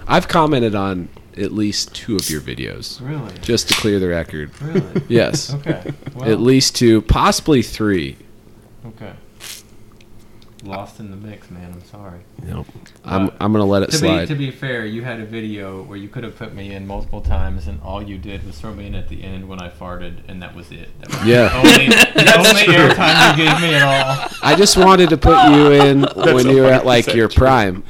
I've commented on at least two of your videos, really? just to clear the record. Really? Yes. Okay. Well, At least two, possibly three. okay. Lost in the mix, man. I'm sorry. I'm, I'm going to let it Uh, To be, slide. to be fair, you had a video where you could have put me in multiple times, and all you did was throw me in at the end when I farted, and that was it. That was yeah. only, the only airtime you gave me at all. I just wanted to put you in when a you were funny at like your perception. prime.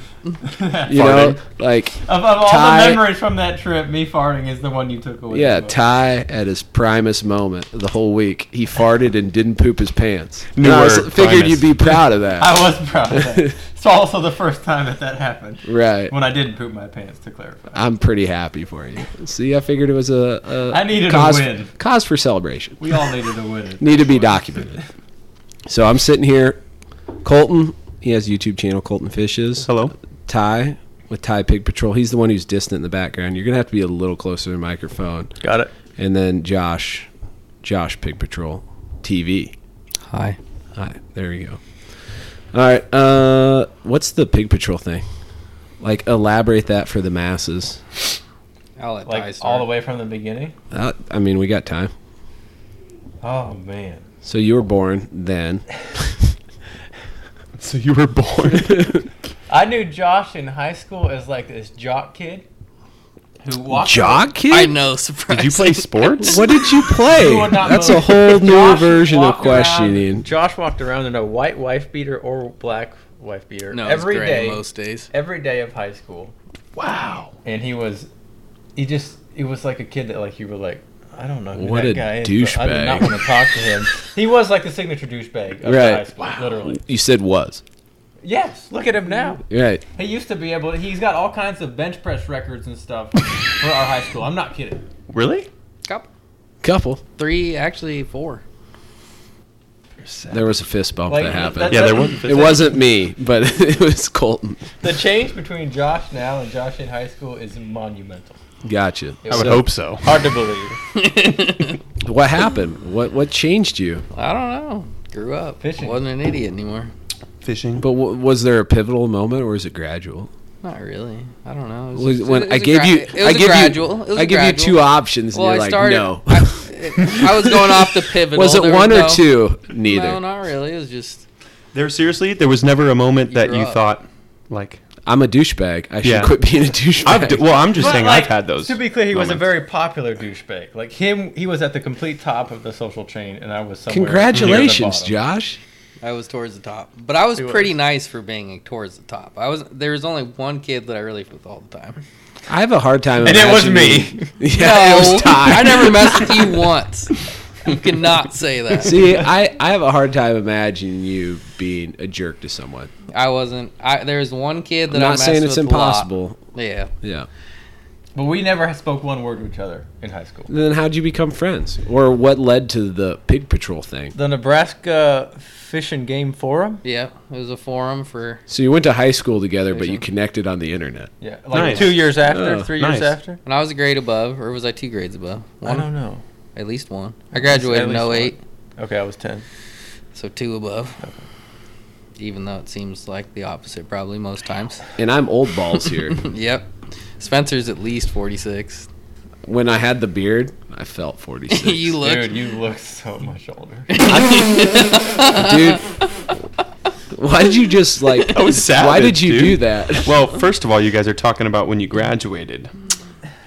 you know, like Of, of all Ty- the memories from that trip, me farting is the one you took away. yeah, the most. Ty at his primest moment of the whole week, he farted and didn't poop his pants. New And I was- word, figured primus. you'd be proud of that, I was proud of that. it's also the first time that that happened. right? When I didn't poop my pants, to clarify. I'm pretty happy for you. See, I figured it was a, a I needed a cause, win. cause for celebration. We all needed a winner. Need to be documented. So I'm sitting here. Colton, he has a YouTube channel, Colton Fishes. Hello. Ty with Ty Pig Patrol. He's the one who's distant in the background. You're gonna have to be a little closer to the microphone. Got it. And then Josh, Josh Pig Patrol TV. Hi. Hi, there you go. All right, uh, what's the Pig Patrol thing? Like elaborate that for the masses. I'll let Ty Like start. all the way from the beginning. Uh, I mean, we got time. Oh man. So you were born then. So you were born. I knew Josh in high school as like this jock kid who walked. Jock kid? I know. Surprise. Did you play sports? What did you play? You would not That's know. a whole new Josh version of walked around- questioning. Josh walked around in a white wife beater or black wife beater No, every it's gray day, most days. every day of high school, Wow. and he was, he just, it was like a kid that like you were like. I don't know who What that a guy is. but I did not douchebag. want to talk to him. He was like the signature douchebag of Right. high school, literally. You said was. Yes, look at him now. Right. He used to be able. To, he's got all kinds of bench press records and stuff for our high school. I'm not kidding. Really? Cup. Couple. Three, actually four. There was a fist bump Like, that happened. that's- Yeah, there was. It wasn't me, but it was Colton. The change between Josh now and Josh in high school is monumental. Gotcha. I would So hope so. Hard to believe. What happened? What what changed you? I don't know. Grew up. Fishing. Wasn't an idiot anymore. Fishing. But w- was there a pivotal moment, or is it gradual? Not really. I don't know. It was Was- just- when it was I a gave gra- you, it was I a give gradual. It you, was I a give gradual. you two options, and Well, you're I like, started. no. I, I was going off the pivot. was it one or two? Neither. No, not really. It was just There seriously, there was never a moment You that grew you up. thought like I'm a douchebag. I should Yeah. quit being a douchebag. I've d- well, I'm just saying like, I've had those. To be clear, he was a moments. very popular douchebag. Like him, he was at the complete top of the social chain, and I was somewhere. near the Congratulations, bottom. Josh. I was towards the top, but I was was. pretty nice for being towards the top. I was there was only one kid that I really with all the time. I have a hard time. And it was imagining- me. Yeah, it was Ty. I never messed with you once. You cannot say that. See, I, I have a hard time imagining you being a jerk to someone. I wasn't. I there was one kid that I'm I not messed saying it's with a lot. impossible. Yeah, Yeah. But we never spoke one word to each other in high school. Then how'd you become friends, or what led to the pig patrol thing? The Nebraska Fish and Game Forum. yeah. It was a forum for So you went to high school together, but you connected on the internet. Yeah, like Nice. two years after, Oh, three nice. years after. when I was a grade above, or was I two grades above? I One, don't know. at least one. I graduated in least one. 08, Okay, I was ten. so two above. Even though it seems like the opposite, probably most times. And I'm old balls here. Yep. Spencer's at least 46. when I had the beard, I felt 46. you look. Dude, you look so much older. dude. Why did you just like? That was why savage, did you dude. do that? Well, first of all, you guys are talking about when you graduated,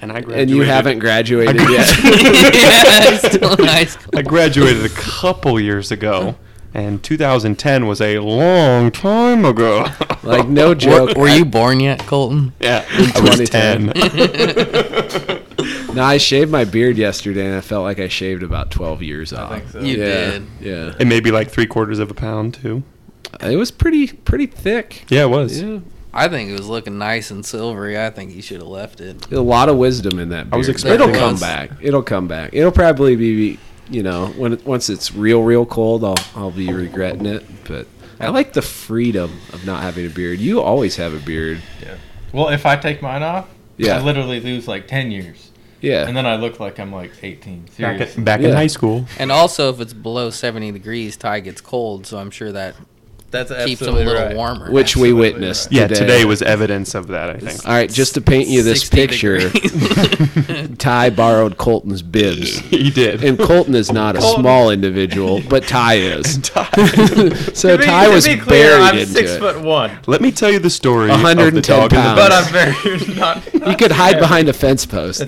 and I graduated. And you haven't graduated yet. yeah, it's still in high school. I graduated a couple years ago, and 2010 was a long time ago. Like no Were, joke. were you born yet, Colton? yeah, I was 2010. 10. No, I shaved my beard yesterday, and I felt like I shaved about 12 years off. think so. You yeah, did. Yeah. and maybe like three quarters of a pound too. It was pretty pretty thick. Yeah, it was. Yeah. I think it was looking nice and silvery. I think you should have left it. A lot of wisdom in that. Beard. I was It'll expecting come it. back. It'll come back. It'll probably be, you know, when it, once it's real, real cold, I'll I'll be regretting it. But I like the freedom of not having a beard. You always have a beard. Well, if I take mine off, Yeah. I literally lose like ten years, Yeah. and then I look like I'm like eighteen. Back, Seriously. at- back in Yeah. high school, And also, if it's below 70 degrees, Ty gets cold, so I'm sure that That's keeps him a little right. warmer. Which we Absolutely witnessed. yeah, today was evidence of that. I think. All right, just to paint you this 60 picture, degrees. Ty borrowed Colton's bibs. he did. And Colton is not a Colton- small individual, but Ty is. so To be- Ty to was be clear, buried I'm into six it. foot one, Let me tell you the story. of the 110 dog and the pounds. but bus. I'm very not. He could hide behind a fence post.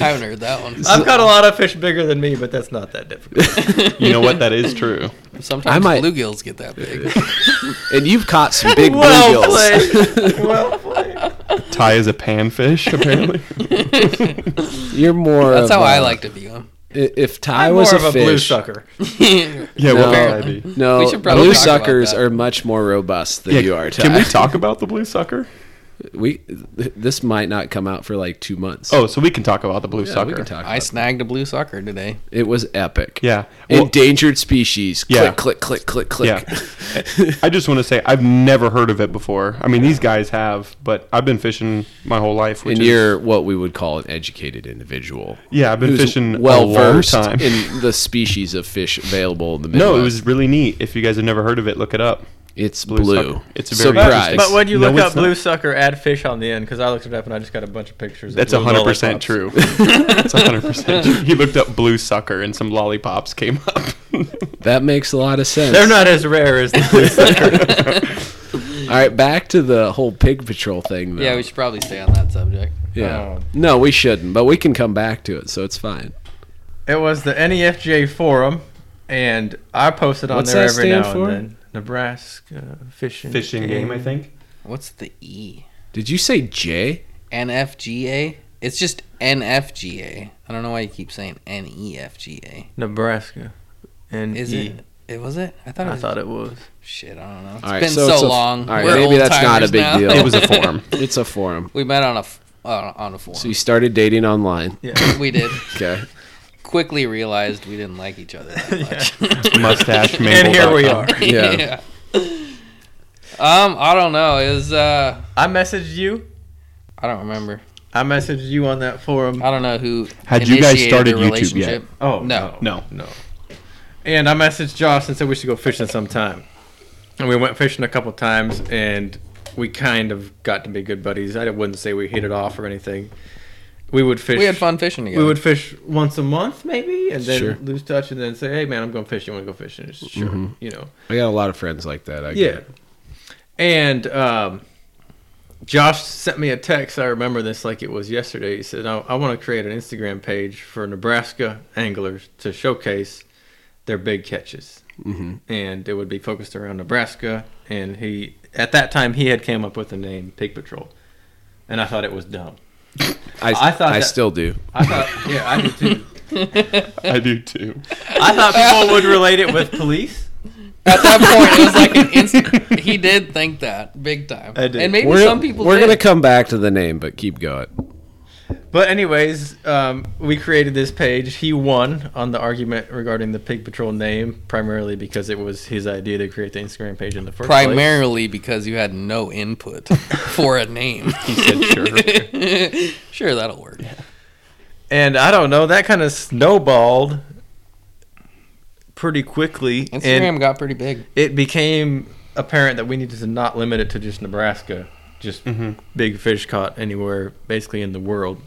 I haven't heard that one. I've caught a lot of fish bigger than me, but that's not that difficult. You know what? That is true. Sometimes I might- bluegills get that big. And you've caught some big well bluegills. played. well played. Ty is a panfish, apparently. You're more. That's of how I I like to view them. If Ty I'm was more a of a fish, blue sucker. Yeah, No. what would I be? no, We should probably blue talk about suckers that. are much more robust than Yeah, you are. Ty. Can we talk about the blue sucker? We th- this might not come out for like two months. Oh, so we can talk about the blue yeah, sucker. we can talk. I About snagged a blue sucker today. it. it was epic. Yeah. Well, Endangered species. Yeah. Click, click, click, click, yeah. click. I just want to say I've never heard of it before. I mean, these guys have, but I've been fishing my whole life. Which and is, you're what we would call an educated individual. yeah, I've been who's fishing well a well long versed time. in the species of fish available in the Midwest. no, it was really neat. If you guys have never heard of it, look it up. it's blue. blue sucker. It's very surprise. But when you No, look it's up not. blue sucker, add fish on the end because I looked it up and I just got a bunch of pictures. That's of blue hundred percent lollipops. true. That's hundred percent true. He looked up blue sucker and some lollipops came up. that makes a lot of sense. They're not as rare as the blue sucker. All right, back to the whole pig patrol thing. Though. Yeah, we should probably stay on that subject. Yeah. Oh. No, we shouldn't, but we can come back to it, so it's fine. it was the E NEFJ forum, and I posted on What's there that every stand now for? and then. Nebraska fishing think. What's the E? Did you say J? NFGA? It's just NFGA. I don't know why you keep saying E NEFGA. Nebraska. E And Is it? It was it? I thought it I was. thought it was. Shit, I don't know. It's All right, been so so, it's a- long. all right, We're maybe that's not old-timers a big now. deal. It was a form. It's a forum. we met on a f- on, on a forum. So you started dating online. Yeah. we did. Okay. Quickly realized we didn't like each other that much. Mustache. and here we are. Yeah. Um, I don't know. It was uh, I messaged you. I don't remember. I messaged you on that forum. I don't know who. Had you guys initiated started the YouTube yet? relationship. Oh No. No. no. And I messaged Josh and said we should go fishing sometime. And we went fishing a couple times, and we kind of got to be good buddies. I wouldn't say we hit it off or anything. We would fish. We had fun fishing together. We would fish once a month, maybe, and then Sure. lose touch, and then say, "Hey, man, I'm going fishing. Want to go fishing?" It's Sure, you know. I got a lot of friends like that. I Yeah. yeah. And um, Josh sent me a text. I remember this like it was yesterday. He said, I, I want to create an Instagram page for Nebraska anglers to showcase their big catches. Mm-hmm. And it would be focused around Nebraska. And he, at that time, he had came up with the name Pig Patrol. And I thought it was dumb. I, I thought I that- still do. I thought, yeah, I did too. I do too. I thought people would relate it with police. At that point, it was like an instant. He did think that big time. I did. And maybe We're, some people. we're did. gonna come back to the name, but keep going. But anyways, um, we created this page. He won on the argument regarding the Pig Patrol name, primarily because it was his idea to create the Instagram page in the first place. primarily because you had no input for a name. He said sure. sure, that'll work. And I don't know, that kind of snowballed pretty quickly, Instagram and got pretty big. it became apparent that we needed to not limit it to just Nebraska, just big fish caught anywhere, basically in the world.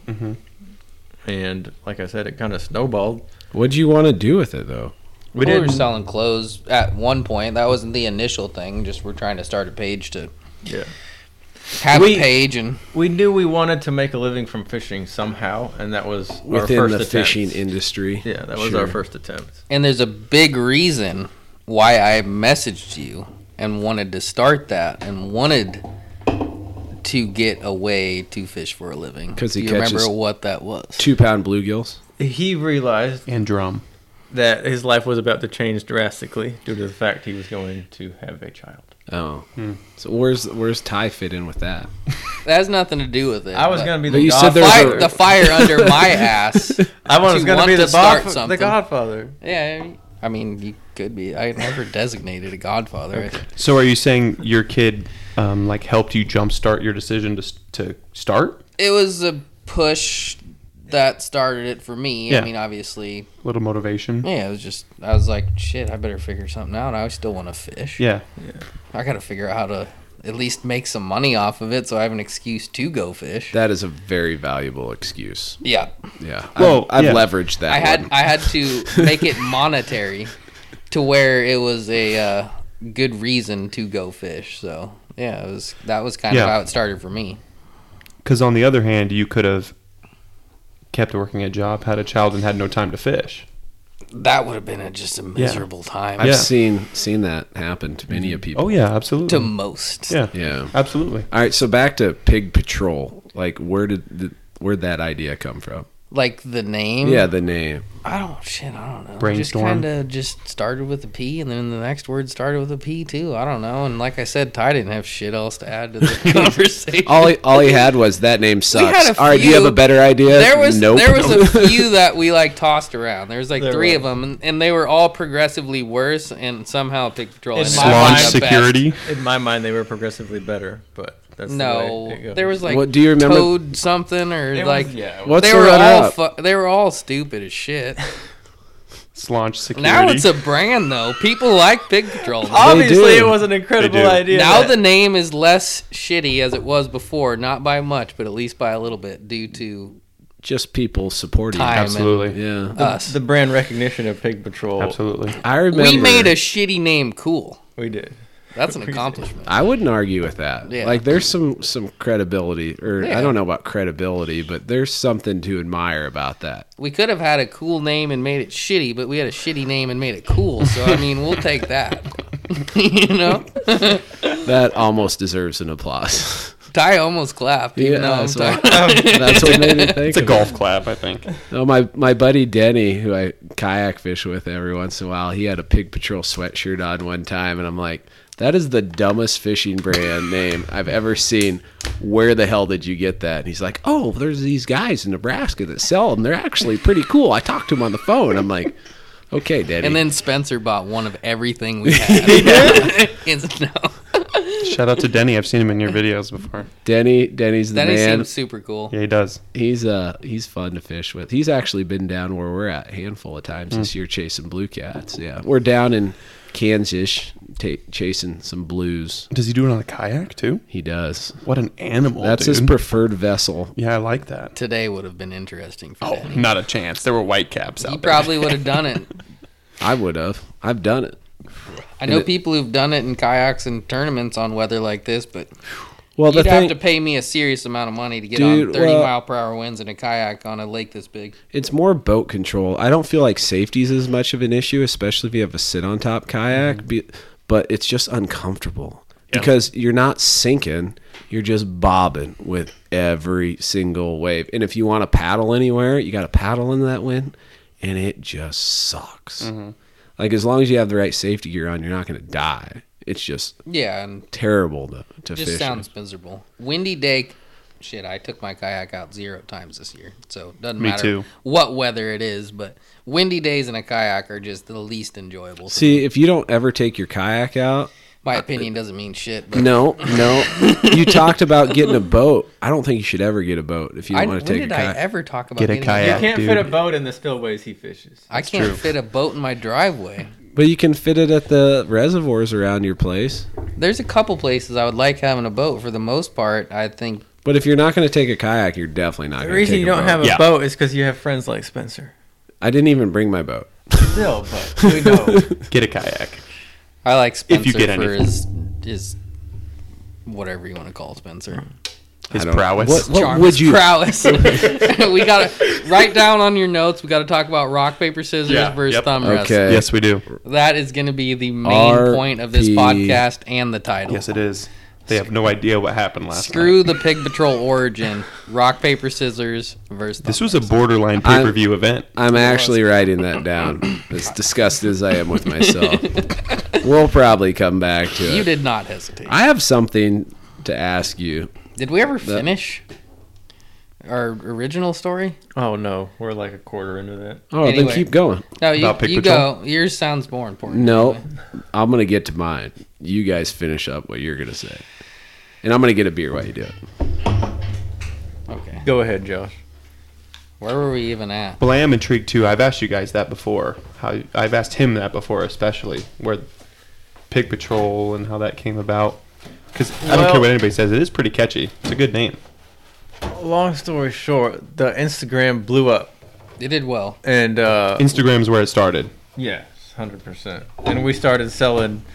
And like I said, it kind of snowballed. What do you want to do with it though? We We were didn't. selling clothes at one point. That wasn't the initial thing. Just we're trying to start a page to Yeah. have We- a page and We knew we wanted to make a living from fishing somehow, and that was our Within first the attempt. fishing industry. Yeah, that was Sure. our first attempt. and there's a big reason why I messaged you and wanted to start that and wanted to get away to fish for a living. 'Cause he Do you remember catches what that was? Two pound bluegills. He realized and drum. that his life was about to change drastically due to the fact he was going to have a child. Oh. Hmm. So where's where's Ty fit in with that? That has nothing to do with it. I was but- going to be But the you said godfather. there's fire, the fire under my ass. I was you going to want be to the, start bof- the something. godfather. Yeah, I mean, you could be. I never designated a godfather. So are you saying your kid um, like helped you jumpstart your decision to s- to start? It was a push that started it for me. Yeah. I mean, obviously, A little motivation. Mm. yeah. It was just I was like, shit, I better figure something out. I still want to fish. Yeah. I got to figure out how to at least make some money off of it, so I have an excuse to go fish. That is a very valuable excuse. yeah, Yeah. Well, I've, yeah. I've leveraged that. I had one. I had to make it monetary to where it was a uh, good reason to go fish. So yeah, it was that was kind Yeah. of how it started for me. Because on the other hand, you could have kept working a job, had a child, and had no time to fish. That would have been a, just a miserable time I've Yeah. seen seen that happen to many Mm-hmm. of people. Oh yeah, absolutely. to most. yeah, Yeah. absolutely. All right, so back to Pig Patrol. Like, where did the, where'd that idea come from? Like the name. Yeah, the name. I don't shit. I don't know. Brainstorm. Just kind of just started with a P, and then the next word started with a P too. I don't know. And like I said, Ty didn't have shit else to add to the conversation. All he, all he had was that name sucks. had a all right, do you have few- a better idea? there was nope. there was a few that we like tossed around. There was like There three were. of them, and, and they were all progressively worse. And somehow Pick Patrol In ended my up Launch being the best. security. In my mind, they were progressively better, but that's No, The way it goes. there was like What do you remember? Toad something or It was- like yeah, it was- What's they the were all runner-up? fu- they were all stupid as shit. Slaunch security. Now it's a brand though. People like Pig Patrol. now. obviously do. it was an incredible do. idea. now that- the name is less shitty as it was before, not by much, but at least by a little bit due to just people supporting. Time. absolutely, Yeah, us. the brand recognition of Pig Patrol. absolutely. I remember. we made a shitty name cool. We did. That's an accomplishment. I wouldn't argue with that. Yeah. Like, there's some some credibility, or I Yeah. don't know about credibility, but there's something to admire about that. We could have had a cool name and made it shitty, but we had a shitty name and made it cool. So I mean, we'll take that. you know, That almost deserves an applause. Ty almost clapped. Even though I'm that's, what, talking. that's what made me think. It's a of it. golf clap, I think. No, my my buddy Denny, who I kayak fish with every once in a while, he had a Pig Patrol sweatshirt on one time, and I'm like, that is the dumbest fishing brand name I've ever seen. Where the hell did you get that? And he's like, oh, there's these guys in Nebraska that sell them. They're actually pretty cool. I talked to him on the phone. I'm like, okay, Denny. And then Spencer bought one of everything we had. It's- no, Shout out to Denny. I've seen him in your videos before. Denny, Denny's the that man. seems super cool. Yeah, he does. He's uh he's fun to fish with. He's actually been down where we're at a handful of times this year chasing blue cats. Yeah, we're down in Kansas ta chasing some blues. Does he do it on a kayak too? He does. What an animal! That's his dude. preferred vessel. yeah, I like that. Today would have been interesting for Oh, Danny. not a chance. There were white caps out He there. probably would have done it. I would have. I've done it. I know people who've done it in kayaks and tournaments on weather like this, but Well, you'd the have thing to pay me a serious amount of money to get Dude, on 30 well- mile per hour winds in a kayak on a lake this big. it's more boat control. I don't feel like safety's as much of an issue, especially if you have a sit on top kayak. Mm-hmm. Be, but it's just uncomfortable because you're not sinking; you're just bobbing with every single wave. And if you want to paddle anywhere, you got to paddle into that wind, and it just sucks. Mm-hmm. Like as long as you have the right safety gear on, you're not going to die. It's just Yeah, and terrible to, to it just fish. sounds miserable. Windy day. Shit, I took my kayak out zero times this year, so it doesn't Me matter too. what weather it is. But windy days in a kayak are just the least enjoyable. to me. See, if you don't ever take your kayak out, my opinion doesn't mean shit. But No, no. you talked about getting a boat. I don't think you should ever get a boat if you I, don't when want to take a did I kayak. ever talk about Get a getting kayak. You can't dude. fit a boat in the spillways he fishes. I can't fit a boat in my driveway. but you can fit it at the reservoirs around your place. There's a couple places I would like having a boat. For the most part, I think But if you're not going to take a kayak, you're definitely not. The gonna reason take you a don't boat. have a Yeah. boat is because you have friends like Spencer. I didn't even bring my boat. Still, but we know. Get a kayak. I like Spencer If you get for anything. his his whatever you want to call Spencer. His I don't- prowess. What, what Charm would is you? prowess? we gotta write down on your notes. We gotta talk about rock paper scissors Yeah, versus yep. thumb wrestling. Okay. Yes, we do. That is gonna be the main RP. point of this podcast and the title. Yes, it is. They have no idea what happened last night. Screw the pig patrol origin. Rock paper scissors versus. This thumb was a borderline I'm- pay per view event. I'm actually writing that down. As disgusted as I am with myself, we'll probably come back wrestling. to You it. did not hesitate. I have something to ask you. Did we ever finish our original story? oh no, we're like a quarter into that. Oh, Anyway. then keep going. No, you, About Pig you Patrol? go. Yours sounds more important. No, anyway. I'm gonna get to mine. You guys finish up what you're gonna say, and I'm gonna get a beer while you do it. Okay. Go ahead, Josh. Where were we even at? Well, I am intrigued too. I've asked you guys that before. How I've asked him that before, especially where Pig Patrol and how that came about. Because I don't care Well- what anybody says, it is pretty catchy. It's a good name. Long story short, the Instagram blew up, It did well. and uh, Instagram's where it started. yes, hundred percent. And we started selling Mm-hmm.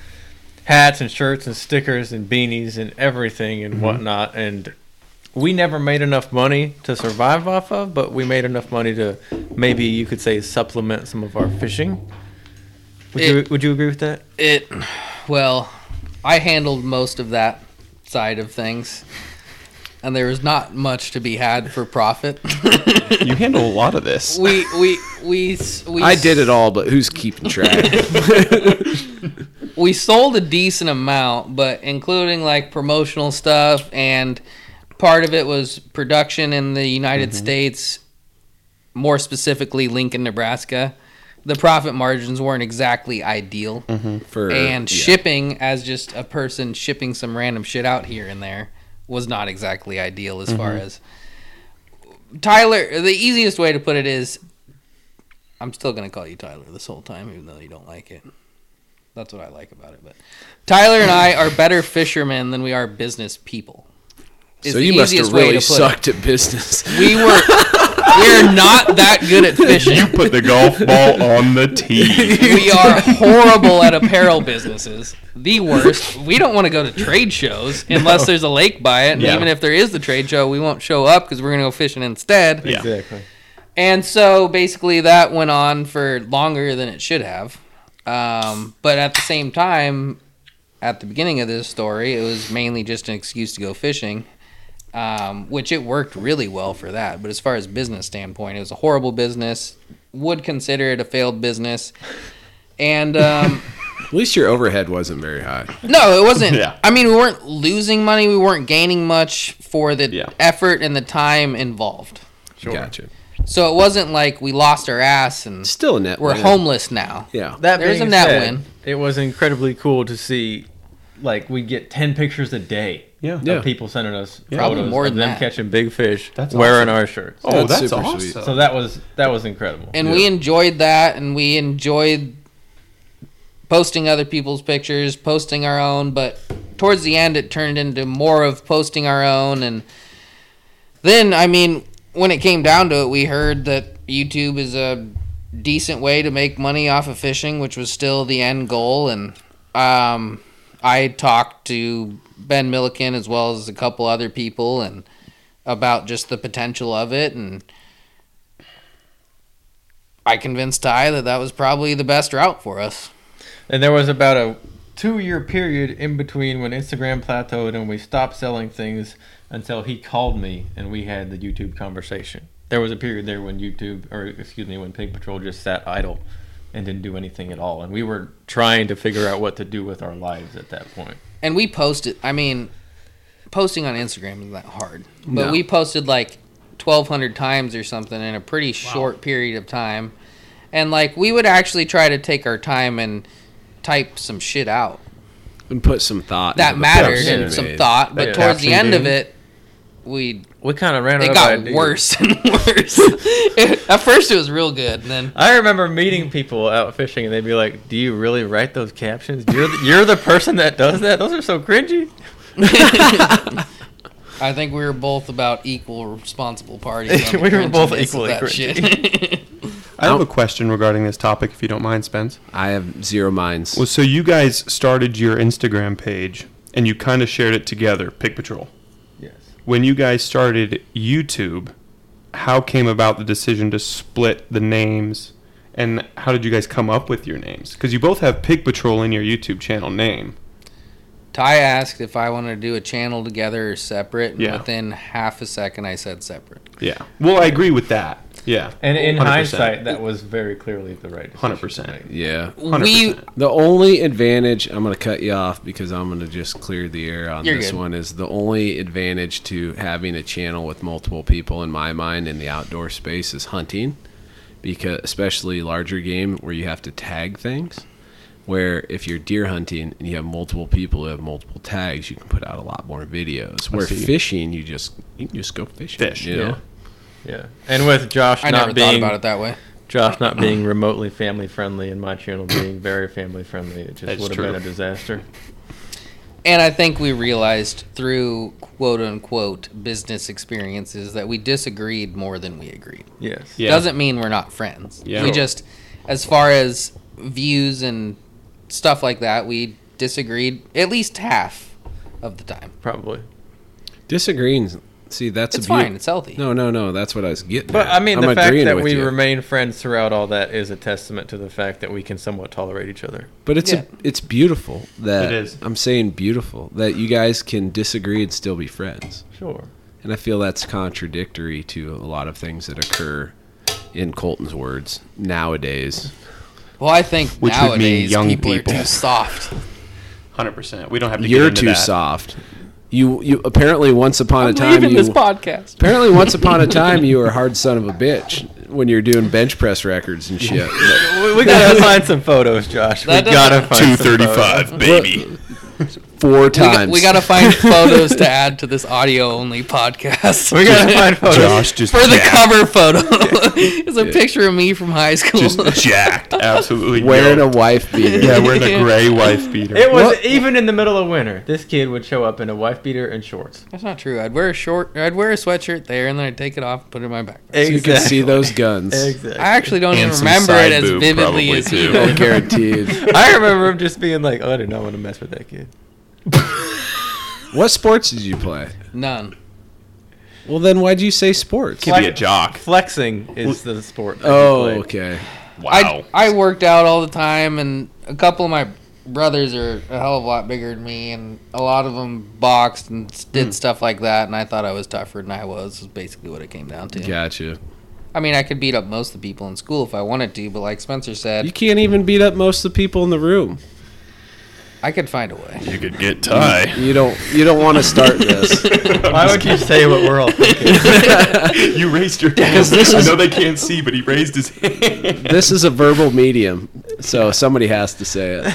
hats and shirts and stickers and beanies and everything and whatnot. And we never made enough money to survive off of, but we made enough money to maybe you could say supplement some of our fishing. Would you It- would you agree with that? It, well, I handled most of that side of things, and there was not much to be had for profit. You handle a lot of this. we we we s- we. I did it all, but who's keeping track? we sold a decent amount, but including like promotional stuff and part of it was production in the United Mm-hmm. States, more specifically Lincoln, Nebraska. The profit margins weren't exactly ideal. Mm-hmm. For And yeah. shipping as just a person shipping some random shit out here and there was not exactly ideal as far Mm-hmm. as Tyler, the easiest way to put it is I'm still going to call you Tyler this whole time even though you don't like it. That's what I like about it. But Tyler and I are better fishermen than we are business people. It's So the you must easiest have way really to put it. sucked at business. We were we're not that good at fishing. Put the golf ball on the tee. We are horrible at apparel businesses. The worst. We don't want to go to trade shows unless there's a lake by it. And Yeah. even if there is the trade show, we won't show up because we're going to go fishing instead. Yeah. Exactly. And so basically that went on for longer than it should have. Um, but at the same time, at the beginning of this story, it was mainly just an excuse to go fishing, um, which it worked really well for that. But as far as business standpoint, it was a horrible business. Would consider it a failed business. And um, At least your overhead wasn't very high. no, it wasn't. Yeah. I mean, we weren't losing money. We weren't gaining much for the Yeah. effort and the time involved. Gotcha. So it wasn't like we lost our ass and Still a net. we're win. homeless now. Yeah. That There's being a net said, win. It was incredibly cool to see, like we get ten pictures a day. Yeah. Yeah. Of people sending us Probably photos more of than them that. catching big fish That's wearing awesome. our shirts. Oh, That's that's, super awesome. sweet. So that was that was incredible. And we enjoyed that and we enjoyed posting other people's pictures, posting our own, but towards the end it turned into more of posting our own and then I mean when it came down to it we heard that YouTube is a decent way to make money off of fishing, which was still the end goal and um I talked to Ben Milliken as well as a couple other people and about just the potential of it and I convinced Ty that that was probably the best route for us. And there was about a two year period in between when Instagram plateaued and we stopped selling things until he called me and we had the YouTube conversation. There was a period there when YouTube, or excuse me, when Pig Patrol just sat idle and didn't do anything at all. And we were trying to figure out what to do with our lives at that point. And we posted, I mean, posting on Instagram isn't that hard, but No. we posted like 1,200 times or something in a pretty short period of time. And like, we would actually try to take our time and type some shit out And put some thought. that into the mattered post you and some made. thought, but Yeah. towards the Caption end of dude. it, we We kind of ran out it of got ideas. worse and worse. At first, it was real good, and then I remember meeting people out fishing and they'd be like, Do you really write those captions? You're the, you're the person that does that? Those are so cringy. I think we were both about equal responsible parties. on the We were both cringiness of equally that cringy. shit. I have a question regarding this topic, if you don't mind, Spence. I have zero minds. Well, so you guys started your Instagram page and you kind of shared it together, Pick Patrol. Yes. When you guys started YouTube, how came about the decision to split the names and how did you guys come up with your names? Because you both have Pig Patrol in your YouTube channel name. Ty asked if I wanted to do a channel together or separate, and Yeah. within half a second, I said separate. Yeah. Well, I agree with that. Yeah. And in 100%. hindsight, that was very clearly the right decision. 100%. yeah. 100%. We The only advantage I'm going to cut you off because I'm going to just clear the air on You're this good. one is the only advantage to having a channel with multiple people in my mind in the outdoor space is hunting because especially larger game where you have to tag things where if you're deer hunting and you have multiple people who have multiple tags you can put out a lot more videos where see. fishing you just you can just go fishing Fish, you know? Yeah. And with Josh I never not thought being about it that way. Josh not being remotely family friendly and my channel being very family friendly, it just That's would have true. been a disaster. And I think we realized through quote unquote business experiences that we disagreed more than we agreed. Yes. Yeah. Doesn't mean we're not friends. Yeah. We Sure. just, as far as views and stuff like that, we disagreed at least half of the time. Probably. disagreeing See, that's it's a beaut- fine. It's healthy. No, no, no. That's what I was getting. But at. I mean, I'm the fact agreeing that with we you. remain friends throughout all that is a testament to the fact that we can somewhat tolerate each other. But it's Yeah. a, it's beautiful that It is. I'm saying beautiful that you guys can disagree and still be friends. Sure. And I feel that's contradictory to a lot of things that occur in Colton's words nowadays. Well, I think Which would mean nowadays young people, people. are too soft. Hundred percent. We don't have to. You're get into too that. soft. You you apparently once upon a time Leaving you this podcast. apparently once upon a time you were a hard son of a bitch when you're doing bench press records and shit. We, we gotta find some photos, Josh. That we gotta doesn't- find Two some photos. thirty-five, baby. Four We got, times. we got to find photos to add to this audio only podcast. We gotta find photos. Josh just for the jacked, cover photo. it's a picture of me from high school. just jacked. Absolutely. wearing a yoked. wife beater. yeah, wearing a gray wife beater. It was What? even in the middle of winter. This kid would show up in a wife beater and shorts. That's not true. I'd wear a short. I'd wear a sweatshirt there, and then I'd take it off and put it in my backpack. So you can see those guns. Exactly. I actually don't Eh, And even some remember side it as boob vividly probably, as too. you. Oh, Guaranteed. I remember him just being like, "Oh, I did not want to mess with that kid." What sports did you play? None. Well, then why'd you say sports? Could be a jock. Flexing is the sport. that he Oh, played. okay. Wow. I I worked out all the time, and a couple of my brothers are a hell of a lot bigger than me, and a lot of them boxed and s- Hmm. did stuff like that. And I thought I was tougher than I was. Is basically what it came down to. Gotcha. I mean, I could beat up most of the people in school if I wanted to, but like Spencer said, You can't even beat up most of the people in the room. I could find a way. you could get Ty. You don't. You don't want to start this Why would you say what we're all thinking? you raised your hand. this I is- know they can't see, but he raised his hand. this is a verbal medium, so somebody has to say it.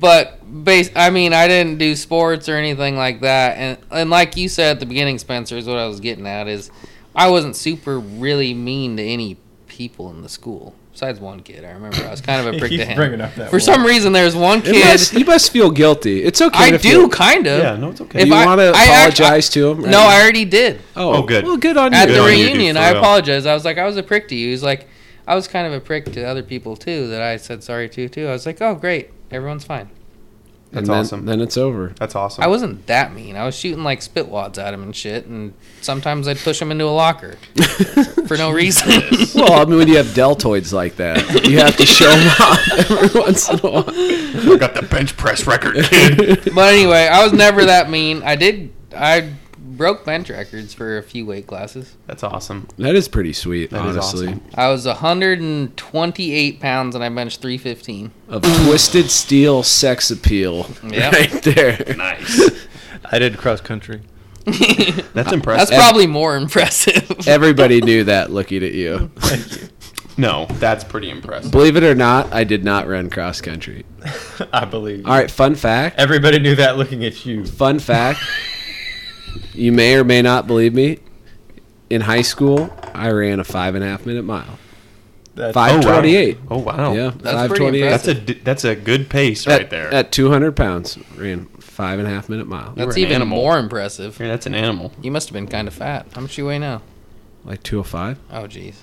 But base, I mean, I didn't do sports or anything like that, and and like you said at the beginning, Spencer, is what I was getting at is, I wasn't super really mean to any people in the school besides one kid. I remember I was kind of a He prick to keeps him. bringing up that For some reason, there's one It kid. must- you must feel guilty. It's okay. I to do feel- kind of. yeah, no, it's okay. If you I- want to I act- apologize to him? No, I already did Oh, good. Well, good on at you. the on you, dude, reunion. for I real. apologized. I was like, I was a prick to you. He's like, I was kind of a prick to other people too that I said sorry to too. I was like, oh great, everyone's fine. And That's then- awesome. Then it's over. That's awesome. I wasn't that mean. I was shooting like spit wads at him and shit, and sometimes I'd push him into a locker for no reason. Well, I mean, when you have deltoids like that, you have to show them off every once in a while. I got the bench press record, kid. but anyway, I was never that mean. I did. I broke bench records for a few weight classes. That's awesome. That is pretty sweet, That is honestly. awesome. I was 128 pounds and I benched 315. Of twisted steel sex appeal, Yeah. right there. Nice. I did cross country. That's That's impressive. probably more impressive. Everybody knew that looking at you. no, that's pretty impressive. Believe it or not, I did not run cross country. I believe. All right, fun fact. Everybody knew that looking at you. Fun fact. you may or may not believe me. In high school, I ran a five and a half minute mile. That's Five twenty-eight. Oh wow. Yeah, pretty five twenty-eight. impressive. That's a d- that's a good pace At, right there. at two hundred pounds, ran five and a half minute mile, That's an even animal. more impressive. Yeah, that's an animal. You must have been kind of fat. How much you weigh now? like two hundred five. Oh, jeez.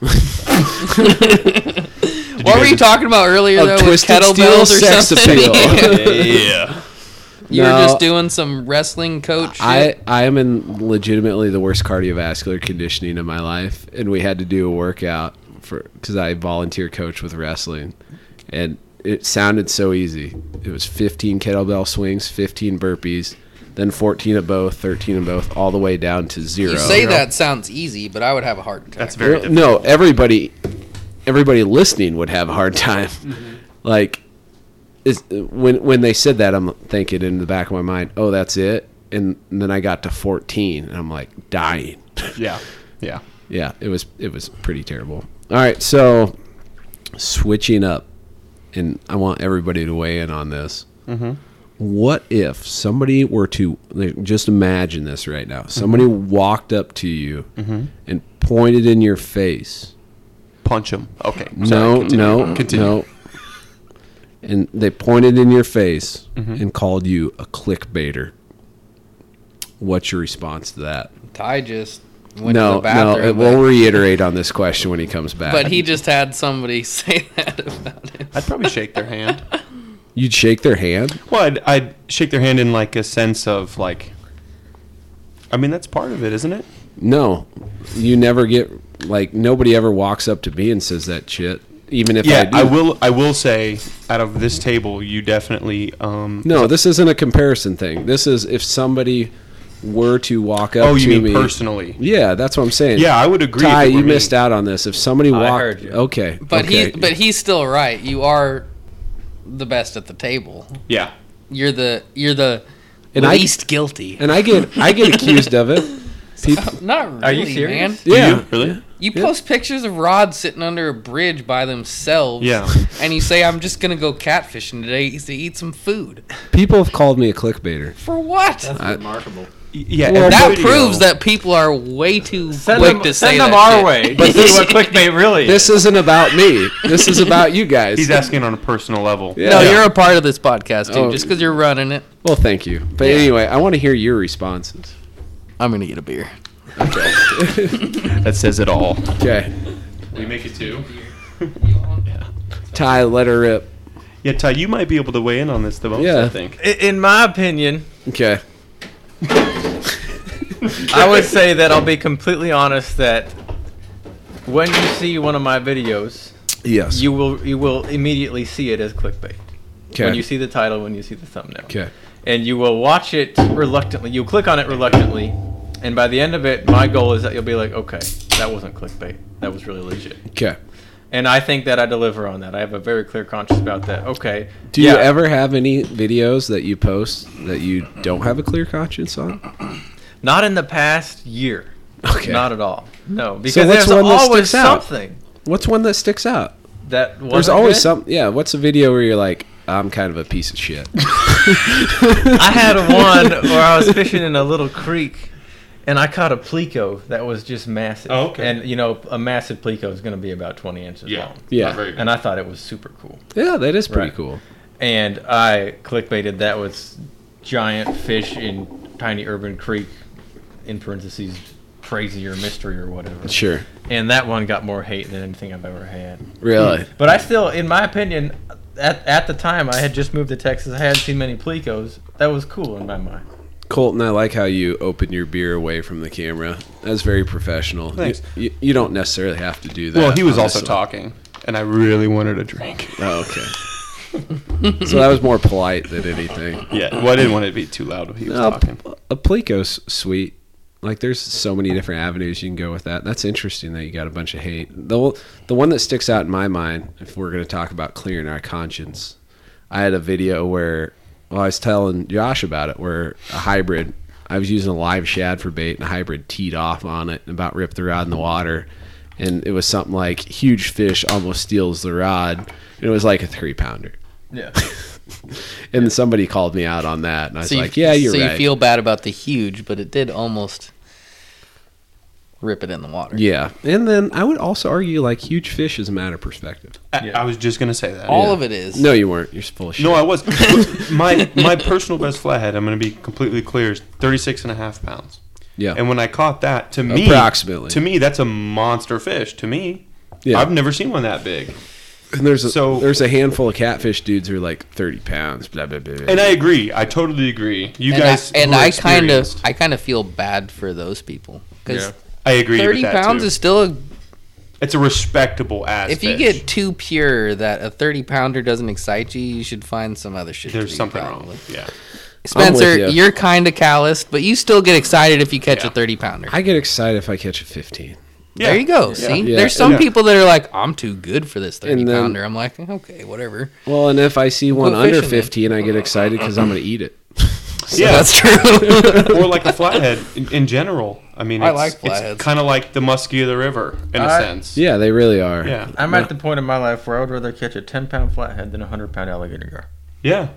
what were guys- you talking about earlier, Oh, though, with twisted kettlebells steel or sex something? appeal. yeah. you No. were just doing some wrestling coach I shit? I am in legitimately the worst cardiovascular conditioning of my life, and we had to do a workout for because I volunteer coach with wrestling, and it sounded so easy. It was 15 kettlebell swings, 15 burpees, then 14 of both, 13 of both, all the way down to zero. You say that sounds easy, but I would have a heart attack. That's very Well, no, everybody, everybody listening would have a hard time. Like, is when when they said that, I'm thinking in the back of my mind, oh, that's it. And, then I got to 14, and I'm like dying. difficult. Yeah. Yeah. yeah, it was it was pretty terrible. All right, so switching up, and I want everybody to weigh in on this. What if somebody were to like, just imagine this right now? Somebody walked up to you and pointed in your face. Punch him. Okay. No, sorry, continue. no, Continue. no. And they pointed in your face Mm-hmm. and called you a clickbaiter. What's your response to that? Ty just went to no, the bathroom. no. It, but- we'll reiterate on this question when he comes back. But he just had somebody say that about him. I'd probably shake their hand. you'd shake their hand. Well, I'd, I'd shake their hand in like a sense of like. I mean, that's part of it, isn't it? No, you never get like nobody ever walks up to me and says that shit. Even if I yeah, do. I, will. I will say, out of this table, you definitely. Um, No, this isn't a comparison thing. This is if somebody were to walk up oh, to you mean me. personally? yeah, that's what I'm saying. Yeah, I would agree. Ty, if it you were me. missed out on this. If somebody walked, Oh, heard you. okay, But okay. he, but he's still right. You are the best at the table. Yeah, You're the you're the And I- least guilty. and I get I get accused of it. People, Not really, you man. serious? Do yeah, you? really? You post pictures of Rod sitting under a bridge by themselves. Yeah. And you say, I'm just going to go catfishing today to eat some food. people have called me a clickbaiter. For what? That's remarkable. Y- Yeah, Well, every That video- proves that people are way too Send quick them, to say send that them our shit. way. But see what clickbait really is. This isn't about me. This is about you guys. he's asking on a personal level. Yeah. No, you're a part of this podcast, dude. Oh. Just because you're running it, well, thank you. But anyway, I want to hear your responses. I'm going to get a beer. that says it all. Okay, We make it two. Ty, let her rip. Yeah, Ty, you might be able to weigh in on this the most. Yeah. I think. I- In my opinion, Okay, I would say that I'll be completely honest that when you see one of my videos, yes, you will you will immediately see it as clickbait. okay. When you see the title, when you see the thumbnail. okay, And you will watch it reluctantly. You'll click on it reluctantly. And by the end of it, my goal is that you'll be like, okay, that wasn't clickbait. That was really legit. okay. And I think that I deliver on that. I have a very clear conscience about that. Okay. Do yeah, you ever have any videos that you post that you don't have a clear conscience on? Not in the past year. Okay. Not at all. No. Because what's there's one that always sticks out? something What's one that sticks out? that was There's always good. some. Yeah, what's a video where you're like, I'm kind of a piece of shit. I had one where I was fishing in a little creek, and I caught a pleco that was just massive. Oh, okay. And you know, a massive pleco is going to be about 20 inches long. Yeah. And I thought it was super cool. Yeah, that is pretty Right. cool. And I clickbaited that was giant fish in tiny urban creek, in parentheses, crazy or mystery or whatever. Sure. And that one got more hate than anything I've ever had. Really? But I still, in my opinion, at, at the time I had just moved to Texas. I hadn't seen many plecos. That was cool in my mind. Colton, I like how you open your beer away from the camera. That's very professional. You- Thanks. You, you, don't necessarily have to do that. Well, he was also honestly. talking, and I really wanted a drink. Oh, okay. so that was more polite than anything. Yeah, well, I didn't want it to be too loud. when He was No, talking. Uh, A Plico's sweet. Like there's so many different avenues you can go with that. That's interesting that you got a bunch of hate. The the one that sticks out in my mind, if we're going to talk about clearing our conscience, I had a video where well, I was telling Josh about it, where a hybrid. I was using a live shad for bait, and a hybrid teed off on it and about ripped the rod in the water. And it was something like huge fish almost steals the rod, and it was like a three pounder. Yeah. And somebody called me out on that, and I was So you- like, "Yeah, you're So right." you feel bad about the huge, but it did almost rip it in the water. Yeah, and then I would also argue like huge fish is a matter of perspective. I, I was just gonna say that. All of it is. No, you weren't. You're full of shit. No, I was. my my personal best flathead, I'm going to be completely clear, is 36 and a half pounds. yeah, And when I caught that, to me, Approximately. to me, that's a monster fish. To me, yeah. I've never seen one that big. and there's a, so- there's a handful of catfish dudes who are like 30 pounds. Blah blah blah. blah. And I agree. I totally agree. You and guys, I, and who are I kind of experienced, I kind of feel bad for those people because I agree. thirty with that pounds too. is still a it's a respectable ass. if you fish. get too pure that a 30 pounder doesn't excite you you should find some other shit to there's do, something probably. wrong. Yeah, spencer ya. you're kind of calloused but you still get excited if you catch Yeah. a 30 pounder I get excited if I catch a 15. yeah. there you go see Yeah. there's some Yeah. people that are like i'm too good for this 30 And then- pounder i'm like okay whatever Well, and if I see one go under fishing 15, then. I get excited because I'm gonna eat it. so Yeah. that's true or like a flathead in, in general. I mean, I it's, like it's flatheads. kind of like the muskie of the river in a I- sense. Yeah, they really are. yeah, I'm at the point in my life where I would rather catch a 10 pound flathead than a 100 pound alligator gar. yeah.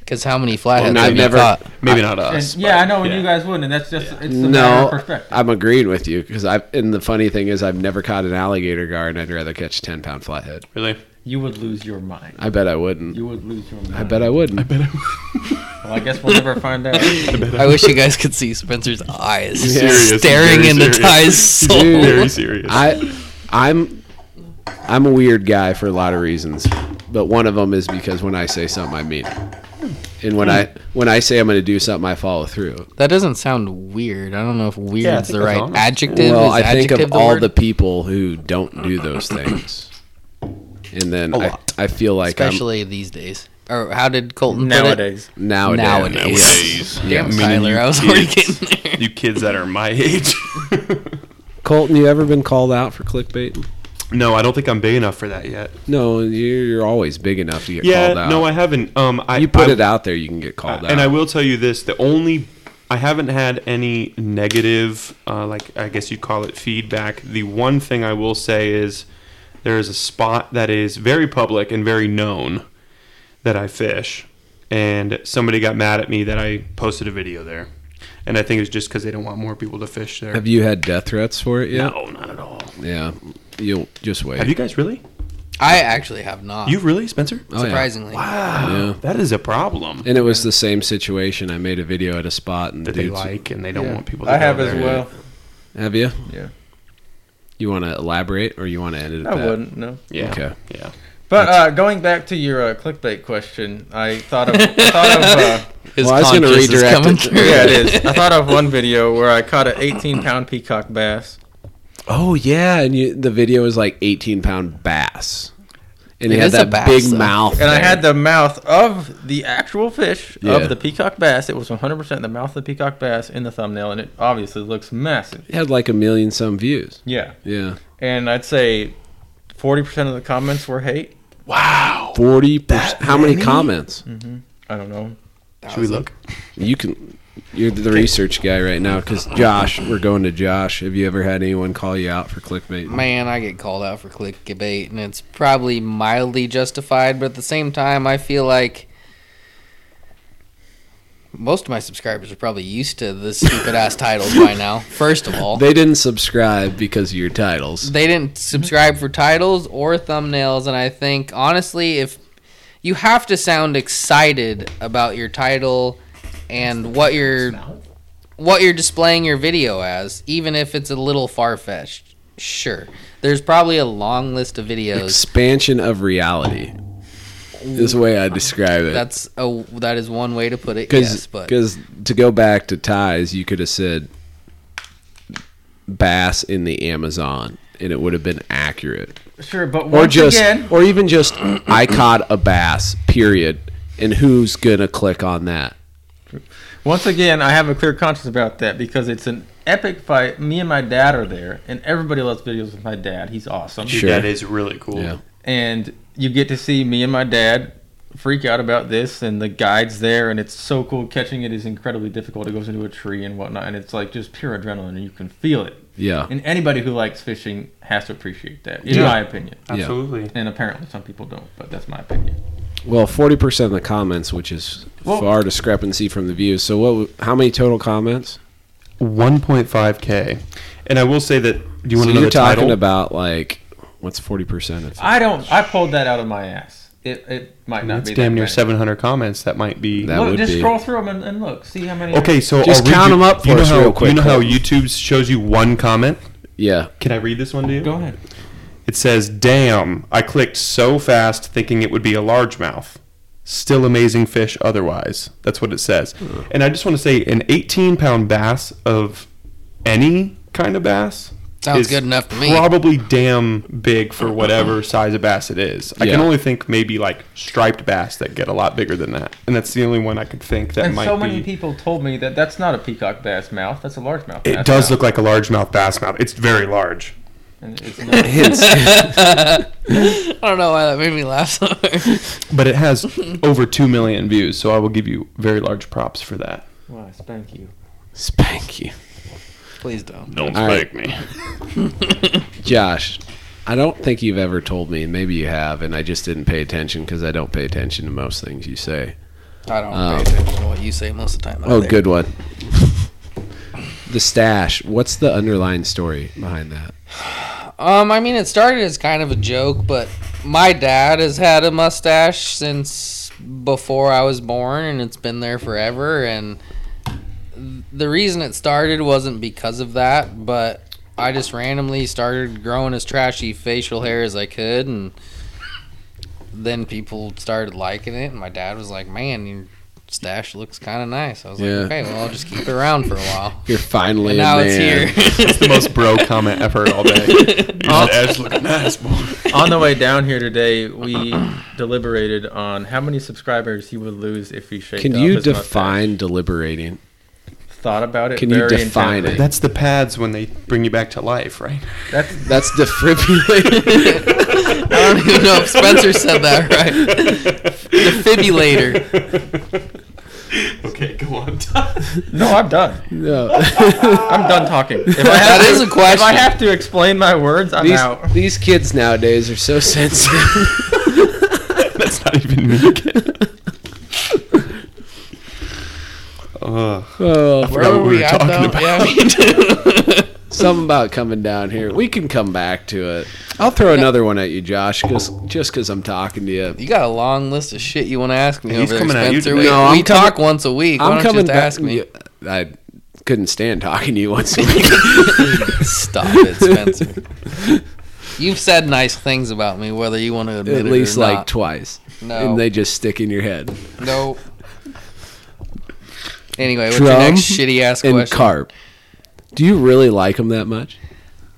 because how many flatheads and I've have you never- caught Maybe not us. yeah, I know, and yeah. you guys wouldn't, and that's just, it's a matter of No, perspective. I'm agreeing with you because I've and the funny thing is I've never caught an alligator gar and I'd rather catch a 10 pound flathead. Really, You would lose your mind. I bet I wouldn't. You would lose your mind. I bet I wouldn't. Well, I guess we'll never find out. i wish you guys could see spencer's eyes Serious, staring very into serious. ty's soul Dude. very serious. I, I'm, I'm a weird guy for a lot of reasons, but one of them is because when I say something, I mean it. And Hmm. when I when I say I'm going to do something, I follow through. That doesn't sound weird. I don't know if weird's think the that's right honest. adjective. Well, Is I think of adjective all word? the people who don't do those things, and then I, I feel like especially these days. Or how did Colton Nowadays, I'm nowadays. Nowadays. Nowadays. Put it? Damn, Meaning Tyler, you I was already getting kids. there. you kids that are my age. Colton, you ever been called out for clickbait? no, I don't think I'm big enough for that yet. No, you're, you're always big enough to get called Yeah, out. no, I haven't. Um, I you put I- it out there, you can get called out. And I will tell you this: the only I haven't had any negative, uh, like I guess you'd call it feedback. The one thing I will say is there is a spot that is very public and very known that I fish, and somebody got mad at me that I posted a video there, and I think it's just because they don't want more people to fish there. Have you had death threats for it yet? No, not at all. Yeah, you'll just wait. Have you guys really? I actually have not. You really, Spencer? Oh, yeah. surprisingly. Wow, Yeah. that is a problem. And it was the same situation. I made a video at a spot, and That they dudes, like, and they don't want people. to I go have there. as well. have you? Yeah. You want to elaborate, or you want to edit? I that? wouldn't no. Yeah, Okay. yeah. But uh, going back to your uh, clickbait question, I thought of thought of uh, His Well, I was gonna conscience is redirect coming it. through. yeah it is. I thought of one video where I caught an 18 pound peacock bass. Oh yeah, and you, the video is like 18 pound bass, and he It had is a that bass, big though. mouth, And I there. had the mouth of the actual fish Yeah. of the peacock bass. It was 100% the mouth of the peacock bass in the thumbnail, and it obviously looks massive. It had like a million some views. Yeah. Yeah, And I'd say 40% of the comments were hate. Oh, Wow. 40. percent How many comments? Hmm. I don't know. Should we look? You can. You're the research guy right now because Josh. We're going to Josh. Have you ever had anyone call you out for clickbait? Man, I get called out for clickbait, and it's probably mildly justified, but at the same time, I feel like most of my subscribers are probably used to the stupid ass titles by now. First of all, They didn't subscribe because of your titles. they didn't subscribe for titles or thumbnails, and I think honestly, if you have to sound excited about your title and what you're what you're displaying your video as, even if it's a little far fetched. Sure, there's probably a long list of videos Expansion of reality is the way I describe it. That's a that is one way to put it. Because yes, but to go back to ties, you could have said bass in the Amazon, and it would have been accurate. Sure, but Or once just, again, or even just, I caught a bass. Period. And who's gonna click on that? once again, I have a clear conscience about that because it's an epic fight. Me and my dad are there, and everybody loves videos with my dad. He's awesome. Sure. That is really cool. Yeah. and you get to see me and my dad freak out about this and the guide's there and it's so cool catching it is incredibly difficult it goes into a tree and whatnot and it's like just pure adrenaline and you can feel it Yeah. and anybody who likes fishing has to appreciate that in Yeah. my opinion Absolutely. and apparently some people don't but that's my opinion Well, forty percent of the comments, which is Well- far discrepancy from the views. So what? How many total comments? 1.5k. And I will say that do you want so to know you're the talking title? about like what's forty percent of? i don't i pulled that out of my ass it, it might not That's be damn that near bad. 700 comments. That might be. That look, would just be. scroll through them and, and look see how many okay, so Just I'll read count you- 'em up you for know us how, real quick, You know how Colton. YouTube shows you one comment. Yeah. Can I read this one to you? go ahead It says, "Damn, I clicked so fast thinking it would be a largemouth. Still amazing fish otherwise." That's what it says. Hmm. And I just want to say an 18-pound bass of any kind of bass Sounds good enough to me. Probably damn big for whatever size of bass it is. I can Yeah. only think maybe like striped bass that get a lot bigger than that. And that's the only one I could think that and might so many be. people told me that that's not a peacock bass mouth that's a largemouth it bass does mouth. look like a largemouth bass mouth. It's very large. And it's not- Hence, I don't know why that made me laugh. so hard. But it has over 2 million views, so I will give you very large props for that. Why, spank you. spank you. Please don't. Don't All right. me. Josh, I don't think you've ever told me, and maybe you have, and I just didn't pay attention because I don't pay attention to most things you say. I don't Oh. pay attention to what you say most of the time. Oh, good one. The stash. What's the underlying story behind that? Um, I mean, it started as kind of a joke, but my dad has had a mustache since before I was born, and it's been there forever. And the reason it started wasn't because of that, but I just randomly started growing as trashy facial hair as I could, and then people started liking it. And my dad was like, "Man, you're stash looks kind of nice. I was Yeah. like, okay, well, I'll just keep it around for a while. You're finally And a now it's man. here. It's the most bro comment I've heard all day. Your ass looking nice, boy. on the way down here today, we deliberated on how many subscribers he would lose if he shaved. Can off you his mustache. define deliberating? Thought about it. can you very define intently. it? That's the pads when they bring you back to life, right? That's That's defibrillating. I don't even know if Spencer said that right. Defibrillator. Okay, go on. no. I'm done. no. I'm done talking. If I That have to, is a If I question. have to explain my words, I'm These, out. these kids nowadays are so sensitive. That's not even me. Ugh. oh, Where were what we we, were at, talking though? about. Yeah, me too. something about coming down here. We can come back to it. I'll throw another one at you, Josh, cause, just because I'm talking to you. You got a long list of shit you want to ask me He's over coming there, at you Spencer. today. We, No, I'm we talk once a week. Why I'm don't coming you just back. ask me? Yeah, I couldn't stand talking to you once a week. Stop it, Spencer. You've said nice things about me, whether you want to admit at it least or like not. twice. No. And they just stick in your head. no. Anyway, what's your Drum next shitty ass and question? carp. Do you really like them that much?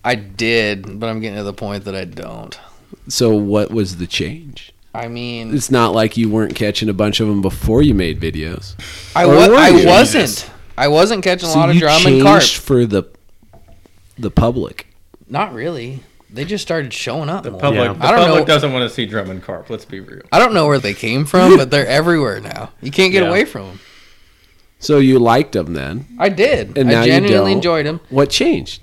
I did, but I'm getting to the point that I don't. So what was the change? I mean, It's not like you weren't catching a bunch of them before you made videos. I, Or wa- were I you? wasn't. I wasn't catching a So lot of you drum changed and carp. for the the public. Not really. They just started showing up. The more. public, Yeah. the I don't public know. doesn't want to see drum and carp. Let's be real. I don't know where they came from, but they're everywhere now. You can't get Yeah. away from them. So you liked them then, I did. and now I you don't. genuinely enjoyed them. What changed?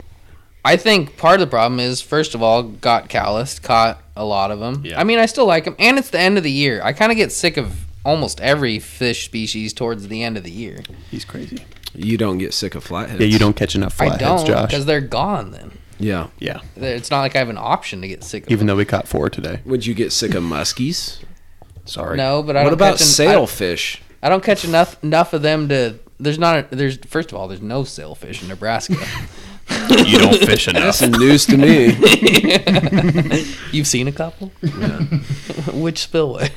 I think part of the problem is, first of all, got calloused, caught a lot of them. Yeah. I mean, I still like them, and it's the end of the year. I kind of get sick of almost every fish species towards the end of the year. He's crazy. You don't get sick of flatheads. Yeah, you don't catch enough I flatheads, don't Josh. because they're gone. Then Yeah. Yeah, it's not like I have an option to get sick of. even them. though we caught four today. Would you get sick of muskies? Sorry. no, but I What don't about catch en- sailfish? I, I don't catch enough enough of them to. There's not. A, there's first of all, there's no sailfish in Nebraska. You don't fish enough. That's some news to me. You've seen a couple. Which spillway?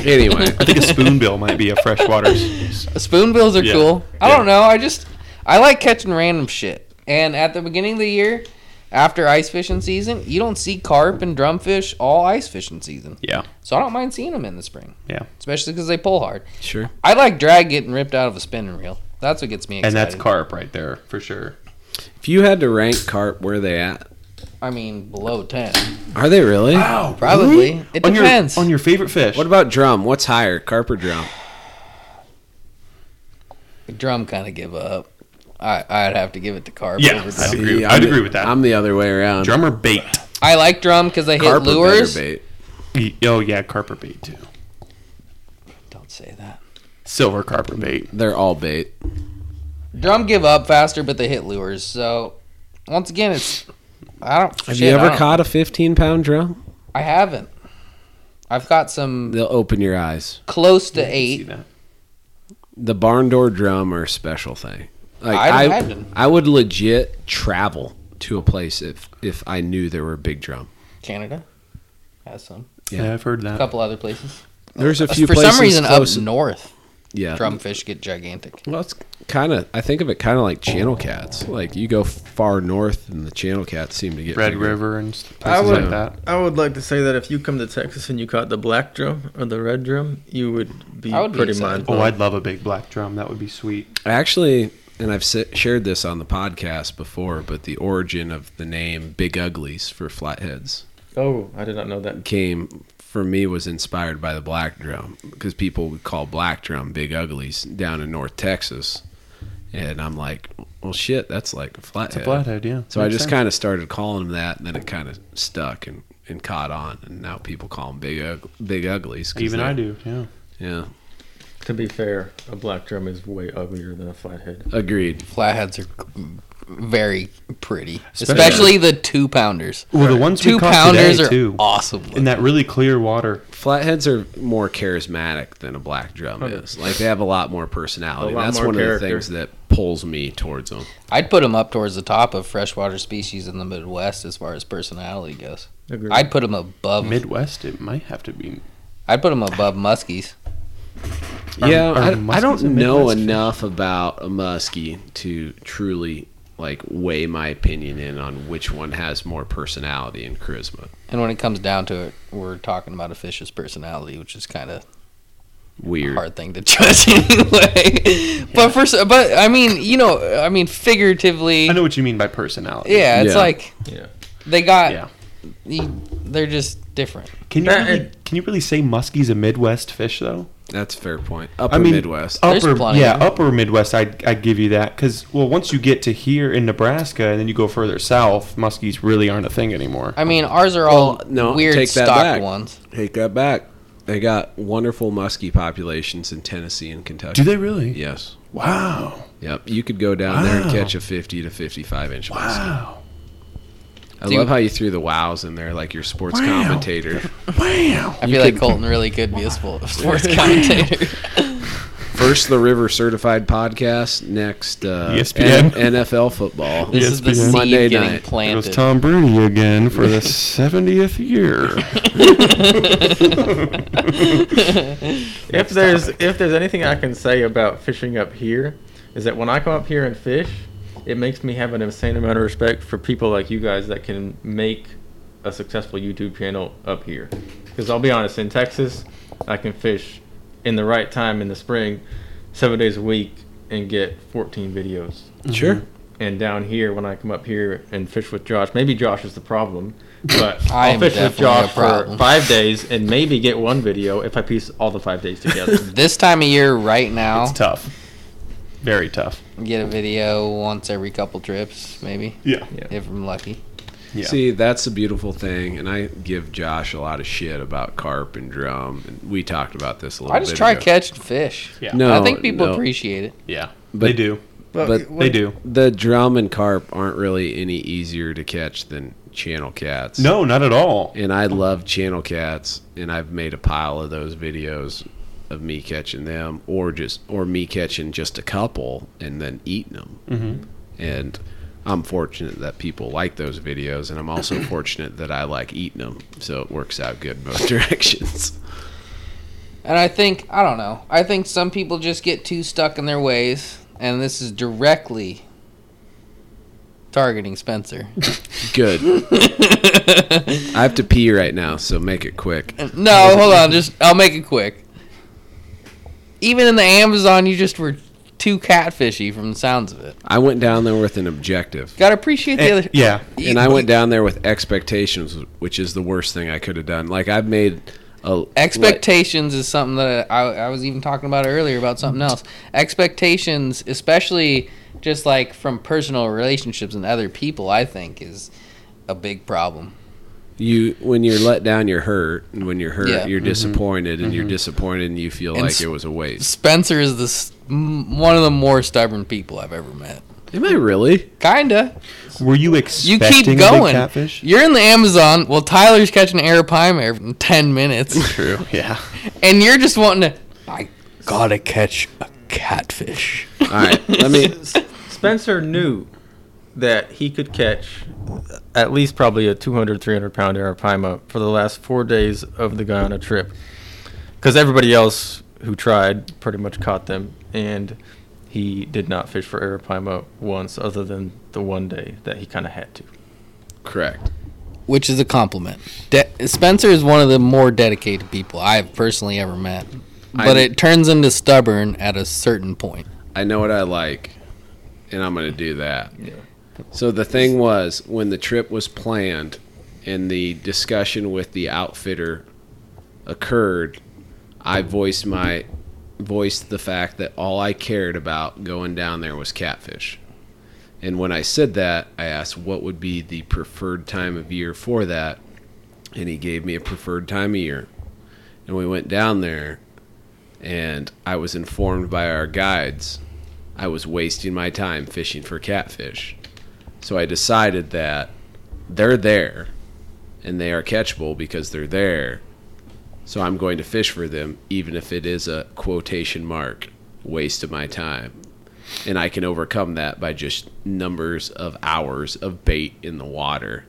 anyway, I think a spoonbill might be a freshwater. Spoonbills are Yeah. cool. I Yeah. don't know. I just I like catching random shit. And at the beginning of the year, after ice fishing season, you don't see carp and drumfish all ice fishing season. Yeah, So I don't mind seeing them in the spring. Yeah. Especially because they pull hard. sure. I like drag getting ripped out of a spinning reel. That's what gets me excited. and that's carp right there for sure. If you had to rank carp, where are they at? I mean, below ten, Are they really? Oh, probably. It on depends. your on your favorite fish. What about drum? What's higher, carp or drum? Drum kind of give up. I I'd have to give it to carp. Yeah, over I'd drum. agree. See, I'd I'm the- agree with that. I'm the other way around. Drummer bait. I like drum because I hit carp or lures. bait. Y- Oh yeah, carp or bait too. Don't say that. Silver carp or bait. They're all bait. Drum give up faster, but they hit lures. So once again, it's I don't. Have shit, you I ever don't- caught a 15 pound drum? I haven't. I've caught some They'll open your eyes. close to See eight. that? The barn door drum are a special thing. Like I'd I, imagine. I would legit travel to a place if if I knew there were a big drum. Canada has some. Yeah. I've heard that. A couple other places. Uh, There's a few For places some reason, up close- north, yeah. drumfish get gigantic. Well, it's kind of. I think of it kind of like channel cats. Like you go far north, and the channel cats seem to get Red bigger. River and s- I places like would- that. I would like to say that if you come to Texas and you caught the black drum or the red drum, you would be I would be pretty excited. mind Oh, blown. I'd love a big black drum. That would be sweet. Actually, and I've s- shared this on the podcast before, but the origin of the name Big Uglies for flatheads Oh, I did not know that. came for me was inspired by the black drum because people would call black drum Big Uglies down in North Texas, and I'm like, well, shit, that's like a flathead. It's a flathead, yeah. So I Makes just sense. kind of started calling them that, and then it kind of stuck and, and caught on, and now people call them big ug- big uglies. 'cause even they're- I do. Yeah. Yeah, To be fair, a black drum is way uglier than a flathead. agreed. Flatheads are very pretty, Especially- especially the two pounders. Well, the ones Two we caught pounders today are too, awesome. in that really clear water. Flatheads are more charismatic than a black Oh, drum is. Like they have a lot more personality. A lot That's more one of the character. things that pulls me towards them. I'd put them up towards the top of freshwater species in the Midwest as far as personality goes. Agreed. I'd put them above. Midwest, it might have to be. I'd put them above muskies. yeah, are I, I muskies don't a know Midwest fish? enough about a muskie to truly like weigh my opinion in on which one has more personality and charisma. And when it comes down to it, we're talking about a fish's personality, which is kind of a Weird. hard thing to judge anyway. But for s- but I mean, you know, I mean figuratively, I know what you mean by personality. yeah, it's Yeah. like Yeah. they got Yeah. y- they're just different. Can you That- really, can you really say muskie's a Midwest fish though? That's a fair point. Upper I mean, Midwest. There's Upper, plenty yeah, of 'em. upper Midwest. I'd, I'd give you that because well, once you get to here in Nebraska and then you go further south, muskies really aren't a thing anymore. I mean, ours are all Well, no, weird take that stock back. ones. Take that back. They got wonderful muskie populations in Tennessee and Kentucky. Do they really? Yes. Wow. Yep. You could go down there and Wow. catch a 50 to 55 inch muskie. Wow. I Dude. love how you threw the wows in there like your sports Wow. commentator. Wow. I feel like Colton really could be a sport, sports commentator. First, the River Certified podcast. Next, uh, ESPN. N- NFL football. This is the ESPN. seed Monday getting night. It was planted. Tom Brady again for the 70th year. If there's if there's anything I can say about fishing up here, is that when I come up here and fish, it makes me have an insane amount of respect for people like you guys that can make a successful YouTube channel up here. Because I'll be honest, in Texas, I can fish in the right time in the spring, seven days a week, and get 14 videos. Mm-hmm. Sure. And down here, when I come up here and fish with Josh, maybe Josh is the problem, but I I'll am fish with definitely a Josh for problem. five days and maybe get one video if I piece all the five days together. This time of year, right now, It's tough. Very tough. get a video once every couple trips, maybe Yeah. if I'm lucky. Yeah. See, that's the beautiful thing, and I give Josh a lot of shit about carp and drum. And we talked about this a little. I just bit try ago. catching fish. Yeah. No, I think people no. appreciate it. Yeah. But- they do. But They do. the drum and carp aren't really any easier to catch than channel cats. No, not at all. And I love channel cats, and I've made a pile of those videos of me catching them, or just or me catching just a couple and then eating them. Mm-hmm. And I'm fortunate that people like those videos, and I'm also fortunate that I like eating them, so it works out good both directions. And I think I don't know. I think some people just get too stuck in their ways, and this is directly targeting Spencer. Good. I have to pee right now, so make it quick. no, hold on. Just I'll make it quick. Even in the Amazon, you just were too catfishy from the sounds of it. I went down there with an objective. Gotta appreciate the other. yeah. and I went down there with expectations, which is the worst thing I could have done. Like I've made a Expectations is something that I, I was even talking about earlier about something else. Expectations, especially just like from personal relationships and other people, I think is a big problem. you when you're let down, you're hurt, and when you're hurt, Yeah. you're disappointed, and you're disappointed, and you feel And like s- it was a waste. Spencer is the s- m- one of the more stubborn people I've ever met. Am I really? Kinda. Were you You expecting keep a big going. catfish? You're in the Amazon. Well, Tyler's catching an arapaima every ten minutes, True. Yeah. and you're just wanting to. I gotta catch a catfish. All right, let me. Spencer knew that he could catch at least probably a 200, 300 pound arapaima for the last four days of the Guyana trip. Because everybody else who tried pretty much caught them. And he did not fish for arapaima once other than the one day that he kind of had to. Correct. which is a compliment. De- Spencer is one of the more dedicated people I've personally ever met, but I- it turns into stubborn at a certain point. I know what I like, and I'm going to do that. So the thing was, when the trip was planned and the discussion with the outfitter occurred, I voiced my voiced the fact that all I cared about going down there was catfish. And when I said that, I asked what would be the preferred time of year for that, and he gave me a preferred time of year. And we went down there and I was informed by our guides I was wasting my time fishing for catfish. So I decided that they're there and they are catchable because they're there. So I'm going to fish for them, even if it is a quotation mark waste of my time. And I can overcome that by just numbers of hours of bait in the water.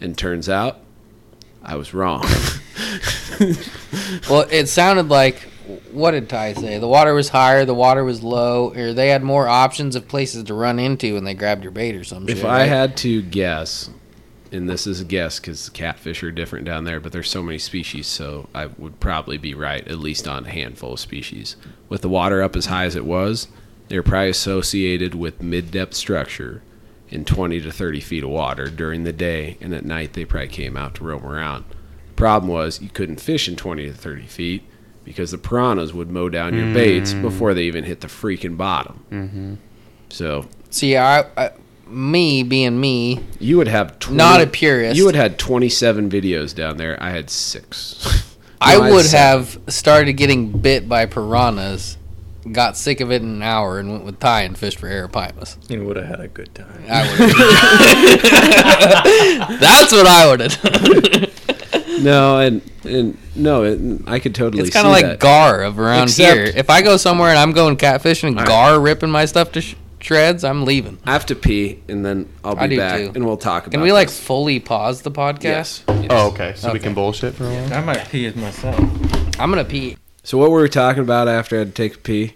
And turns out I was wrong. Well, it sounded like what did Ty say? The water was higher, the water was low, or they had more options of places to run into when they grabbed your bait or some shit. If I right? had to guess, and this is a guess because catfish are different down there, but there's so many species, so I would probably be right, at least on a handful of species. With the water up as high as it was, they're probably associated with mid depth structure in 20 to 30 feet of water during the day, and at night they probably came out to roam around. Problem was, you couldn't fish in 20 to 30 feet because the piranhas would mow down Mm. your baits before they even hit the freaking bottom. Mm-hmm. So See, I, I, me being me, you would have 20, Not a purist. You would have had 27 videos down there. I had six. No, I had would seven. have started getting bit by piranhas, got sick of it in an hour, and went with Ty and fished for arapamas. You would have had a good time. I would. That's what I would have. done. No, and and no, it, I could totally. It's see kind of like that. gar of around Except- here. If I go somewhere and I'm going catfishing, and gar ripping my stuff to sh- shreds, I'm leaving. I have to pee, and then I'll be I do back, too. and we'll talk about. Can we like this. fully pause the podcast? Yes. Oh, okay. So we Okay. can bullshit for a while. I might pee as myself. I'm gonna pee. So what were we talking about after I had to take a pee?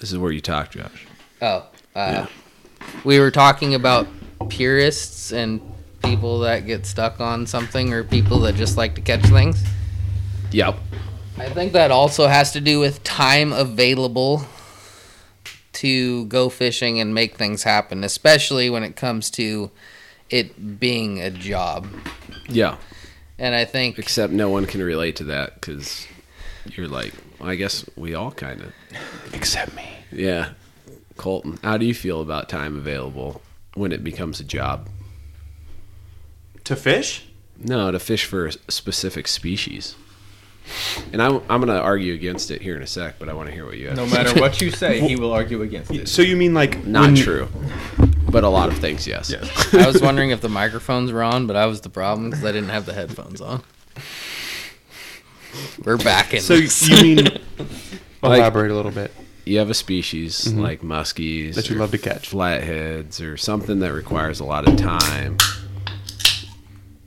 This is where you talk, Josh. Oh, uh, we were talking about purists and people that get stuck on something or people that just like to catch things. Yep. I think that also has to do with time available to go fishing and make things happen, especially when it comes to it being a job. Yeah. And I think Except no one can relate to that because you're like, well, I guess we all kind of. Except me. Yeah. Colton, how do you feel about time available when it becomes a job? To fish? No, to fish for a specific species. And I, I'm going to argue against it here in a sec, but I want to hear what you have. No to matter what you say, he will argue against it. So you mean like say. Not when- true, but a lot of things, yes. I was wondering if the microphones were on, but I was the problem because I didn't have the headphones on. We're back in. So you this. you mean elaborate a little bit You have a species like muskies, Mm-hmm. that you or love to catch? flatheads, or something that requires a lot of time.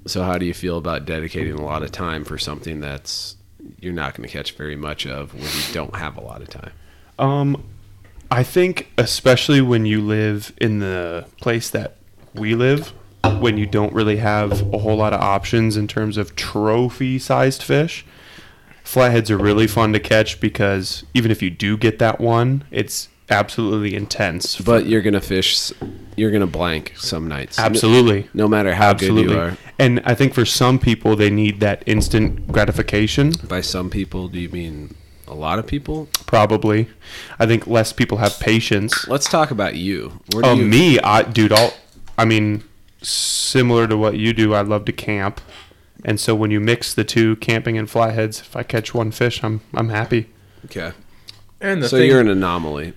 So, how do you feel about dedicating a lot of time for something that's you're not going to catch very much of when you don't have a lot of time? Um, I think especially when you live in the place that we live, when you don't really have a whole lot of options in terms of trophy-sized fish, flatheads are really fun to catch because even if you do get that one, it's absolutely intense. But you're going to fish, you're going to blank some nights. absolutely. No matter how Absolutely. good you are. And I think for some people, they need that instant gratification, By some people, do you mean a lot of people? probably. I think less people have patience. Let's talk about you. Where do Oh, you- me, I, dude, I'll, I mean, similar to what you do, I love to camp. And so when you mix the two, camping and flatheads, if I catch one fish, I'm, I'm happy. Okay. And the So thing, you're an anomaly.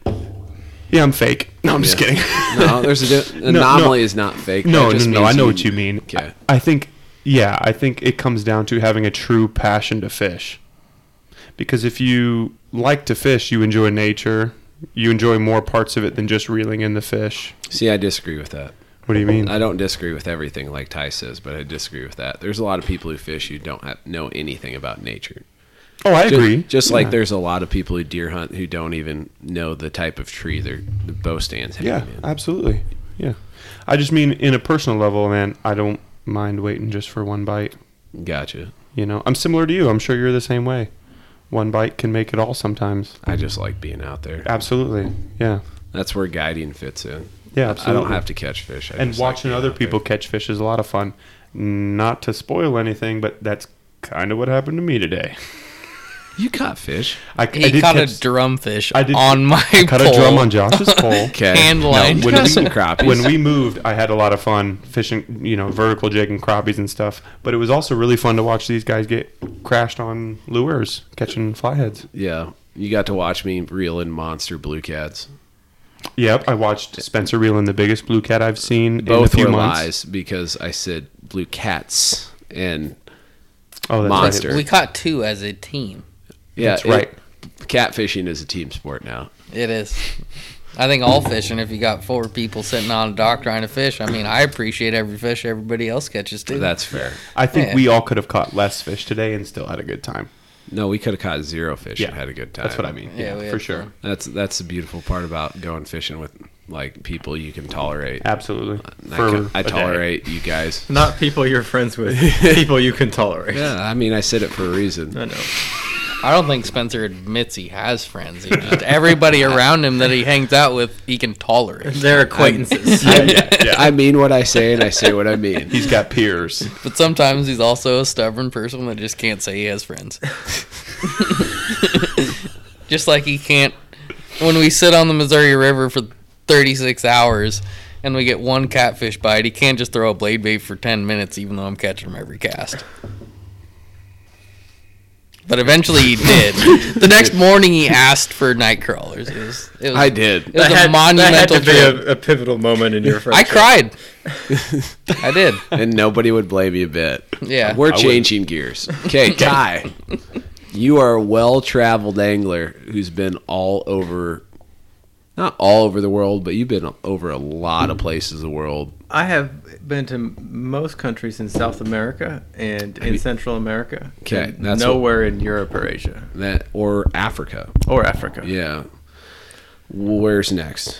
Yeah, I'm fake. No, I'm just Yeah. kidding. No, there's a di- no. anomaly is not fake. That no, no, just no, means I know what you mean. Okay. I, I think, yeah, I think it comes down to having a true passion to fish. Because if you like to fish, you enjoy nature. You enjoy more parts of it than just reeling in the fish. See, I disagree with that. What do you mean? I don't disagree with everything like Ty says, but I disagree with that. There's a lot of people who fish who don't have, know anything about nature. oh, I Ju- agree. Just, like there's a lot of people who deer hunt who don't even know the type of tree their the bow stands Yeah, hanging in. absolutely. Yeah. I just mean in a personal level, man, I don't mind waiting just for one bite. Gotcha. You know, I'm similar to you. I'm sure you're the same way. One bite can make it all sometimes. I just like being out there. Absolutely. Yeah. That's where guiding fits in. Yeah, I absolutely. don't have to catch fish. I and just like watching being other out there. people catch fish is a lot of fun. Not to spoil anything, but that's kind of what happened to me today. You caught fish. I, I he did caught catch, a drumfish I did- on my I caught a pole. drum on Josh's pole. Okay. Hand line. No, when When we, we- some crappies. when we moved, I had a lot of fun fishing, you know, vertical jigging crappies and stuff. But it was also really fun to watch these guys get crashed on lures, catching flyheads. yeah, you got to watch me reel in monster blue cats. Yep, I watched Spencer reel in the biggest blue cat I've seen Both in a few were months. lies because I said blue cats and Oh, that's Monster. We caught two as a team. yeah, That's it- right. catfishing is a team sport now. It is. I think all fishing, if you got four people sitting on a dock trying to fish, I mean, I appreciate every fish everybody else catches too. That's fair. Right. I think Yeah. we all could have caught less fish today and still had a good time. No, we could have caught zero fish Yeah, and had a good time. That's what I mean. Yeah, Yeah, we for had sure. fun. That's that's the beautiful part about going fishing with like people you can tolerate. Absolutely. And I, For ca- I a day. tolerate you guys. Not people you're friends with, people you can tolerate. Yeah, I mean, I said it for a reason. I know. I don't think Spencer admits he has friends. He just everybody around him that he hangs out with, he can tolerate. They're acquaintances. I, I mean what I say, and I say what I mean. He's got peers. But sometimes he's also a stubborn person that just can't say he has friends. just like he can't. When we sit on the Missouri River for 36 hours and we get one catfish bite, he can't just throw a blade bait for 10 minutes, even though I'm catching him every cast. But eventually he did. the next morning he asked for night crawlers. It was, it was, I did. It was That a had- monumental that had to trip. be a, a pivotal moment in your I friendship. cried. I did. and nobody would blame you a bit. Yeah. We're changing gears. Okay, Ty, you are a well traveled angler who's been all over, not all over the world, but you've been over a lot of places in the world. I have been to most countries in South America and in Central America. Okay, and that's what- nowhere in Europe or Asia That or Africa. or Africa. Yeah. Where's next?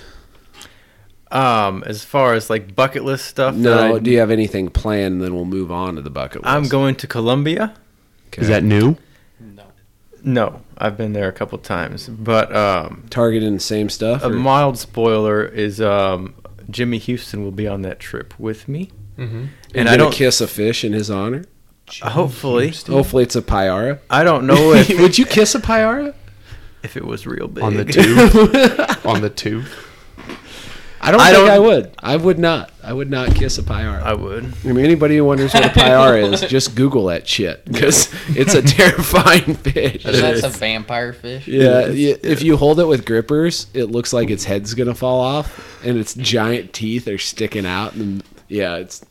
Um, as far as like bucket list stuff, No, that do you have anything planned? Then we'll move on to the bucket list. I, am going to Colombia. Okay. new? No, I've been there a couple times, but um, targeting the same stuff? a or- mild spoiler is um, Jimmy Houston will be on that trip with me, mm-hmm. and and I I don't. kiss a fish in his honor. Hopefully, Hopefully, it's a pyara. I don't know if Oh, Would you kiss a pyara? if it was real big. On the tube? on the tube? I don't I think don't- I would. I would not. I would not kiss a pyara. I would. I mean, anybody who wonders what a pyara is, just Google that shit because it's a terrifying fish. That's a vampire fish. Yeah, yeah, if you hold it with grippers, it looks like its head's gonna fall off, and its giant teeth are sticking out. And yeah, it's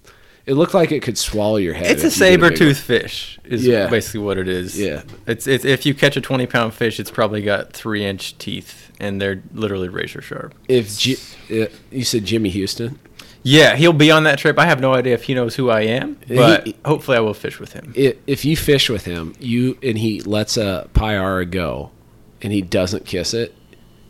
it looked like it could swallow your head. It's a if you did saber big one. tooth fish, is Yeah. basically what it is. Yeah. It's, it's if you catch a twenty pound fish, it's probably got three inch teeth, and they're literally razor sharp. If Ji- uh, you said Jimmy Houston, Yeah, he'll be on that trip. I have no idea if he knows who I am, but he- hopefully I will fish with him. i- if you fish with him, you and he lets a pyara go, and he doesn't kiss it,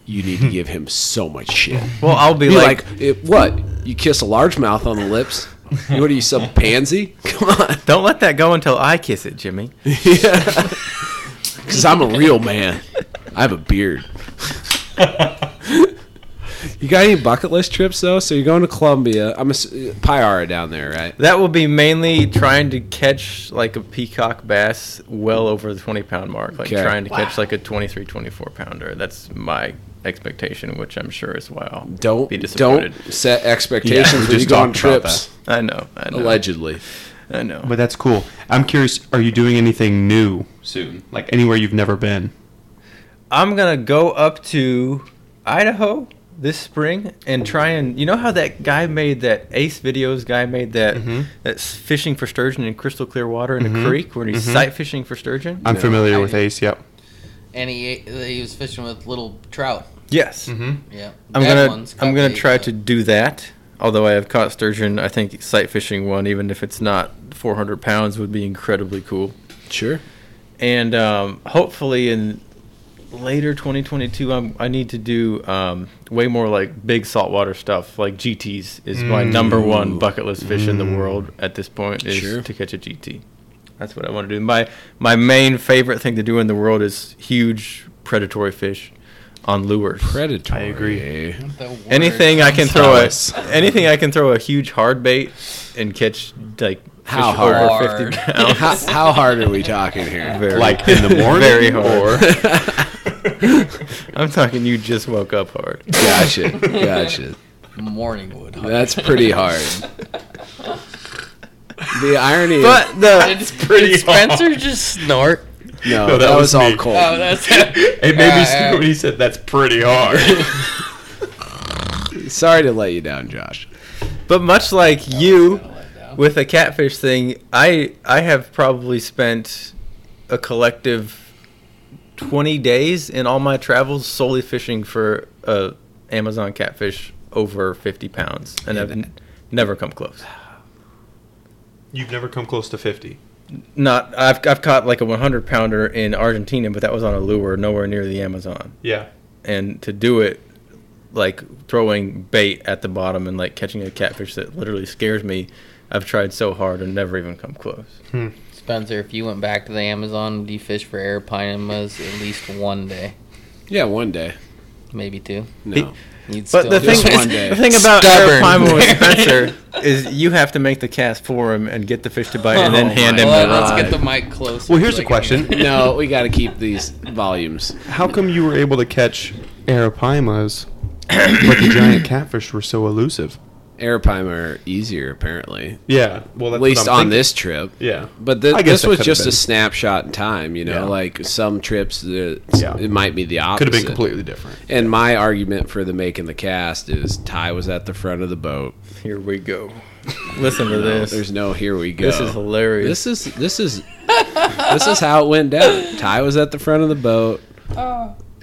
you need to give him so much shit. Well, I'll be Be like, like, it, what? You kiss a largemouth on the lips? what are you, some pansy? Come on, don't let that go until I kiss it, Jimmy. because I'm a real man. I have a beard. you got any bucket list trips though? So you're going to Colombia. I'm a pyara down there, right? That will be mainly trying to catch like a peacock bass well over the 20 pound mark, like Okay. trying to catch like a 23, 24 pounder. That's my expectation, which I'm sure is why I'll Don't be don't disappointed. set Yeah, we expectations when you just go on talked about trips. I know, I know, Allegedly, I know. But that's cool. I'm curious, are you doing anything new soon? Like anywhere you've never been? I'm gonna go up to Idaho this spring and try and you know how that guy made that Ace Videos guy made that that's fishing for sturgeon in crystal clear water in a creek where he's sight fishing for sturgeon. I'm familiar I- with Ace, yep. and he ate, he was fishing with little trout. yes, Yeah, I'm Bad gonna ones, I'm gonna crappie, try but- to do that. Although I have caught sturgeon, I think sight fishing one, even if it's not 400 pounds, would be incredibly cool. sure. and um, hopefully in later 2022 I'm, i need to do um, way more like big saltwater stuff like gts is my number one bucket list fish in the world at this point is Sure. to catch a gt that's what i want to do my my main favorite thing to do in the world is huge predatory fish on lures Predator. I agree. The worst. anything i can throw a, Alice. anything i can throw a huge hard bait and catch like How fish over hard? 50 pounds How, how hard are we talking here? Very- Like in the morning? very hard. I'm talking you just woke up hard. Gotcha. Gotcha. morning wood. hunt. That's pretty hard. The irony But the Did, did Spencer just snort? is, no, No, that, that was, was all me. Uh, cold. Oh, that's It made me Uh, scared when he said that's pretty hard. Sorry to let you down, Josh. but much like you with the catfish thing, I I have probably spent a collective 20 days in all my travels solely fishing for a Amazon catfish over 50 pounds, and I've n- never come close. You've never come close to 50. not I've I've caught like a 100 pounder in Argentina, but that was on a lure nowhere near the Amazon. Yeah. And to do it like throwing bait at the bottom and like catching a catfish that literally scares me. I've tried so hard and never even come close. Spencer, if you went back to the Amazon, would you fish for arapaimas at least one day, Yeah, one day. maybe two? No. You'd But the thing, Just one day. the thing about Stubborn. Arapaima with Spencer is you have to make the cast for him and get the fish to bite and then Oh hand my him God. the rod. Let's get the mic close. Well, here's the question: no, we got to keep these volumes. How come you were able to catch arapaimas, but the giant catfish were so elusive? Arapaima are easier, apparently. Yeah. Well, that's At least on this trip. Yeah. But th- I guess this that was could've just a been- snapshot in time, you know. Yeah. Like some trips, the, Yeah. it might be the opposite. Could have been completely different. And my argument for the making the cast is Ty was at the front of the boat. Here we go. Listen to No, this. Oh, There's no here we go. This is hilarious. This is this is this is how it went down. Ty was at the front of the boat,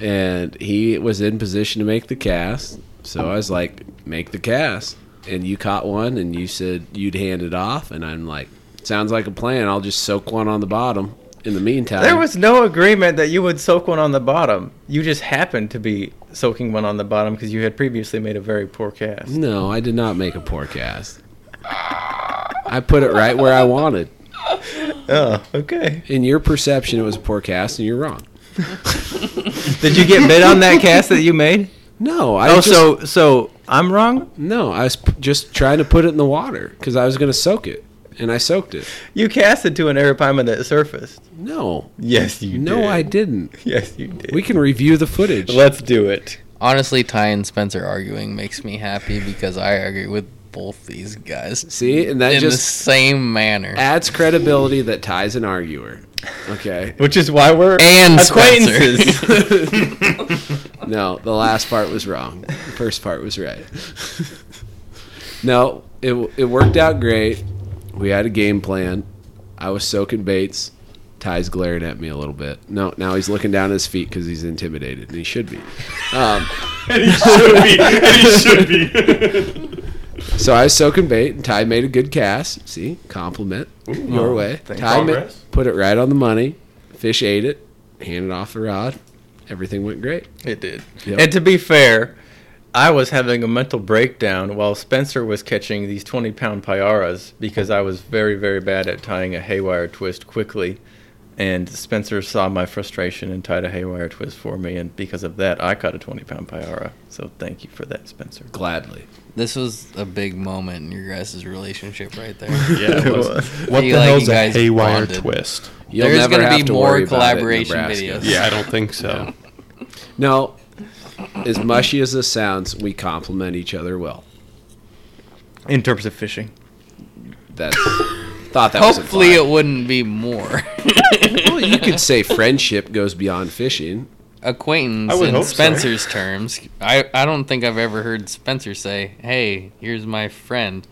and he was in position to make the cast. So I was like, "Make the cast," and you caught one, and you said you'd hand it off, and I'm like, "Sounds like a plan. I'll just soak one on the bottom." In the meantime, there was no agreement that you would soak one on the bottom. You just happened to be soaking one on the bottom because you had previously made a very poor cast. no. I did not make a poor cast. I put it right where I wanted. Oh, okay. In your perception, it was a poor cast, and you're wrong. Did you get bid on that cast that you made? No, I Oh, just- so so I'm wrong. No, I was p- just trying to put it in the water because I was going to soak it, and I soaked it. You casted to an arapaima that surfaced. No, Yes, you no, I didn't. Yes, you did. We can review the footage. Let's do it. Honestly, Ty and Spencer arguing makes me happy because I agree with both these guys See, and that in the just same manner. adds credibility that ties an arguer. Okay, Which is why we're And acquaintances. no, the last part was wrong. The first part was right. No, it w- it worked out great. We had a game plan. I was soaking baits. Ty's glaring at me a little bit. No, now he's looking down at his feet because he's intimidated, and he should be. Um, So I was soaking bait, and Ty made a good cast. See, compliment your way. Ty ma- Progress. put it right on the money. Fish ate it, handed off the rod. Everything went great. it did. Yep. And to be fair, I was having a mental breakdown while Spencer was catching these 20 pound pyaras because I was very, very bad at tying a haywire twist quickly. And Spencer saw my frustration and tied a haywire twist for me. And because of that, I caught a 20 pound pyara. So thank you for that, Spencer. Gladly. This was a big moment in your guys' relationship right there. Yeah. It was. What You the like- hell's you a guys haywire bonded. twist? You'll There's never gonna be have to more worry about it in collaboration Nebraska. videos. Yeah, I don't think so. No, as mushy as this sounds, we complement each other well. In terms of fishing. That's thought that Hopefully, was it wouldn't be more implied. well, you could say friendship goes beyond fishing. acquaintance I would in hope so. Spencer's terms. I I don't think I've ever heard Spencer say, "Hey, here's my friend."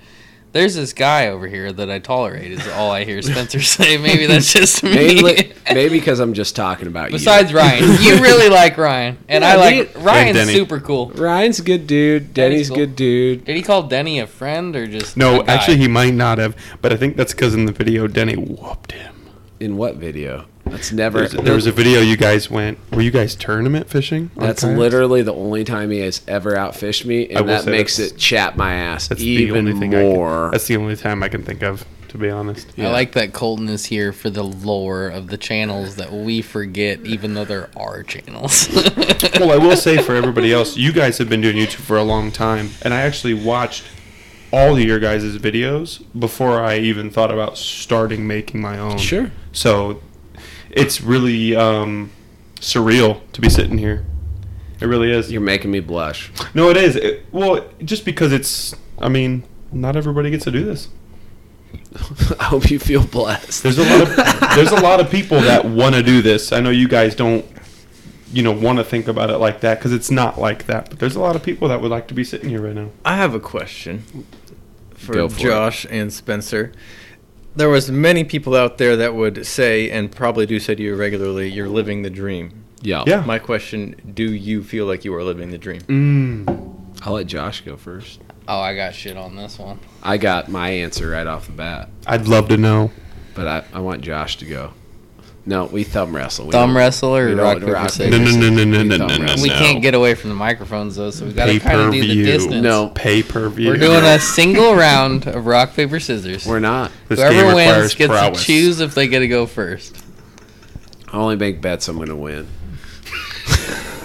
There's this guy over here that I tolerate. Is all I hear Spencer say. Maybe that's just me. Mainly, maybe because I'm just talking about Besides you. Ryan, you really like Ryan, and Yeah, I like dude. And Ryan's Denny. super cool. Ryan's a good dude. Denny's a Denny's cool. good dude. Did he call Denny a friend or just No, a guy? actually, he might not have, but I think that's because in the video, Denny whooped him. In what video? That's never. There's, there was a video you guys went. Were you guys tournament fishing? on That's kayaks? literally the only time he has ever outfished me, I and will that say makes that's- it chap my ass That's even the only thing. I more. can, that's the only time I can think of, to be honest. I like that Colton is here for the lore of the channels that we forget, even though there are channels. well, I will say for everybody else, you guys have been doing YouTube for a long time, and I actually watched all of your guys' videos before I even thought about starting making my own. Sure. So it's really um, surreal to be sitting here. It really is. You're making me blush. No, it is. It- well, just because it's, I mean, not everybody gets to do this. I hope you feel blessed. There's a lot of there's a lot of people that want to do this. I know you guys don't, you know, want to think about it like that because it's not like that. But there's a lot of people that would like to be sitting here right now. I have a question for, Go for it. Josh and Spencer. There was many people out there that would say and probably do say to you regularly, "You're living the dream." Yeah. Yeah. My question: Do you feel like you are living the dream? I'll let Josh go first. oh, I got shit on this one. I got my answer right off the bat. I'd love to know. but I, I want Josh to go. No, we thumb wrestle. We Thumb don't- wrestle we or don't rock paper rock, No, scissors. no, no, no, no, We no, thumb no, no, wrestle. We no. can't get away from the microphones though, so we gotta kind of do the Pay-per-view. distance. No, Pay per view. We're doing a single round of rock paper scissors. we're not. This game Whoever requires wins gets prowess. to choose if they get to go first. I only make bets I'm going to win.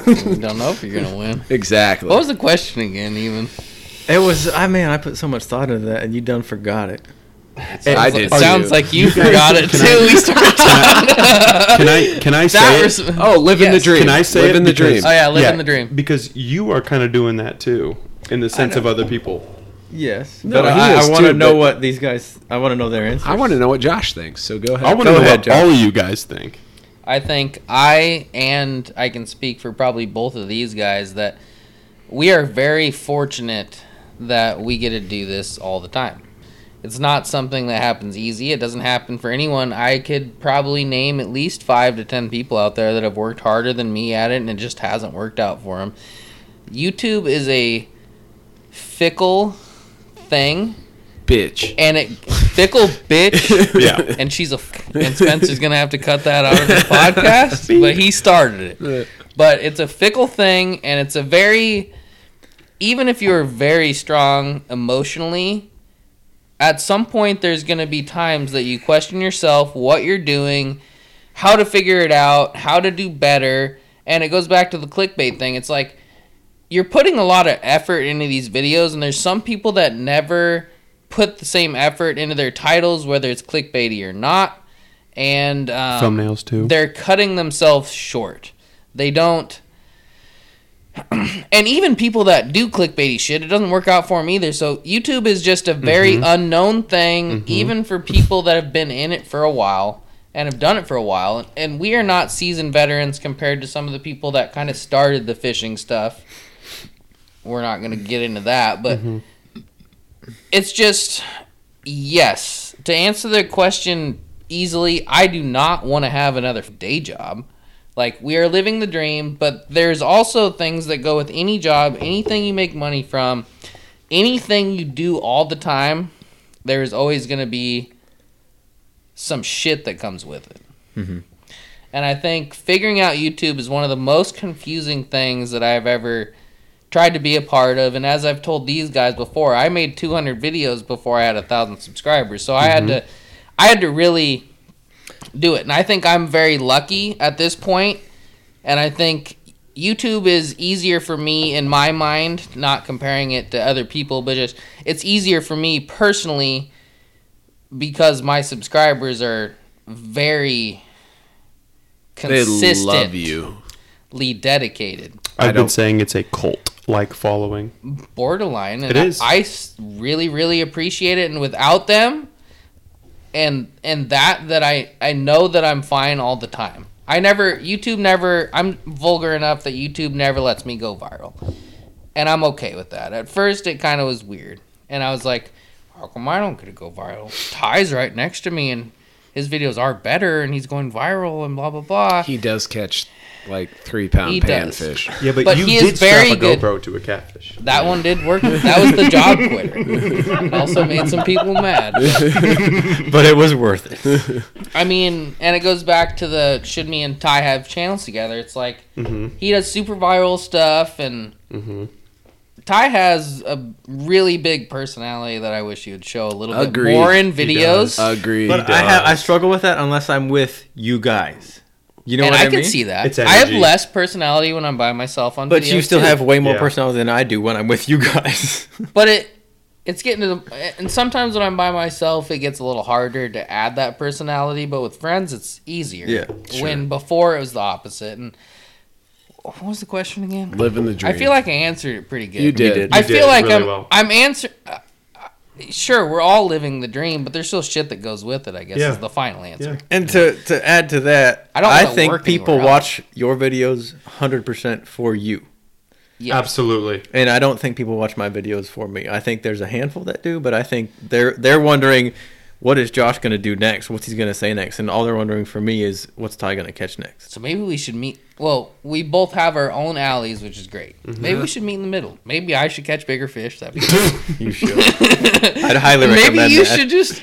We don't know if you're gonna win. Exactly. What was the question again? Even It was. I mean, I put so much thought into that, and you done forgot it. I It did. sounds too. like you forgot it too. We started talking. Can I? Can I say That it? was, Oh, living Yes. the dream. Can I say living it? the Because- dream? Oh, yeah, live in the dream. Because you are kind of doing that too, in the sense of other people. Yes. No, but he I, is I want to too, know but- what these guys. I want to know their answer. I want to know what Josh thinks. So go ahead. I want to know ahead, what Josh. all of you guys think. I think I and I can speak for probably both of these guys that we are very fortunate that we get to do this all the time. It's not something that happens easy. It doesn't happen for anyone. I could probably name at least five to ten people out there that have worked harder than me at it, and it just hasn't worked out for them. YouTube is a fickle thing, bitch. and it fickle bitch Yeah. and she's a f- and Spencer's gonna have to cut that out of the podcast, but he started it. But it's a fickle thing, and it's a very even if you're very strong emotionally, at some point there's gonna be times that you question yourself, what you're doing, how to figure it out, how to do better, and it goes back to the clickbait thing. It's like you're putting a lot of effort into these videos, and there's some people that never put the same effort into their titles, whether it's clickbaity or not. And um, Thumbnails too. they're cutting themselves short. They don't. and even people that do clickbaity shit, it doesn't work out for them either. So YouTube is just a very unknown thing, even for people that have been in it for a while and have done it for a while. And we are not seasoned veterans compared to some of the people that kind of started the fishing stuff. We're not going to get into that, but it's just yes. To answer the question easily, I do not want to have another day job. Like we are living the dream, but there's also things that go with any job, anything you make money from, anything you do all the time, there is always going to be some shit that comes with it. And I think figuring out YouTube is one of the most confusing things that I've ever tried to be a part of. And as I've told these guys before, I made 200 videos before I had a thousand subscribers, so I had Mm-hmm. to, I had to really do it. And I think I'm very lucky at this point, and I think YouTube is easier for me in my mind, not comparing it to other people, but just it's easier for me personally because my subscribers are very They consistently love you. dedicated I've been don't- saying it's a cult-like following. borderline and It is. I, I s- really really appreciate it and without them and and that that I I know that I'm fine all the time. I never YouTube never I'm vulgar enough that YouTube never lets me go viral. And I'm okay with that. At first it kind of was weird. And I was like, how come I don't get to go viral? Ty's right next to me and his videos are better and he's going viral and blah blah blah. He does catch like three pound He does. panfish. Yeah, But you he is did strap very a good. GoPro to a catfish. That one did work. That was the job quitter. It also made some people mad. but it was worth it. I mean, and it goes back to the should me and Ty have channels together. It's like Mm-hmm. he does super viral stuff, and Ty has a really big personality that I wish he would show a little Agreed. bit more in He videos. Uh, Agreed. But I, ha- I struggle with that unless I'm with you guys. You know and what I, I, can mean? see that. It's I have energy. less personality when I'm by myself on. But videos, you still too. have way more Yeah. personality than I do when I'm with you guys. But it it's getting to the and sometimes when I'm by myself it gets a little harder to add that personality, but with friends it's easier. Yeah, When before it was the opposite and what was the question again? Living the dream. I feel like I answered it pretty good. you did. did. I You did feel like really I'm well. I'm answering Sure, we're all living the dream, but there's still shit that goes with it, I guess, Yeah. is the final answer. Yeah. And to, to add to that, I don't I wanna think work people anywhere else. watch your videos 100% for you. Yeah. Absolutely. And I don't think people watch my videos for me. I think there's a handful that do, but I think they're they're wondering what is Josh going to do next? What's he going to say next? And all they're wondering for me is what's Ty going to catch next? So maybe we should meet. Well, we both have our own alleys, which is great. Maybe we should meet in the middle. Maybe I should catch bigger fish. That'd be You should. I'd highly recommend Maybe you that. should just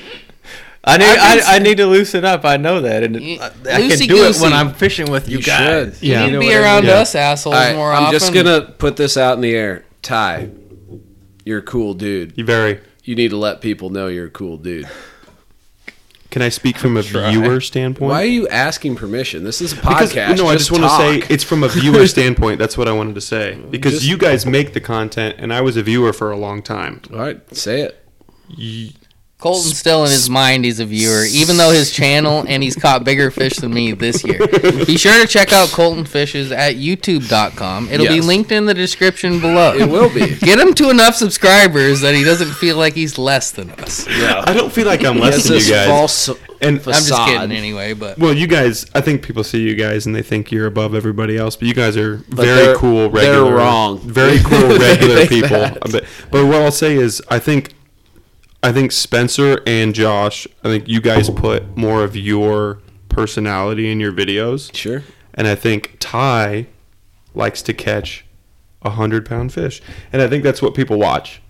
I need I've I, been- I need to loosen up. I know that, and You- I, I can do it loosey-goosey. when I'm fishing with you, You guys. should. You Yeah. need to know, be whatever. around Yeah. us assholes All right, more I'm often. just gonna put this out in the air. Ty, you're a cool dude. You very. You need to let people know you're a cool dude. Can I speak from a viewer standpoint? Why are you asking permission? This is a podcast. Because, no, I just want to say talk. it's from a viewer standpoint. That's what I wanted to say. Because Just- you guys make the content, and I was a viewer for a long time. All right, say it. Colton's still in his mind. He's a viewer, even though his channel and he's caught bigger fish than me this year. Be sure to check out Colton Fishes at YouTube.com. It'll Yes. be linked in the description below. It will be. Get him to enough subscribers that he doesn't feel like he's less than us. I don't feel like I'm Yes, less than this you guys. false and I'm just facade. kidding anyway, but well, you guys, I think people see you guys and they think you're above everybody else, but you guys are they're- very cool, they're regular, wrong. very cool, They regular think people. that. But, but what I'll say is, I think, I think Spencer and Josh, I think you guys put more of your personality in your videos. Sure. and I think Ty likes to catch a hundred pound fish, and I think that's what people watch.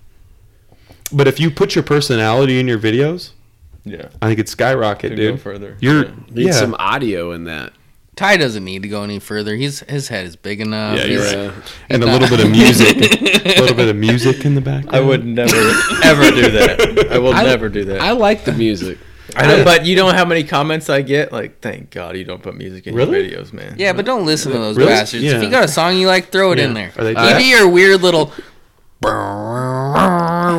But if you put your personality in your videos, Yeah. I think it's skyrocket, Could go dude. further. You're Yeah. Need yeah. some audio in that. Ty doesn't need to go any further. He's his head is big enough. Yeah, you're He's- right. and a little bit of music, a little bit of music in the background. I would never ever do that. I will I- never do that. I like the music. I know, but you know how many comments I get? Like, thank God you don't put music in Really? your videos, man. Yeah, but don't listen to those Really? bastards. If Yeah. you got a song you like, throw it in there. Are they- Give me your weird little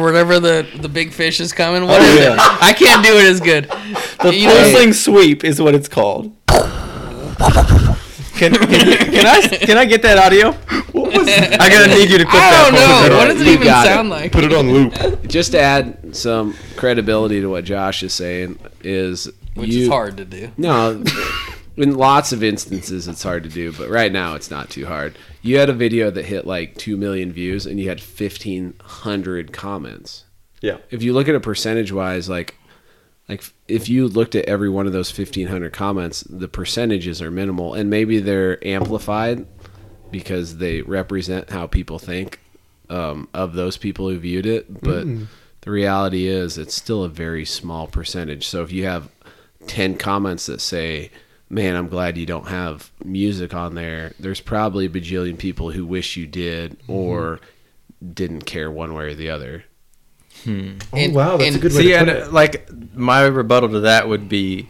whatever the the big fish is Oh, coming. What is it? I can't do it as good. The You know- pulsing sweep is what it's called. can, can, you- can I can I get that audio? What was that? I gotta need you to clip I that. don't part. know. What does it You even got it. sound like? Put it on loop. Just to add some credibility to what Josh is saying is Which you is hard to do. No, in lots of instances it's hard to do, but right now it's not too hard. You had a video that hit like 2 million views and you had 1500 comments. Yeah. If you look at it percentage wise like like if you looked at every one of those 1500 comments, the percentages are minimal and maybe they're amplified because they represent how people think um, of those people who viewed it. But the reality is, it's still a very small percentage. So if you have 10 comments that say, Man, I'm glad you don't have music on there, there's probably a bajillion people who wish you did or didn't care one way or the other. Oh, And- Oh, wow, that's a and- good way See, to put and uh, it. like my rebuttal to that would be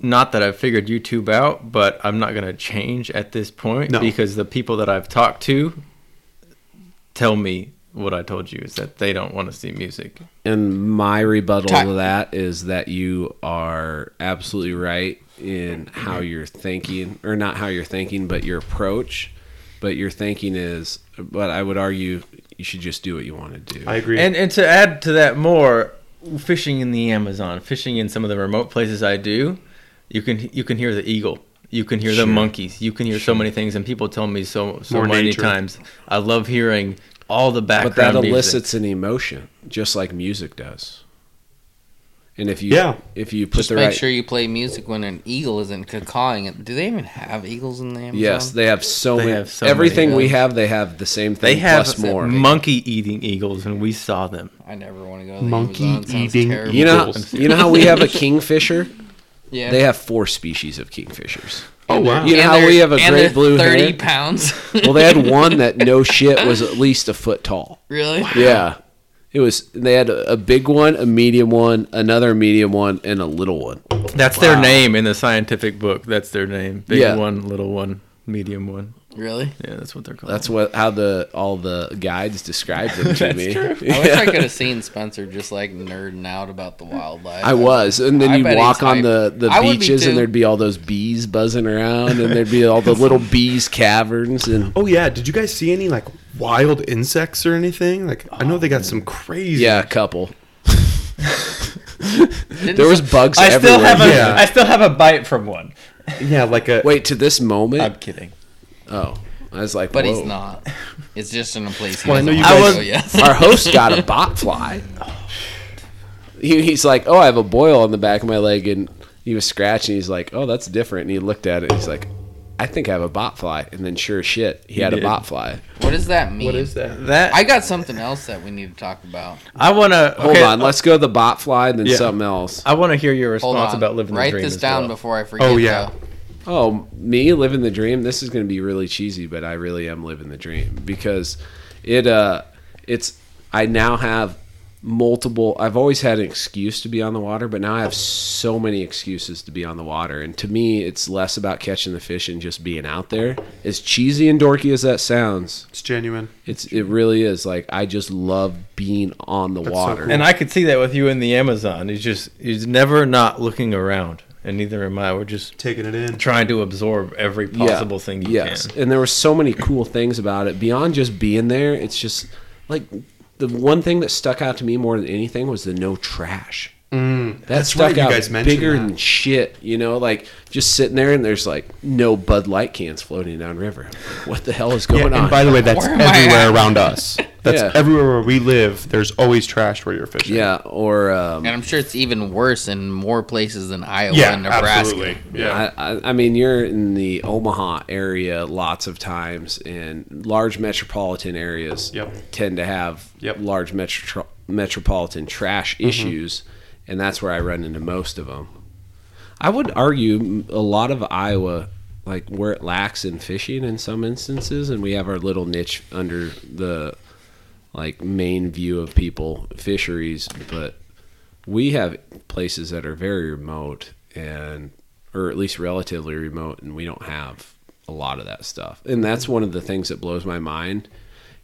not that I've figured YouTube out, but I'm not gonna change at this point No. because the people that I've talked to tell me what I told you is that they don't want to see music. And my rebuttal Ty- to that is that you are absolutely right in how you're thinking, or not how you're thinking, but your approach. But your thinking is, but I would argue you should just do what you want to do. I agree. And and to add to that more, fishing in the Amazon, fishing in some of the remote places I do, you can you can hear the eagle, you can hear the monkeys, you can hear so many things, and people tell me so so More many nature. times. I love hearing all the but background. that music. elicits an emotion, just like music does. And if you, Yeah. if you put Just the make right, sure you play music when an eagle isn't cawing. it. Do they even have eagles in the Amazon? yes, they have so They many. have so many everything we things. have, they have the same thing They have plus more. monkey eating eagles, and we saw them. I never want to go to the Monkey Amazon. Sounds eating terrible. you know, Eagles. you know how we have a kingfisher. yeah. They have four species of kingfishers. oh wow. You know And how they're- we have a and great they're blue Thirty heron? pounds. Well, they had one that no shit was at least a foot tall. really? Yeah. It was they had a, a big one, a medium one, another medium one, and a little one. That's their name in the scientific book. That's their name. Big Yeah. one, little one, medium one. Really? Yeah, that's what they're called. That's what how the all the guides described them to me. I wish I Yeah. could have seen Spencer just like nerding out about the wildlife. I was, and then I you'd bet walk he's on hyped. the, the I would be beaches, too. and there'd be all those bees buzzing around, and there'd be all the little bees caverns, and Oh yeah. Did you guys see any like wild insects or anything? Like I know they got some crazy. yeah, a couple. there was bugs I everywhere. still have a I Yeah. still have a bite from one. Yeah, like a Wait to this moment. I'm kidding. oh, I was like, But Whoa. he's not. It's just in a place. He Well, I know doesn't you wanna guys- go yet. Our host got a bot fly. He, he's like, oh, I have a boil on the back of my leg, and he was scratching. He's like, oh, that's different. And he looked at it. He's like, I think I have a bot fly. And then sure as shit, he had a did. bot fly. What does that mean? What is that? That I got something else that we need to talk about. I want to Hold on, let's go the bot fly and then Yeah. something else. I want to hear your Hold response on. about living Write the dream. this as down well. before I forget. Oh, yeah. though. Oh, me living the dream. This is going to be really cheesy, but I really am living the dream because it uh it's I now have multiple I've always had an excuse to be on the water, but now I have so many excuses to be on the water. And to me, it's less about catching the fish and just being out there. As cheesy and dorky as that sounds, It's genuine. it's it really is like I just love being on the That's so water. cool. And I could see that with you in the Amazon. He's just he's never not looking around, and neither am I. We're just Taking it in. trying to absorb every possible thing you can. And there were so many cool things about it beyond just being there. It's just like the one thing that stuck out to me more than anything was the no trash. that Mm. that's stuck right, you out guys mentioned bigger that. than shit. You know, like just sitting there and there's like no Bud Light cans floating down river. What the hell is going and on? by the way, that's Where am I everywhere at? around us. That's Yeah. everywhere where we live. There's always trash where you're fishing. yeah, or um, And I'm sure it's even worse in more places than Iowa Yeah, and Oh, Nebraska. absolutely. Yeah. I, I, I mean, you're in the Omaha area lots of times, and large metropolitan areas Yep. tend to have Yep. Mm-hmm. large metro, metropolitan trash issues, and that's where I run into most of them. I would argue a lot of Iowa, like where it lacks in fishing in some instances, and we have our little niche under the like main view of people fisheries, but we have places that are very remote and or at least relatively remote and we don't have a lot of that stuff and that's one of the things that blows my mind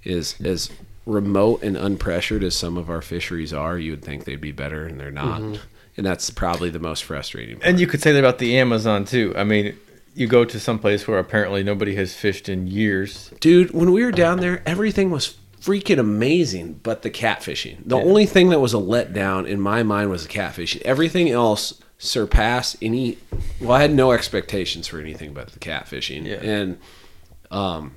is as remote and unpressured as some of our fisheries are you would think they'd be better and they're not and that's probably the most frustrating part. And you could say that about the Amazon too. I mean, you go to some place where apparently nobody has fished in years. dude when we were down there everything was freaking amazing but the catfishing the only thing that was a letdown in my mind was the catfishing everything else surpassed any well i had no expectations for anything but the catfishing Yeah. and um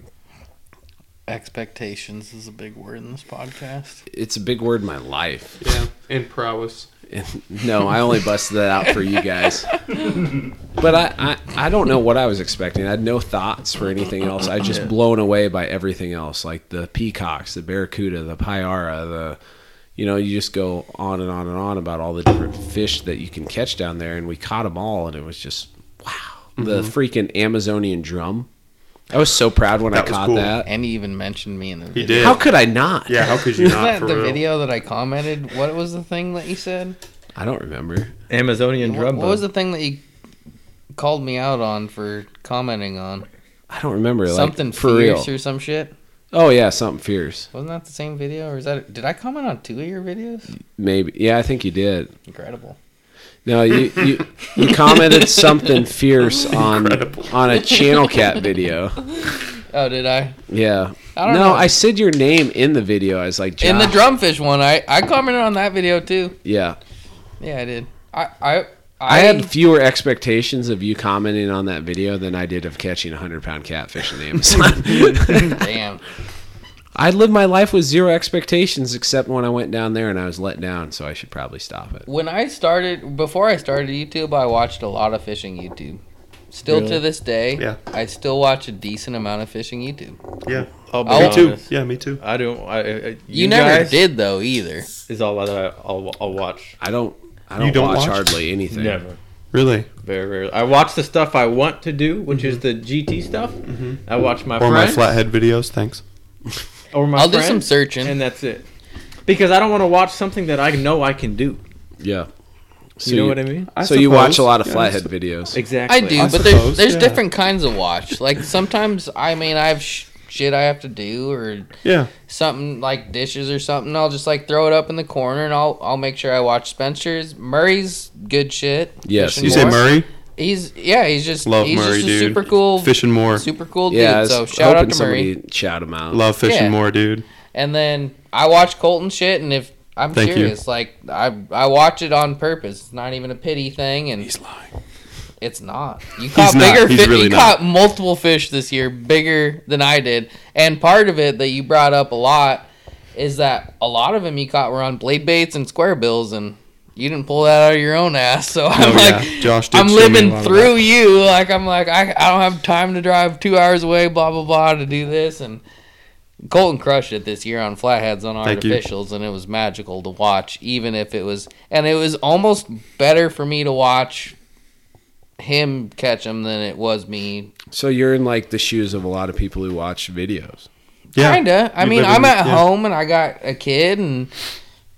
Expectations is a big word in this podcast. it's a big word in my life Yeah. And prowess. And- no, I only busted that out for you guys. But I, I, I don't know what I was expecting. I had no thoughts for anything else. I was just blown away by everything else, like the peacocks, the barracuda, the pyara, the you know, you just go on and on and on about all the different fish that you can catch down there, and we caught them all, and it was just wow. The Mm-hmm. freaking Amazonian drum. I was so proud when That I was caught cool. that. And he even mentioned me in the video. He did. How could I not? yeah, how could you Isn't not that for the real? video that I commented? What was the thing that you said? I don't remember. Amazonian What, drum what was the thing that you called me out on for commenting on? I don't remember. Like, Something for fierce real. or some shit? Oh yeah, something fierce. Wasn't that the same video? Or is that? Did I comment on two of your videos? Maybe. Yeah, I think you did. Incredible. No, you, you you commented something fierce on on a channel cat video. Oh, did I? Yeah. I don't no, know. I said your name in the video. I was like, In the Josh. drumfish one, I I commented on that video too. Yeah. Yeah, I did. I I I, I had fewer expectations of you commenting on that video than I did of catching a hundred pound catfish in the Amazon. damn. I lived my life with zero expectations except when I went down there and I was let down, so I should probably stop it. When I started, before I started YouTube, I watched a lot of fishing YouTube. Still to this day, Yeah. I still watch a decent amount of fishing YouTube. Yeah. I'll be Oh, Me too. honest. Yeah, me too. I don't. I, I, You, never guys did though either. Is all that I, I'll, I'll watch. I don't I don't, don't watch, watch? hardly anything. Never. Really? Very rarely. I watch the stuff I want to do, which is the GT stuff. I watch my Mm-hmm. Or my friends flathead videos, thanks. or my I'll do some friends, searching. and that's it. Because I don't want to watch something that I know I can do. Yeah. So you know what I mean? so you watch a lot of Yeah, flathead videos. Exactly. I do, I but suppose, there's there's yeah. different kinds of watch. Like sometimes, I mean, I have sh- shit I have to do or Yeah. something like dishes or something. I'll just like throw it up in the corner and I'll I'll make sure I watch Spencer's Murray's good shit. Yes, Fishing You say more. Murray? He's yeah, he's just Love he's Murray, just a dude. super cool, Fishing more. super cool dude. Yeah, I was so shout out hoping to Murray. somebody shout him out. Love fishing Yeah. more, dude. And then I watch Colton shit, and if I'm Thank you. serious, like I I watch it on purpose. It's not even a pity thing, and He's lying. it's not. You caught not. bigger He's fish. really you not. caught multiple fish this year, bigger than I did. And part of it that you brought up a lot is that a lot of them you caught were on blade baits and square bills, and you didn't pull that out of your own ass. So I'm Oh, yeah. like, Josh did I'm show me a lot living of through you. Like I'm like I, I don't have time to drive two hours away. Blah blah blah to do this and Colton crushed it this year on flatheads on Thank you. artificials and it was magical to watch. Even if it was and it was almost better for me to watch him catch him than it was me So you're in like the shoes of a lot of people who watch videos. Yeah. Kinda. I You mean, live I'm in- at yeah. home and I got a kid, and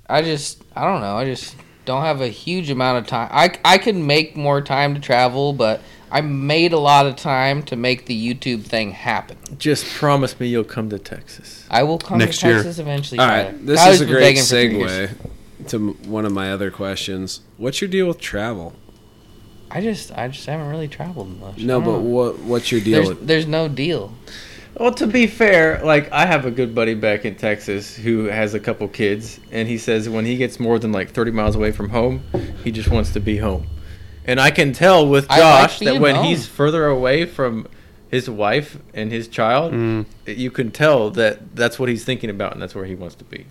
I just, I don't know. I just don't have a huge amount of time. I, I could make more time to travel, but I made a lot of time to make the YouTube thing happen. Just promise me you'll come to Texas. I will come Next to year. Texas eventually. All Tyler. right, this Tyler's is a been great begging for two years. segue to m- one of my other questions. What's your deal with travel? I just, I just haven't really traveled much. No, I don't but know. what what's your deal Oh. there's, with? there's no deal. Well, to be fair, like I have a good buddy back in Texas who has a couple kids, and he says when he gets more than like 30 miles away from home, he just wants to be home. And I can tell with I like Josh that being when home. he's further away from his wife and his child, you can tell that that's what he's thinking about and that's where he wants to be.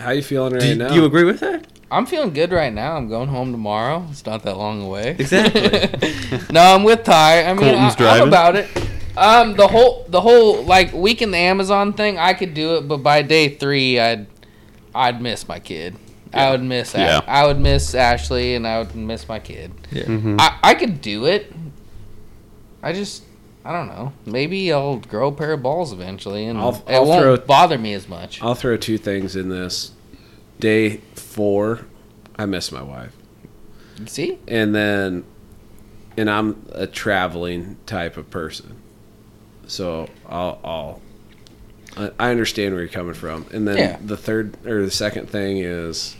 How you feeling right Do you, now? you agree with that? I'm feeling good right now. I'm going home tomorrow. It's not that long away. Exactly. no, I'm with Ty. I mean, Colton's I, I'm driving. about it. Um, the whole the whole like week in the Amazon thing, I could do it, but by day three, I'd I'd miss my kid. I would miss Ash- Yeah. I would miss Ashley, and I would miss my kid. Yeah. Mm-hmm. I I could do it. I just. I don't know. Maybe I'll grow a pair of balls eventually, and I'll- it I'll won't throw- bother me as much. I'll throw two things in this. Day four, I miss my wife, See, and then, and I'm a traveling type of person, so I'll, I'll I- I understand where you're coming from. And then Yeah. the third or the second thing is,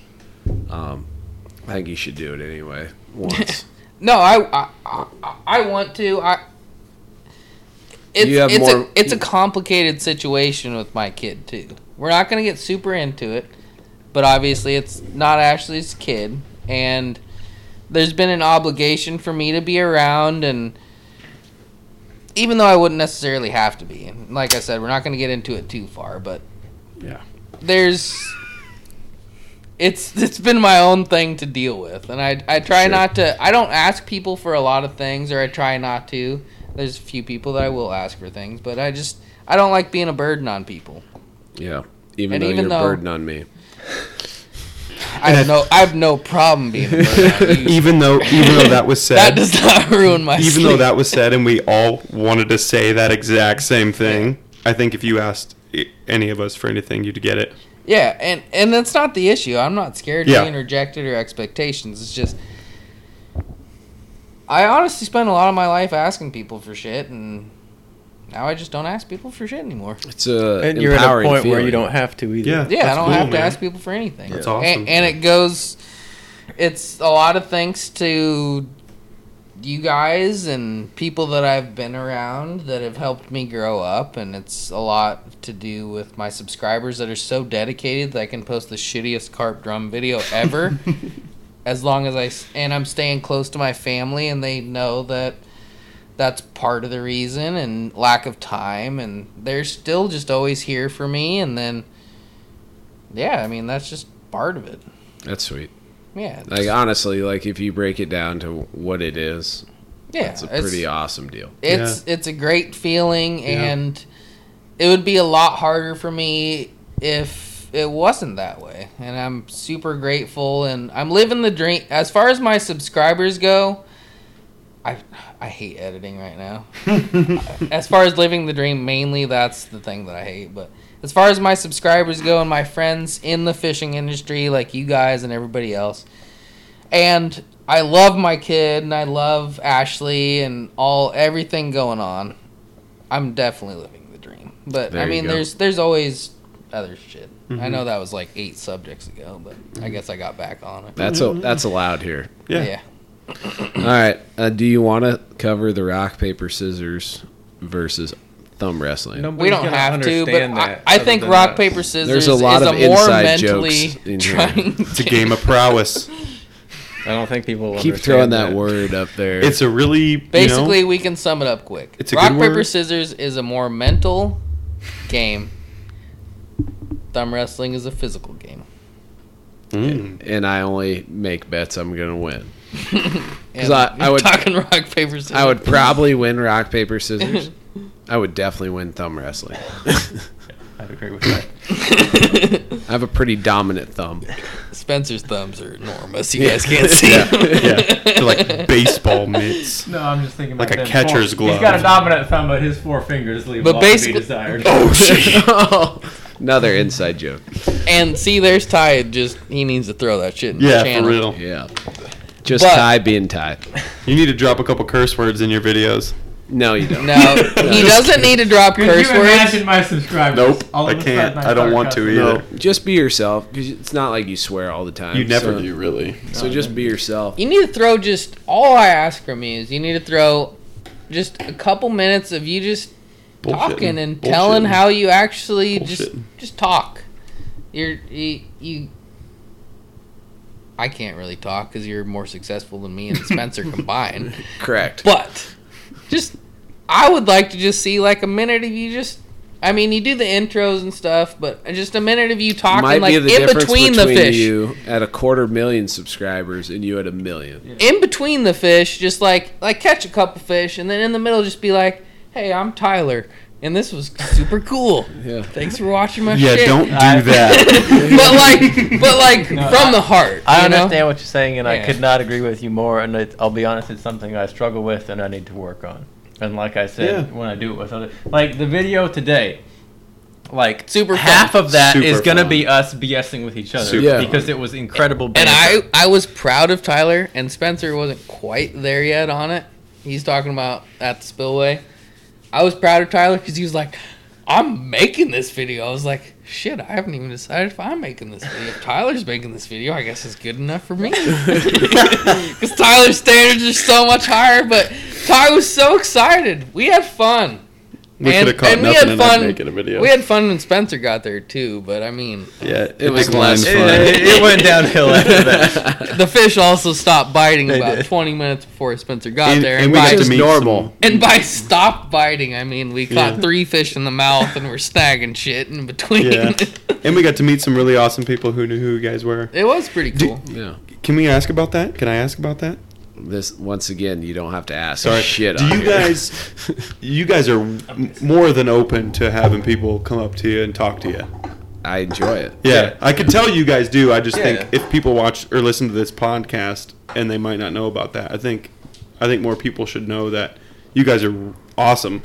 um, I think you should do it anyway once. No, I I, I, I want to. I it's You have it's more- a it's a complicated situation with my kid too. We're not gonna get super into it, but obviously it's not Ashley's kid, and there's been an obligation for me to be around, and even though I wouldn't necessarily have to be, and like I said, we're not gonna get into it too far, but Yeah. there's it's it's been my own thing to deal with and i i try not to i don't ask people for a lot of things or i try not to there's a few people that i will ask for things but i just i don't like being a burden on people yeah, even And though even you're though- a burden on me. i have no i have no problem being a burden on you Even though even though that was said, that does not ruin my even sleep. though that was said and we all wanted to say that exact same thing i think if you asked i- any of us for anything you'd get it Yeah, and and that's not the issue. I'm not scared Yeah. of being rejected or expectations. It's just I honestly spent a lot of my life asking people for shit, and now I just don't ask people for shit anymore. It's a and you're at a empowering point where feeling. you don't have to either. Yeah. Yeah, I That's don't cool, have to man. ask people for anything. That's A- awesome. And, it goes. It's a lot of thanks to you guys and people that I've been around that have helped me grow up, and it's a lot to do with my subscribers that are so dedicated that I can post the shittiest carp drum video ever, as long as I s- and I'm staying close to my family, and they know that that's part of the reason and lack of time and they're still just always here for me and then yeah i mean that's just part of it That's sweet. yeah it's- Like honestly, like if you break it down to what it is, yeah it's a pretty awesome deal. it's it's a great feeling and it would be a lot harder for me if it wasn't that way and i'm super grateful and i'm living the dream as far as my subscribers go i i hate editing right now as far as living the dream mainly that's the thing that i hate but as far as my subscribers go and my friends in the fishing industry like you guys and everybody else and I love my kid and I love Ashley and all everything going on. I'm definitely living the dream. But There I you mean go. Mm-hmm. there's there's always other shit. I know that was like 8 subjects ago, but I guess I got back on it. That's a, Mm-hmm. that's allowed here. yeah, yeah. All right. Uh, do you want to cover the rock paper scissors versus thumb wrestling? We don't have to, but I, I think rock rock paper. paper scissors There's a lot is of a more inside mentally jokes in here. trying. it's a game of prowess I don't think people will Keep understand throwing that, word up there. it's a really Basically, you we can sum it up quick. It's a rock good paper word. scissors is a more mental game. Thumb wrestling is a physical game. and I only make bets I'm gonna win. Because I- I would- talking rock paper scissors. I would probably win rock paper scissors. I would definitely win thumb wrestling. I'd agree with that. I have a pretty dominant thumb. Spencer's thumbs are enormous. You guys can't see. yeah, They're like baseball mitts. No, I'm just thinking about Like a them catcher's four- glove. He's got a dominant thumb, but his four fingers leave But but a lot to be basically- desired. Another inside joke. And see, there's Ty. Just he needs to throw that shit in Yeah, the channel. for real. Yeah. Just But- tie being tied. You need to drop a couple curse words in your videos. No, you don't. No, he doesn't need to drop Could curse you imagine words. my subscribers? Nope, All I of a can't. sudden I don't start want to cussing? either. No, just be yourself. 'cause It's not like you swear all the time. You never so, do, really. So just be yourself. You need to throw just all I ask from you is you need to throw just a couple minutes of you just talking and telling Bullshitting. how you actually just Bullshitting. just talk. You're you, you I can't really talk because you're more successful than me and Spencer combined. Correct. But just I would like to just see like a minute of you just I mean you do the intros and stuff, but just a minute of you talking Might like be in the difference between, between, the fish. you at a quarter million subscribers and you at a million. in between the fish, just like like catch a couple fish, and then in the middle, just be like, "Hey, I'm Tyler, and this was super cool. Yeah. Thanks for watching my Yeah, shit." don't do that. But like, but like from the heart. I you know? understand what you're saying, and Yeah. I could not agree with you more. And it, I'll be honest, it's something I struggle with, and I need to work on. And like I said, Yeah. when I do it with other, like the video today, like Super half fun. of that Super is gonna fun. be us BSing with each other Super Yeah. fun. because it was incredible. And I banter. I was proud of Tyler, and Spencer wasn't quite there yet on it. He's talking about at the spillway. I was proud of Tyler because he was like, "I'm making this video." I was like. Shit, I haven't even decided if I'm making this video. If Tyler's making this video, I guess it's good enough for me. Because Tyler's standards are so much higher, but Ty was so excited. We had fun. We And- could have caught and we nothing had and not fun. making a video. We had fun when Spencer got there too, but I mean, yeah, it, was declines less fun. it, it went downhill after that. the fish also stopped biting They about did. 20 minutes before Spencer got And, there. and we by, got to Just meet normal. some- and by stop biting, I mean we caught three fish in the mouth and we're snagging shit in between. Yeah. and we got to meet some really awesome people who knew who you guys were. it was pretty cool. Yeah. Can we ask about that? Can I ask about that? This once again, you don't have to ask Sorry. shit. Do on you here. guys? You guys are m- more than open to having people come up to you and talk to you. I enjoy it. Yeah, I could tell you guys do. I just Yeah. think if people watch or listen to this podcast and they might not know about that, I think, I think more people should know that you guys are awesome.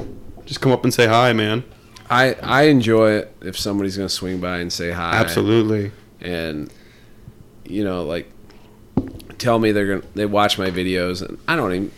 Just come up and say hi, man. I I enjoy it if somebody's gonna swing by and say hi. Absolutely. and you know like tell me they're gonna they watch my videos and i don't even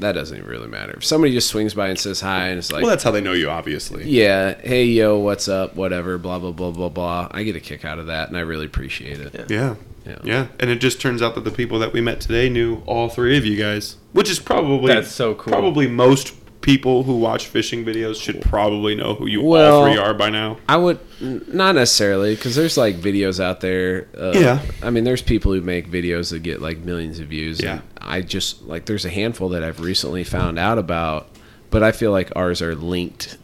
that doesn't even really matter if somebody just swings by and says hi and it's like Well, that's how they know you, obviously. yeah hey yo what's up whatever blah blah blah blah blah i get a kick out of that and i really appreciate it Yeah. Yeah. Yeah. And it just turns out that the people that we met today knew all three of you guys, which is probably That's so cool. Probably most people who watch fishing videos should probably know who you Well- all three are by now. i would n- not necessarily because there's like videos out there uh, Yeah. i mean there's people who make videos that get like millions of views Yeah. and i just like there's a handful that i've recently found out about but i feel like ours are linked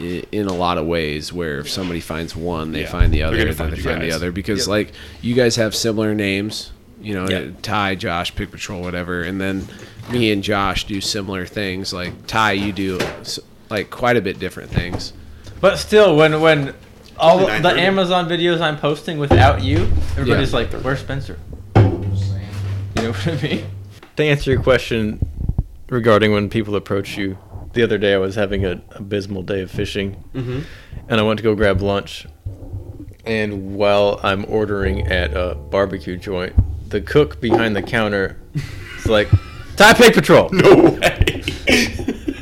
i- in a lot of ways where if somebody finds one they Yeah. find the They're other gonna and then find they you find the guys. other because like you guys have similar names you know Yeah. ty josh pick patrol whatever and then me and josh do similar things like ty you do s- like quite a bit different things But still, when when all Only the 9:30. Amazon videos I'm posting without you, everybody's like, "Where's Spencer?" You know what I mean? To answer your question regarding when people approach you, the other day I was having an abysmal day of fishing, and I went to go grab lunch. And while I'm ordering at a barbecue joint, the cook behind the counter is like, "Thai Pig Patrol." No way.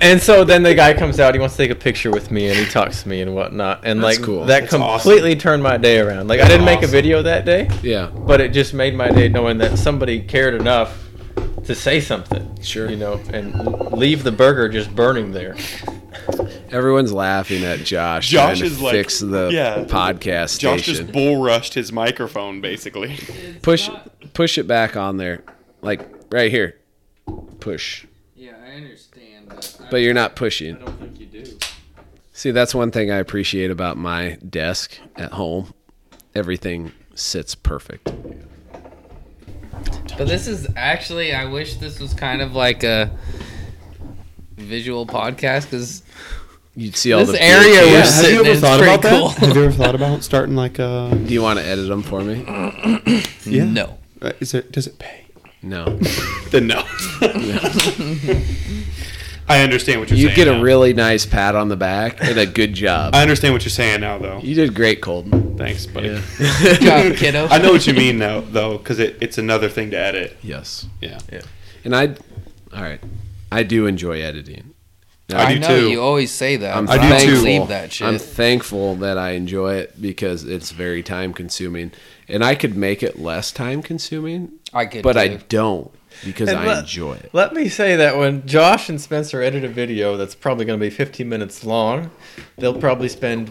And so then the guy comes out. He wants to take a picture with me, and he talks to me and whatnot. And That's like cool. that That's completely turned my day around. Like I didn't make a video that day, yeah but it just made my day knowing that somebody cared enough to say something. Sure. You know, and l- leave the burger just burning there. everyone's laughing at josh trying Josh to is like- fix the yeah. podcast Josh station just bull rushed his microphone, basically. push push it back on there like right here push Yeah, I understand. but you're not pushing don't think you do. See, that's one thing I appreciate about my desk at home. Everything sits perfect. But this is actually, I wish this was kind of like a visual podcast because You'd see all this the area PhD. we're have sitting you in ever is thought pretty about cool. that? Have you ever thought about starting like a? Do you want to edit them for me? Yeah. No. Uh, Is it? Does it pay? No. Then no. I understand what you're You'd saying. get a now. really nice pat on the back and a good job. I understand what you're saying now, though. You did great, Colton. Thanks, buddy. Yeah. Good job, kiddo. I know what you mean now, though, because it, it's another thing to edit. Yes. Yeah. And I, all right, I do enjoy editing. I I do know too. you always say that. I'm but I do don't too. believe that shit. I'm thankful that I enjoy it because it's very time consuming, and I could make it less time consuming, I could, but I too. don't because And I let- enjoy it. Let me say that when Josh and Spencer edit a video that's probably going to be 15 minutes long, they'll probably spend,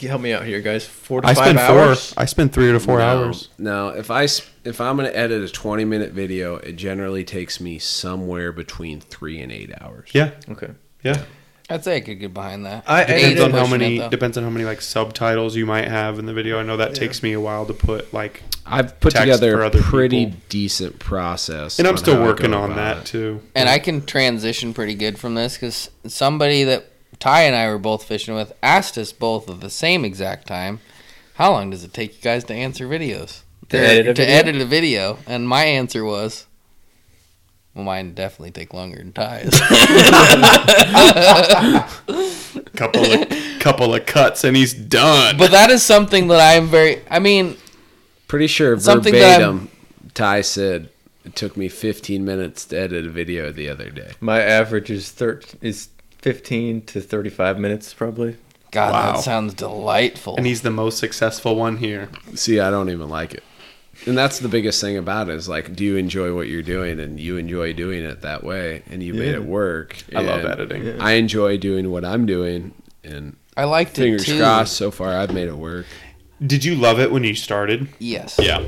help me out here, guys, four to I five spend hours. four. I spend three to four hours. No, if I s- if I'm going to edit a 20 minute video, it generally takes me somewhere between three and eight hours. Yeah. Okay. Yeah. I'd say I could get behind that. I- Eight Depends is on how pushing it, many. though. Depends on how many like subtitles you might have in the video. I know that takes me a while to put like, I've put Text together for a other pretty people. decent process, and I'm on still how I working go on about it. that too. and I can transition pretty good from this because somebody that Ty and I were both fishing with asked us both at the same exact time, "How long does it take you guys to answer videos To edit a to video? edit a video?" And my answer was, "Well, mine definitely take longer than Ty's." Couple of couple of cuts, and he's done. but that is something that I'm very. I mean, Pretty sure Something that verbatim, Ty said it took me 15 minutes to edit a video the other day. My average is thir- is 15 to 35 minutes, probably. God, Wow. that sounds delightful. and he's the most successful one here. See, I don't even like it. And that's the biggest thing about it is like, do you enjoy what you're doing? And you enjoy doing it that way, and you made it work. I love And editing. I enjoy doing what I'm doing, and I liked it fingers too. crossed. So far, I've made it work. Did you love it when you started? Yes. Yeah.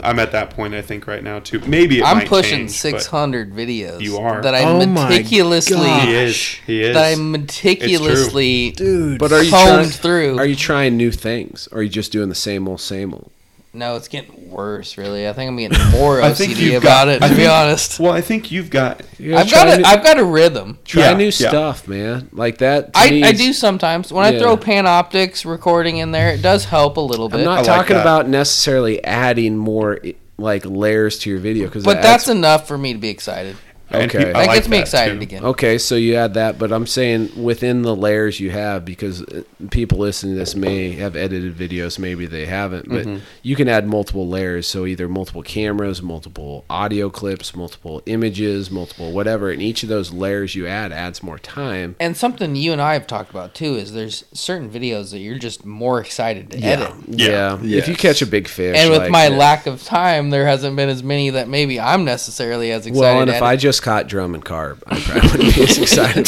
I'm at that point, I think, right now too. Maybe it I'm might pushing change, but 600 videos. You are. that I Oh my meticulously He is. He is. that I meticulously Dude, but are you combed trying, through. Are you trying new things? Or are you just doing the same old, same old? No, it's getting worse. Really, I think I'm getting more I think OCD you've about got- it. I To be think- honest, well, I think you've got. You gotta I've got try a, new- I've got a rhythm. Try Yeah, new yeah. stuff, man. Like that. to I, me I is- do sometimes when I Yeah. throw Panoptics recording in there, it does help a little bit. I'm not like talking that. about necessarily adding more i- like layers to your video because but that's enough for me to be excited. and Okay. peop- I That like gets me that, excited too. again. okay. So you add that, but I'm saying within the layers you have because uh, people listening to this may have edited videos, maybe they haven't, but Mm-hmm. you can add multiple layers. So either multiple cameras, multiple audio clips, multiple images, multiple whatever, and each of those layers you add adds more time. And something you and I have talked about too is there's certain videos that you're just more excited to edit. Yeah. If you catch a big fish, And with like my that- lack of time, there hasn't been as many that maybe I'm necessarily as excited. Well, and if at I just caught drum and carb, I probably wouldn't be as excited.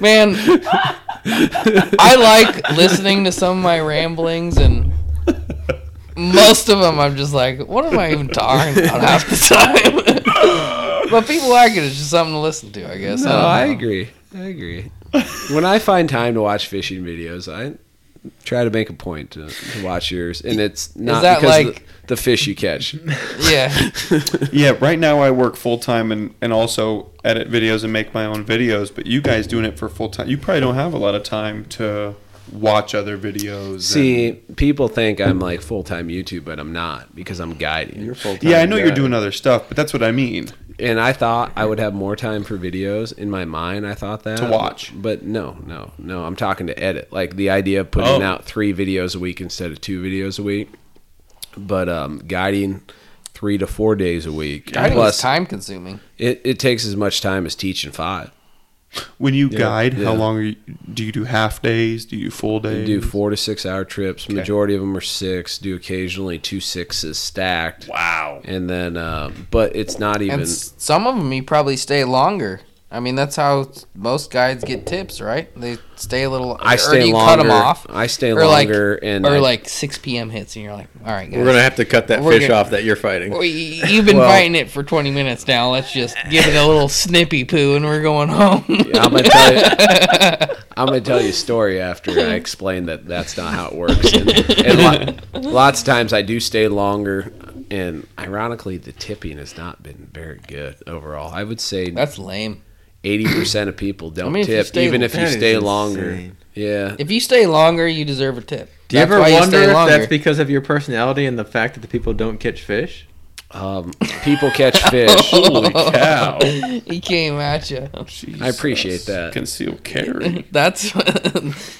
Man, I like listening to some of my ramblings, and most of them I'm just like, what am I even talking about half the time? but people like it. It's just something to listen to, I guess. No, I, Oh, I don't know. agree. I agree. when I find time to watch fishing videos, I try to make a point to, to watch yours, and it's not that because of like- the, the fish you catch. Yeah. Yeah, right now I work full time and, and also edit videos and make my own videos. But you guys doing it for full time, you probably don't have a lot of time to watch other videos. and- See, people think I'm like full time YouTube, but I'm not because I'm guiding. yeah, I know you're doing other stuff, but that's what I mean. and I thought I would have more time for videos in my mind. I thought that To watch. but no, no, no. I'm talking to edit. Like the idea of putting Oh. out three videos a week instead of two videos a week, but um, guiding three to four days a week. Guiding is Plus, time consuming. it, it takes as much time as teaching five. When you guide, yeah. how long are you, do you do half days? Do you full You days? Mm-hmm. do four to six hour trips. Majority of them are six. Do occasionally two sixes stacked, Wow. and then uh, but it's not even. And s- some of them you probably stay longer. I mean, that's how most guides get tips, right? They stay a little. I or stay do you longer. cut them off. I stay Or like- longer, and or I- like 6 p.m. hits, and you're like, all right, guys. We're gonna have to cut that We're fish gonna- off that you're fighting. Well, y- You've been Well- fighting it for 20 minutes now. Let's just give it a little snippy poo and we're going home. I'm gonna tell you. I'm gonna tell you a story after I explain that that's not how it works. And, and lo- lots of times I do stay longer, and ironically, the tipping has not been very good overall. I would say That's lame. eighty percent of people don't mean, if you tip, stay- even if you That is stay longer. insane. Yeah, If you stay longer, you deserve a tip. Do you That's ever why wonder stay if longer. that's because of your personality and the fact that the people don't catch fish? um, people catch fish. Holy cow! he came at you. I appreciate Jesus. that. Conceal carry. That's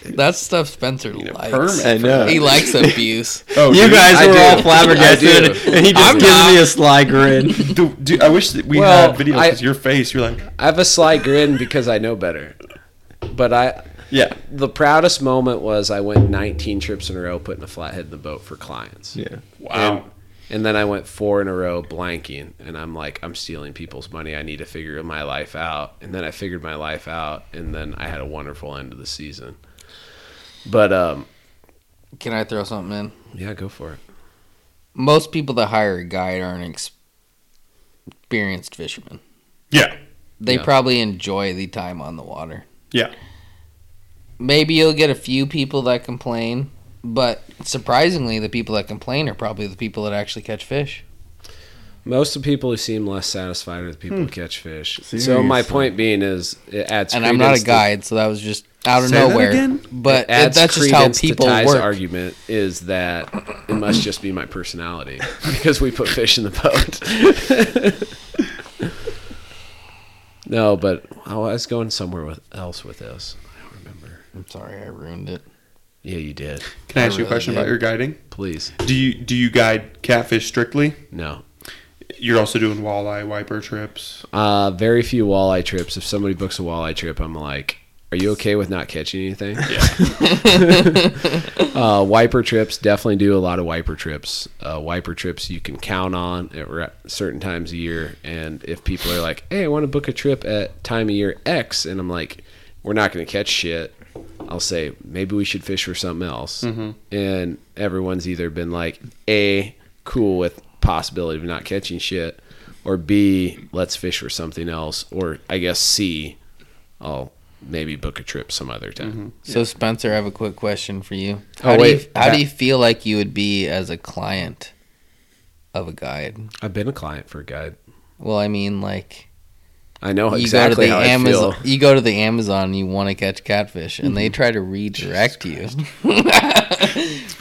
that's stuff Spencer Need a likes. permit I for know. that. He likes abuse. Oh, you dude, guys I were do. all I flabbergasted, do. and he just I'm gives not. me a sly grin. Dude, dude, I wish that we Well, had video I- because your face. You're like, I have a sly grin because I know better. But I, yeah, the proudest moment was I went 19 trips in a row putting a flathead in the boat for clients. yeah. wow. And, and then I went four in a row blanking, and I'm like, I'm stealing people's money. I need to figure my life out. And then I figured my life out, and then I had a wonderful end of the season. But um, Can I throw something in? yeah, go for it. Most people that hire a guide aren't ex- experienced fishermen. yeah, They Yeah. probably enjoy the time on the water. yeah. maybe you'll get a few people that complain, but surprisingly, the people that complain are probably the people that actually catch fish. Most of the people who seem less satisfied are the people who catch fish. So my point being is, it adds. And I'm not credence a to- guide, so that was just out of Say that nowhere. again? But it adds that's just how credence to people Ty's work. argument is that it must just be my personality because we put fish in the boat. no, but I was going somewhere with, else with this. I don't remember. I'm sorry, I ruined it. Yeah, you did. Can I ask Uh, really you a question about did. your guiding? Please, Do you do you guide catfish strictly? no. You're also doing walleye wiper trips. Uh, very few walleye trips. If somebody books a walleye trip, I'm like, are you okay with not catching anything? uh, wiper trips definitely do a lot of wiper trips. Uh, wiper trips you can count on at re- certain times a year. And if people are like, hey, I want to book a trip at time of year X, and I'm like, we're not going to catch shit. I'll say maybe we should fish for something else, and everyone's either been like a cool with possibility of not catching shit, or B, let's fish for something else, or I guess C, I'll maybe book a trip some other time. So, Spencer, I have a quick question for you. Oh, How, do, you, wait. how do you feel like you would be as a client of a guide? I've been a client for a guide. Well, I mean, like I know you Oh, exactly go how to the I Amazon, feel. you go to the Amazon, and you want to catch catfish, and they try to redirect you.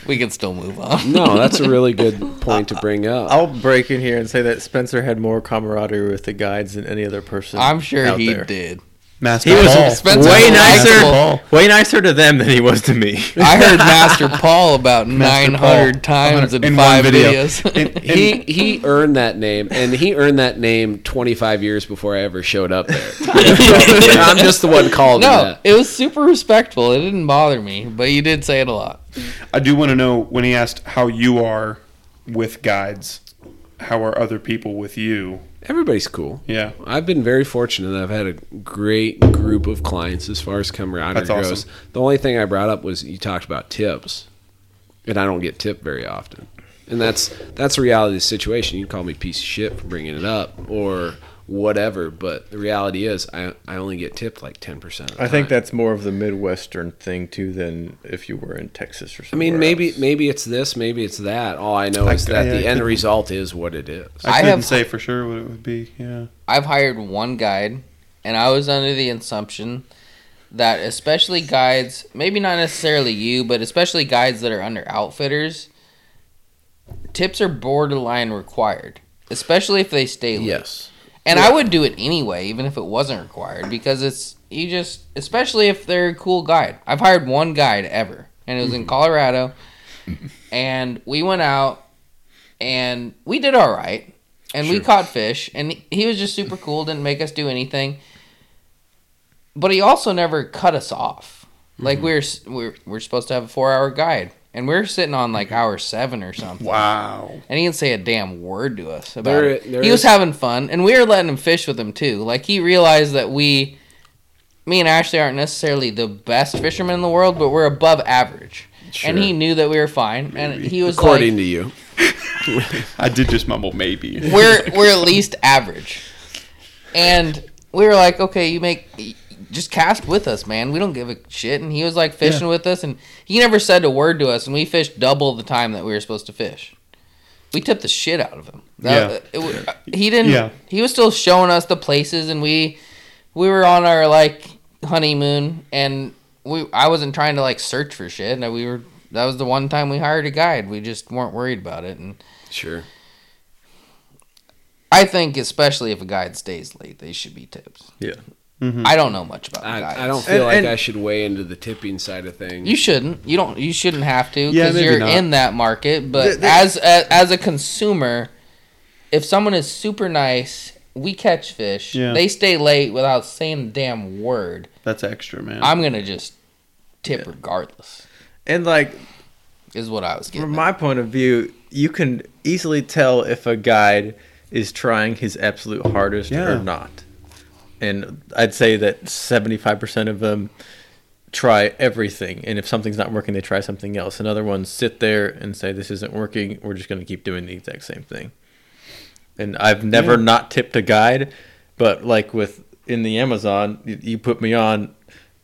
we can still move on. No, that's a really good point to bring up. I'll break in here and say that Spencer had more camaraderie with the guides than any other person. I'm sure out he there. did. Master He was Paul. Spencer way was nicer, likable. way nicer to them than he was to me. I heard Master Paul about Master 900 Paul. times in, Oh, In one five video. videos. And- and- He he earned that name, and he earned that name 25 years before I ever showed up there. I'm just the one called. him no, that. it was super respectful. It didn't bother me, but you did say it a lot. I do want to know when he asked how you are with guides, how are other people with you? everybody's cool. Yeah. I've been very fortunate. that I've had a great group of clients as far as camaraderie That's awesome. goes. The only thing I brought up was you talked about tips, and I don't get tipped very often. And that's that's the reality of the situation. You can call me a piece of shit for bringing it up or whatever, but the reality is I, I only get tipped like 10% of the I think time. that's more of the Midwestern thing too than if you were in Texas or I something. mean, maybe maybe it's this, maybe it's that. All I know I is c- that yeah, I the end couldn't- result is what it is. I, I couldn't have- say for sure what it would be. Yeah. I've hired one guide, and I was under the assumption that especially guides, maybe not necessarily you, but especially guides that are under outfitters, tips are borderline required, especially if they stay late. Yes. And I would do it anyway, even if it wasn't required, because it's you just, especially if they're a cool guide. I've hired one guide ever, and it was in Colorado, and we went out, and we did all right, and we caught fish, and he- he was just super cool, didn't make us do anything, but he also never cut us off. Like we were, s- we we're, we're supposed to have a four hour guide. And we're sitting on like hour seven or something. Wow. And he didn't say a damn word to us about There- it. there he was is- having fun, and we were letting him fish with him too. Like he realized that we, me and Ashley, aren't necessarily the best fishermen in the world, but we're above average. And he knew that we were fine, and he was According like, to you, I did just mumble maybe. "We're we're at least average." And we were like, "Okay, you make." Just cast with us, man. We don't give a shit. And he was like fishing with us, and he never said a word to us. And we fished double the time that we were supposed to fish. We tipped the shit out of him. Yeah. it w- he didn't. Yeah. He was still showing us the places, and we we were on our like honeymoon, and we I wasn't trying to like search for shit. And we were that was the one time we hired a guide. We just weren't worried about it, and sure. I think especially if a guide stays late, they should be tipped. Yeah. Mm-hmm. I don't know much about guides. I, I don't feel like and- I should weigh into the tipping side of things. You shouldn't. You don't. You shouldn't have to Yeah, because maybe you're not. in that market. But The- the- as a, as a consumer, if someone is super nice, we catch fish. Yeah. They stay late without saying a damn word. That's extra, man. I'm gonna just tip regardless. And like Is what I was getting. from at. my point of view, you can easily tell if a guide is trying his absolute hardest Yeah. or not. And I'd say that 75% of them try everything. And if something's not working, they try something else. And other ones sit there and say, This isn't working. We're just going to keep doing the exact same thing. And I've never not tipped a guide, but like with in the Amazon, you, you put me on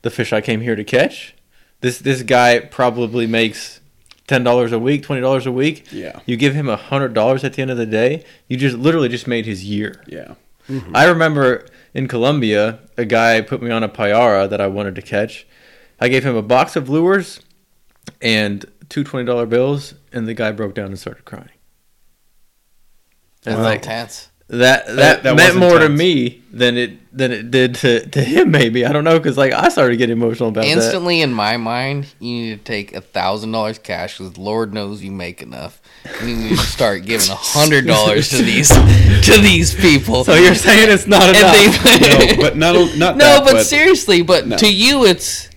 the fish I came here to catch. This this guy probably makes ten dollars a week, twenty dollars a week. Yeah. You give him a hundred dollars at the end of the day, you just literally just made his year. yeah. I remember in Colombia, a guy put me on a payara that I wanted to catch. I gave him a box of lures and two twenty dollar bills, and the guy broke down and started crying. That's Wow. intense. That That- that, that meant was more to intense. me than it than it did to, to him. Maybe I don't know because like I started getting emotional about that. Instantly in my mind, you need to take a thousand dollars cash because Lord knows you make enough. You need to start giving a hundred dollars to these to these people. So you're saying it's not enough? No, but not o- not No, that, but, seriously, but No. to you, it's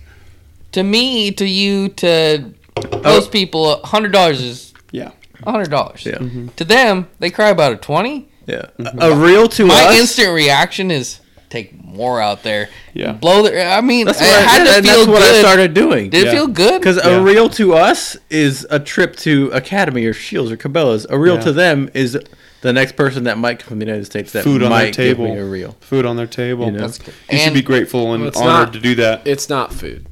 to me, to you, to Oh. most people, a hundred dollars is yeah. a hundred dollars. Yeah. Mhm. To them, they cry about a twenty. yeah, a a real to My us. instant reaction is take more out there. Yeah. blow the. I mean, that's I what, I, had that- to that's feel what I good. started doing. Did Yeah. it feel good? Because Yeah. a reel to us is a trip to Academy or Shields or Cabela's. A reel Yeah. to them is the next person that might come from the United States that Food on might their table. give me a reel. Food on their table. You know? That's- You should and be grateful and Well, it's honored not- to do that. It's not food.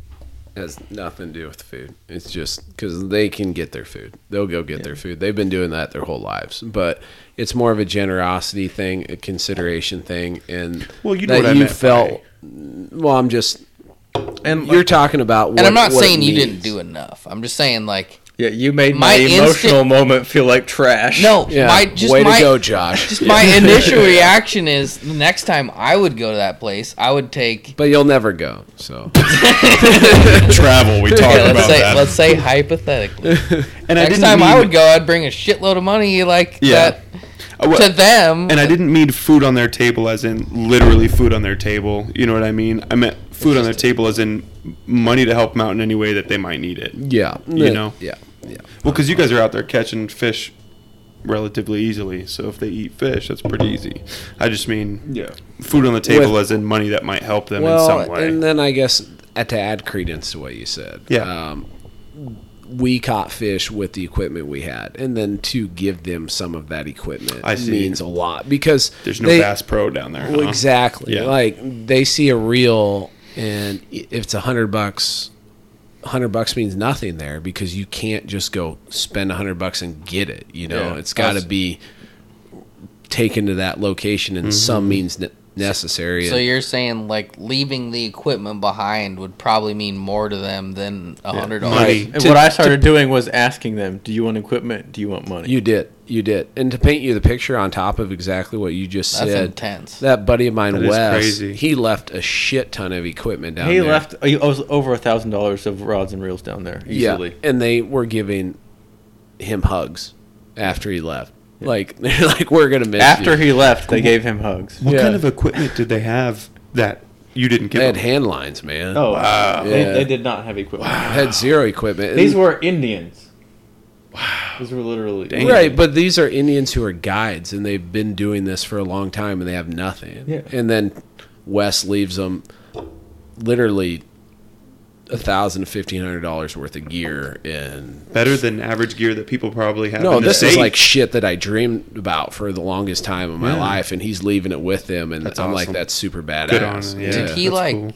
It has nothing to do with food. It's just because they can get their food. They'll go get their food. They've been doing that their whole lives. But it's more of a generosity thing, a consideration thing, and Well, you know that what I meant by- felt. Well, I'm just. And You're talking about what. and I'm not what it saying you didn't means. do enough. I'm just saying like yeah, you made My my, instant- emotional moment feel like trash. no. Yeah. My just Way my to go, Josh. just my initial reaction is the next time I would go to that place, I would take But you'll never go. So Travel. We talked Okay, about let's say that. let's say hypothetically. and I Next didn't time I mean- would go, I'd bring a shitload of money like Yeah. Uh, I wa- that to them. and I didn't mean food on their table as in literally food on their table. You know what I mean? I meant food on their table as in money to help them out in any way that they might need it. yeah, You know. yeah, yeah. Well, because you guys are out there catching fish relatively easily, so if they eat fish, that's pretty easy. I just mean Yeah. food on the table With- as in money that might help them well, in some way. and then I guess uh, to add credence to what you said, Yeah. um, we caught fish with the equipment we had, and then to give them some of that equipment I see. means a lot because There's no they- Bass Pro down there. well, huh? exactly. Yeah. Like they see a reel, and i- if it's a hundred bucks, hundred bucks means nothing there because you can't just go spend a hundred bucks and get it. You know, Yeah. it's got to That's- be taken to that location in Mm-hmm. some means ne- necessary. so and- you're saying like leaving the equipment behind would probably mean more to them than a hundred dollars. Money. And what I started doing was asking them, "Do you want equipment? Do you want money?" You did. You did. And to paint you the picture on top of exactly what you just That's said, intense. that buddy of mine, That is Wes, crazy. he left a shit ton of equipment down he there. left he owes over a thousand dollars of rods and reels down there easily. Yeah, and they were giving him hugs after he left. Like they're like, we're gonna miss After you." he left, they gave him hugs. what yeah. kind of equipment did they have that you didn't give They had them? hand lines, man. Oh, wow. they, Yeah. they did not have equipment. Had zero equipment. These And were Indians. These were literally Dang. Right, but these are Indians who are guides and they've been doing this for a long time and they have nothing. Yeah. And then Wes leaves them literally a thousand to fifteen hundred dollars worth of gear and Better than average gear that people probably have. no, in the this is States. like shit that I dreamed about for the longest time of my Yeah. life, and he's leaving it with him, and That's I'm like, awesome. that's super Good on badass. him, yeah. Did he, That's like, cool.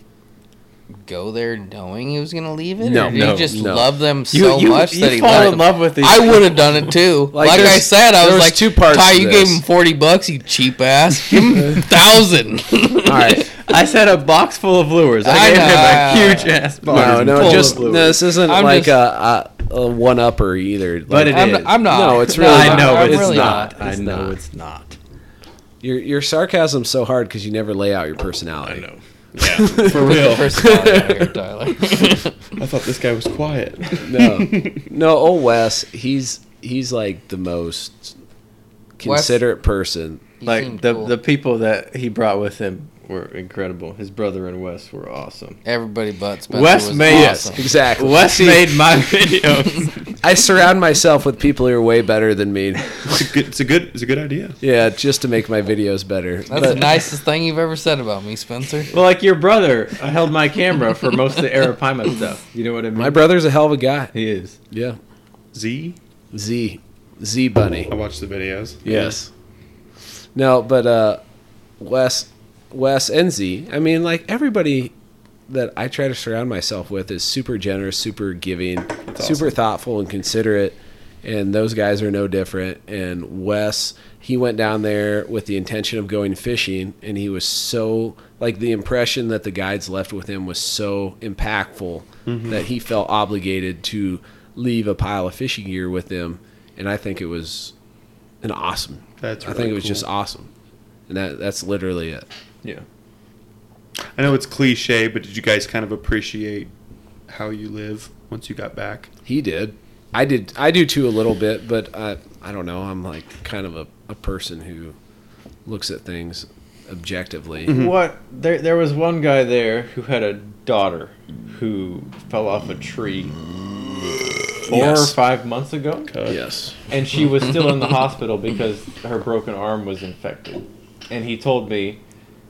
Go there knowing he was gonna leave it. No, or did no, he just no. love them so you- much you that he fall let in them. love with these I would have done it too. Like, Like, I there's- said, I there was was like, two parts Ty, to you this." gave him forty bucks, you cheap ass. Give him thousand. All right, I said a box full of lures. I, I gave know, I know, him a huge ass box. no, no, full just of no, lures. this isn't I'm like just- a, a, a one upper either. But Like, it I'm, is. I'm not. No, it's really I not. know, I'm but it's really not. I It's know not. it's not. your your sarcasm's so hard because you never lay out your personality. know. for real. First of all, yeah, you're Tyler. I thought this guy was quiet. No, no, old Wes, he's he's like the most considerate person. You Like seemed the cool. the people that he brought with him were incredible. His brother and Wes were awesome. everybody but Spencer Wes was May- awesome. Exactly. Wes made my videos. I surround myself with people who are way better than me. It's a good. It's a good. It's a good idea. yeah, just to make my videos better. That's But- the nicest thing you've ever said about me, Spencer. well, like your brother held my camera for most of the Arapaima stuff. You know what I mean? My brother's a hell of a guy. he is. Yeah. Z. Z. Z Bunny. I watched the videos. Yes. No, but uh Wes Wes and Z. I mean like everybody that I try to surround myself with is super generous, super giving, super thoughtful and considerate. And those guys are no different. And Wes, he went down there with the intention of going fishing, and he was so like the impression that the guides left with him was so impactful that he felt obligated to leave a pile of fishing gear with them. And I think it was an awesome. That's I think really it was cool. just awesome, and that that's literally it. Yeah. I know it's cliche, but did you guys kind of appreciate how you live once you got back? He did. I did. I do too a little bit, but I I don't know. I'm like kind of a, a person who looks at things objectively. Mm-hmm. What there there was one guy there who had a daughter who fell off a tree four Yes. or five months ago. Yes. and she was still in the hospital because her broken arm was infected. And he told me,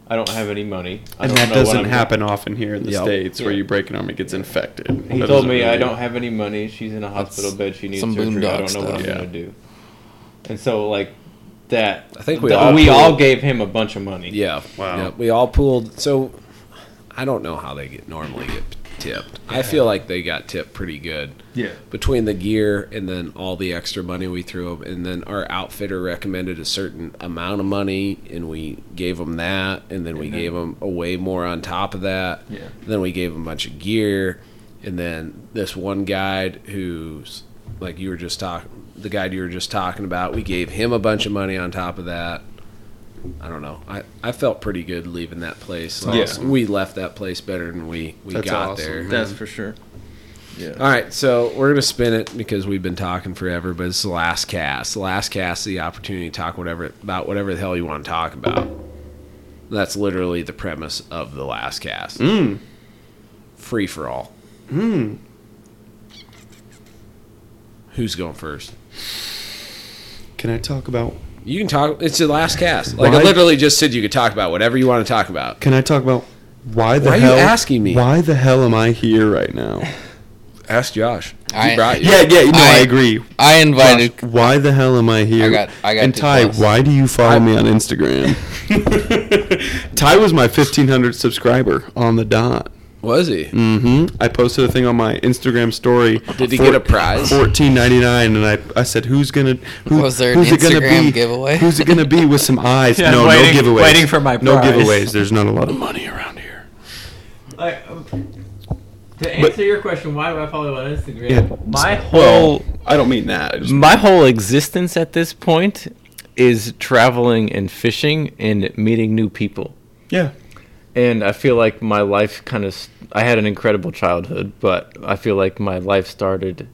"I don't have any money." I And don't that know what doesn't I'm happen often here in the Yep. states, where Yeah. you break an arm, it gets infected. Doing. He That told doesn't me, "I really- don't have any money. She's in a hospital bed. She needs some surgery. I boondock don't know what I'm stuff. gonna do." And so, like that, I think we the- all we pulled- all gave him a bunch of money. Yeah. Wow. Yeah, we all pulled. So I don't know how they get normally get tipped. I feel like they got tipped pretty good. yeah. between the gear and then all the extra money we threw up and then our outfitter recommended a certain amount of money and we gave them that and then we gave 'em gave them way more on top of that Yeah. then we gave 'em a bunch of gear and then this one guide who's like you were just talking the guide you were just talking about we gave him a bunch of money on top of that I don't know. I, I felt pretty good leaving that place. Like, awesome. We left that place better than we, we That's got awesome, there. man. That's for sure. All right, so we're gonna spin it because we've been talking forever, but it's the last cast. The last cast, is the opportunity to talk whatever about whatever the hell you want to talk about. That's literally the premise of the last cast. Free for all. Who's going first? Can I talk about? You can talk. It's the last cast. Like I Why- literally just said, you could talk about whatever you want to talk about. Can I talk about why the Why are you hell? asking me? Why the hell am I here right now? Ask Josh. He I- brought you. Yeah, yeah, no, I, I- agree. I invited. Josh, why the hell am I here? I got- I got and too Ty, close. why do you follow me on Instagram? Ty was my 1500 subscriber on the dot. Was he? hmm I posted a thing on my Instagram story. Did he for- get a prize? Fourteen ninety nine, and I, I said, "Who's gonna? Who, Was there an who's it gonna Instagram be? giveaway? Who's it gonna be with some eyes? Yeah, no, waiting- no giveaways. waiting for my No prize. giveaways. There's not a lot of money around here. um, to But- answer your question, why do I follow on Instagram? Yeah. My whole Well, I don't mean that. I just- my whole existence at this point is traveling and fishing and meeting new people. yeah, and I feel like my life kind of I had an incredible childhood, but I feel like my life started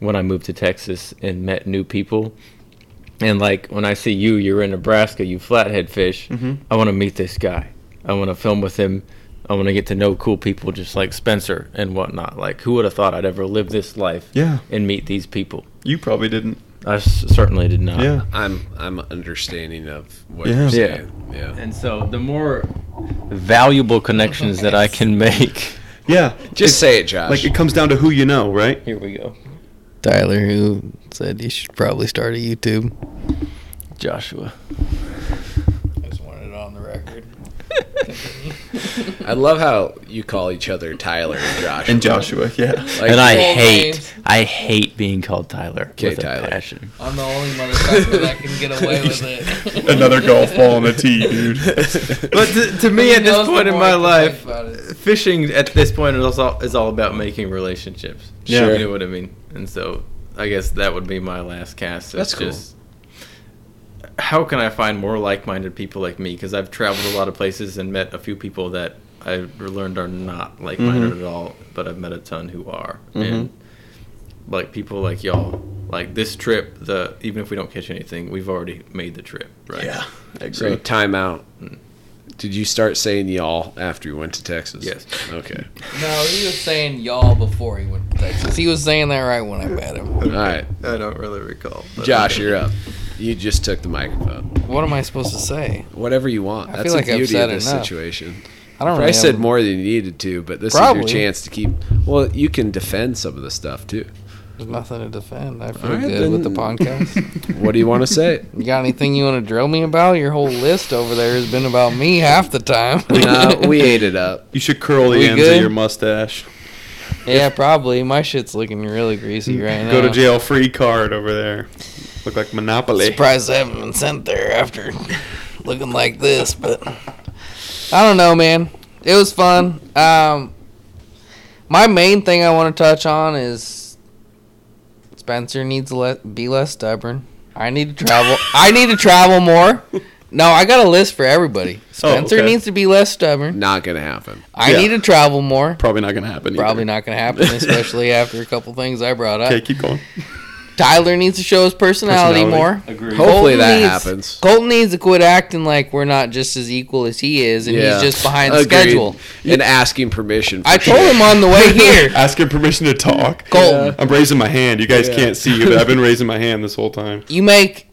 when I moved to Texas and met new people. And like when I see you, you're in Nebraska, you flathead fish. Mm-hmm. I want to meet this guy. I want to film with him. I want to get to know cool people just like Spencer and whatnot. Like who would have thought I'd ever live this life Yeah. and meet these people? You probably didn't. I s- certainly did not. Yeah. I'm I'm understanding of what Yeah. you're Yeah. saying. Yeah. And so the more Valuable connections that I can make. Yeah. Just It's- say it, Josh. Like it comes down to who you know, right? Here we go. Tyler, who said you should probably start a YouTube. Joshua. I just wanted it on the record. I love how you call each other Tyler and Josh. And Joshua, yeah. Like, and I full hate, names. I hate being called Tyler. Okay, with a Tyler. passion. I'm the only motherfucker that can get away with it. Another golf ball on a tee, dude. But to, to me, He at this knows the point in more my I complain life, about it. fishing at this point is all, is all about making relationships. Yeah. You know what I mean? And so I guess that would be my last cast. That's cool. how can I find more like minded people like me? Because I've traveled a lot of places and met a few people that I learned are not like minded at all, but I've met a ton who are. And like people like y'all, like this trip, the even if we don't catch anything, we've already made the trip, right? Yeah. so time out. Did you start saying y'all after you went to Texas? Yes. Okay. No, he was saying y'all before he went to Texas. He was saying that right when I met him. All right. I don't really recall. but- Josh, you're up. You just took the microphone. What am I supposed to say? Whatever you want. I That's feel like the I've beauty said of this enough. situation. I don't I really said have- more than you needed to, but this is Probably. your chance to keep. Well, you can defend some of the stuff too. There's nothing to defend. I feel All right, good with the then. podcast. What do you want to say? you got anything you want to drill me about? Your whole list over there has been about me half the time. no, Uh, we ate it up. You should curl the We ends good? of your mustache. yeah, probably. My shit's looking really greasy right now. Go to jail free card over there. Look like Monopoly. Surprised I haven't been sent there after looking like this, but I don't know, man. It was fun. Um, my main thing I want to touch on is Spencer needs to let, be less stubborn. I need to travel. I need to travel more. No, I got a list for everybody. Spencer Oh, okay. needs to be less stubborn. Not gonna happen. I Yeah. need to travel more. Probably not gonna happen. either. Probably not going to happen, especially after a couple things I brought up. Okay, keep going. Tyler needs to show his personality, Personality. more. Agreed. Hopefully Colton that needs- happens. Colton needs to quit acting like we're not just as equal as he is, and Yeah. he's just behind the Agreed. schedule. And asking permission. For I told him on the way here, Ask him permission to talk. Colton, I'm raising my hand. You guys can't see, but I've been raising my hand this whole time. you make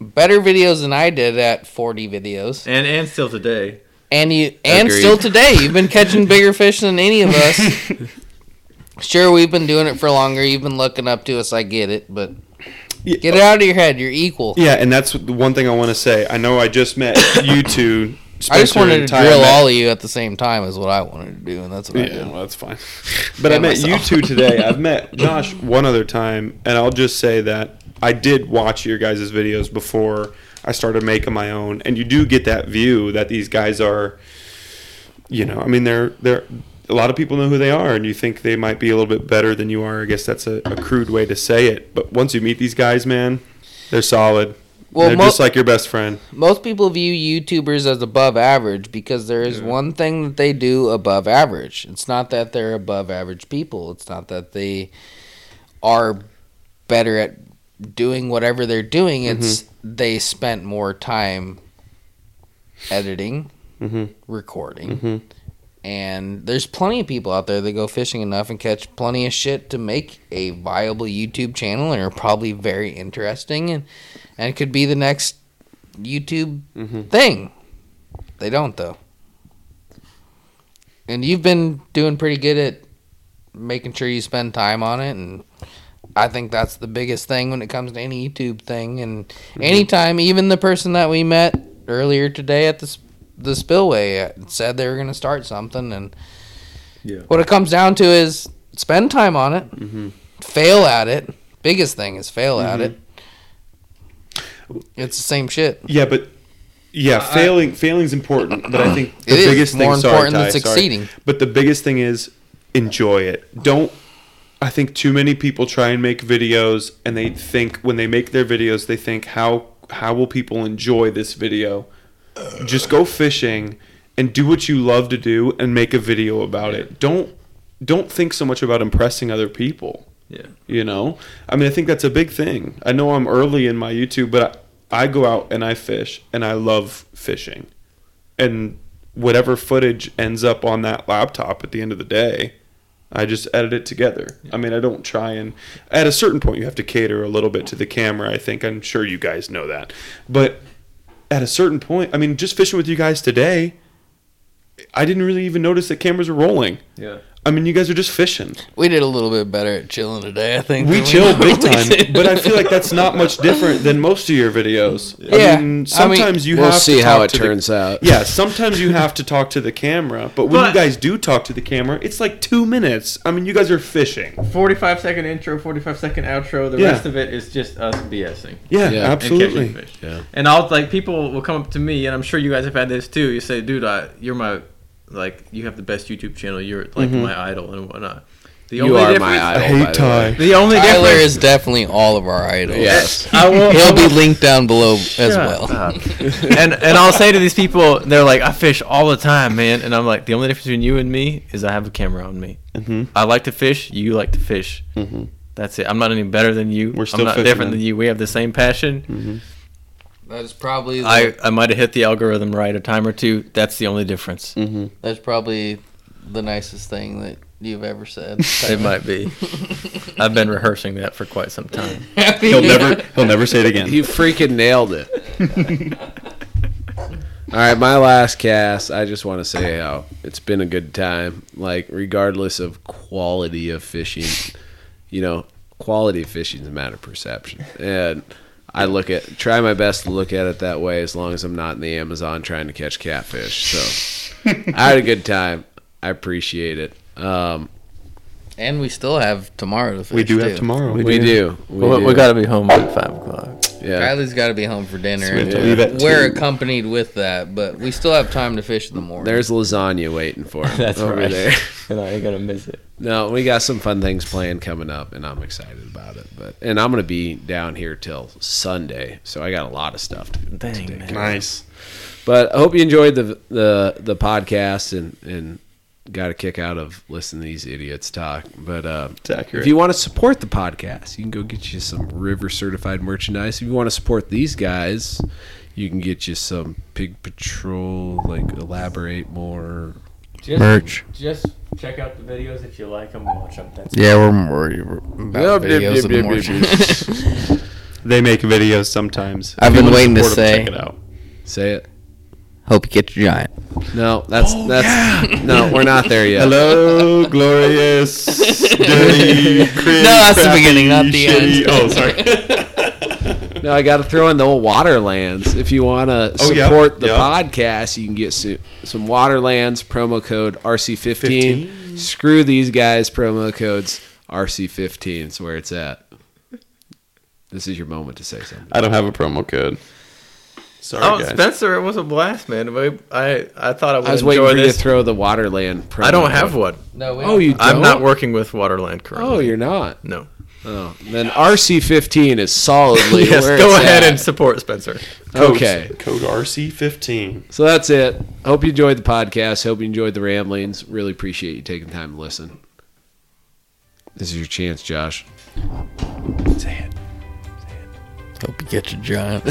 better videos than I did at 40 videos, And and still today. and you and Agreed. still today you've been catching bigger fish than any of us. sure, we've been doing it for longer. You've been looking up to us. I get it, but Yeah. get it out of your head. You're equal. Yeah, and that's the one thing I want to say. I know I just met you two. I just Spencer wanted to and Ty, I drill met- all of you at the same time is what I wanted to do, and that's what I Yeah, did. well, that's fine. But I And met myself. you two today. I've met Josh one other time, and I'll just say that I did watch your guys' videos before I started making my own, and you do get that view that these guys are, you know, I mean, they're they're a lot of people know who they are, and you think they might be a little bit better than you are. I guess that's a, a crude way to say it, but once you meet these guys, man, they're solid. Well, they're mo- just like your best friend. most people view YouTubers as above average because there is one thing that they do above average. It's not that they're above average people. It's not that they are better at doing whatever they're doing. It's they spent more time editing, Mhm. recording. Mhm. And there's plenty of people out there that go fishing enough and catch plenty of shit to make a viable YouTube channel and are probably very interesting and and could be the next YouTube thing. They don't though. And you've been doing pretty good at making sure you spend time on it and I think that's the biggest thing when it comes to any YouTube thing and anytime even the person that we met earlier today at the s- the spillway uh, said they were going to start something and Yeah. what it comes down to is spend time on it. Fail at it. Biggest thing is fail at it. It's the same shit. Yeah, but yeah, failing failing's important, but I think the It is biggest more thing sorry, important than Ty, sorry. succeeding. but the biggest thing is enjoy it. Don't I think too many people try and make videos and they think when they make their videos they think how how will people enjoy this video? Just go fishing and do what you love to do and make a video about it. Don't don't think so much about impressing other people. Yeah. You know, I mean, I think that's a big thing. I know I'm early in my YouTube, but I, I go out and I fish, and I love fishing, and whatever footage ends up on that laptop at the end of the day, I just edit it together. I mean, I don't try and at a certain point you have to cater a little bit to the camera. I think I'm sure you guys know that. But at a certain point, I mean, just fishing with you guys today, I didn't really even notice that cameras were rolling. Yeah. I mean, you guys are just fishing. We did a little bit better at chilling today, I think. We than chill big normally time, do. but I feel like that's not much different than most of your videos. Yeah. I mean, I mean, sometimes you we'll have see to how talk it to the- turns out. Yeah, sometimes you have to talk to the camera, but when you But- guys do talk to the camera, it's like two minutes. I mean, you guys are fishing. 45 second intro, 45 second outro. The Yeah. rest of it is just us BSing. Yeah, Yeah. absolutely. And catching fish. And I'll like people will come up to me, and I'm sure you guys have had this too. You say, "Dude, I, you're my like you have the best YouTube channel. You're like Mm-hmm. my idol and whatnot." The You are my difference- idol. by the way. The only Tyler difference is definitely all of our idols. Yes. I will. I He'll will- be linked down below as Shut well. up. and and I'll say to these people, they're like, I fish all the time, man. And I'm like, the only difference between you and me is I have a camera on me. Mhm. I like to fish. You like to fish. Mhm. That's it. I'm not any better than you. We're still I'm not fishermen. different than you. We have the same passion. That's probably the, I, I might have hit the algorithm right a time or two. That's the only difference. that's probably the nicest thing that you've ever said. It might be. I've been rehearsing that for quite some time. He'll never he'll never say it again. You freaking nailed it. All right, my last cast. I just want to say how it's been a good time. Like, regardless of quality of fishing, you know, quality of fishing is a matter of perception. And I look at, try my best to look at it that way as long as I'm not in the Amazon trying to catch catfish. So I had a good time. I appreciate it. Um, and we still have tomorrow to fish. We do have too. tomorrow. we, do. We, We, do. we got to be home by 5 o'clock. yeah. Riley's got to be home for dinner. meant to leave at We're two. accompanied with that, but we still have time to fish in the morning. There's lasagna waiting for him That's over right. there. And I ain't going to miss it. No, we got some fun things planned coming up, and I'm excited about it. But and I'm gonna be down here till Sunday, so I got a lot of stuff to do. Dang, man. Nice. But I hope you enjoyed the the the podcast and and got a kick out of listening to these idiots talk. But uh, It's accurate. if you want to support the podcast, you can go get you some River Certified merchandise. If you want to support these guys, you can get you some Pig Patrol, like elaborate more. Just, Merch. Just check out the videos if you like them. Watch them. That's yeah, we're worried about videos in the morning. they make videos sometimes. I've If you been wanna waiting to support 'em, say- Check it out. Say it. Hope you get your giant. No, that's Oh, that's no, we're not there yet. Hello, glorious, dirty, cringe, No, that's the crappy, beginning, not the shitty- end. Oh, sorry. No, I got to throw in the old Waterlands. If you want to Oh, yeah, support the yeah. podcast, you can get some, some Waterlands promo code RC15. Screw these guys promo codes RC15 is where it's at. This is your moment to say something. I don't have a promo code. Sorry, Oh, guys. Spencer, it was a blast, man. We- I I thought I would I was waiting enjoy for you to this. throw the Waterland promo I don't code. have one. No, we Oh, you don't? I'm not working with Waterland currently. Oh, you're not. no. Oh, then RC15 is solidly Yes, where go it's ahead at. and support Spencer. Codes. Okay. Code RC15. So that's it. Hope you enjoyed the podcast. Hope you enjoyed the ramblings. Really appreciate you taking time to listen. This is your chance, Josh. Hope you get your giant.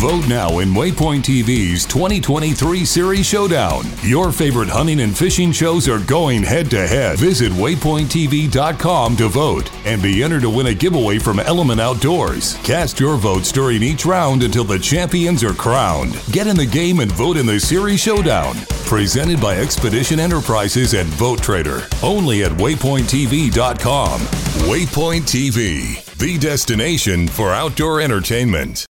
Vote now in Waypoint TV's 2023 Series Showdown. Your favorite hunting and fishing shows are going head to head. Visit waypointtv.com to vote and be entered to win a giveaway from Element Outdoors. Cast your votes during each round until the champions are crowned. Get in the game and vote in the Series Showdown. Presented by Expedition Enterprises and Vote Trader. Only at waypointtv.com. Waypoint TV, the destination for outdoor entertainment.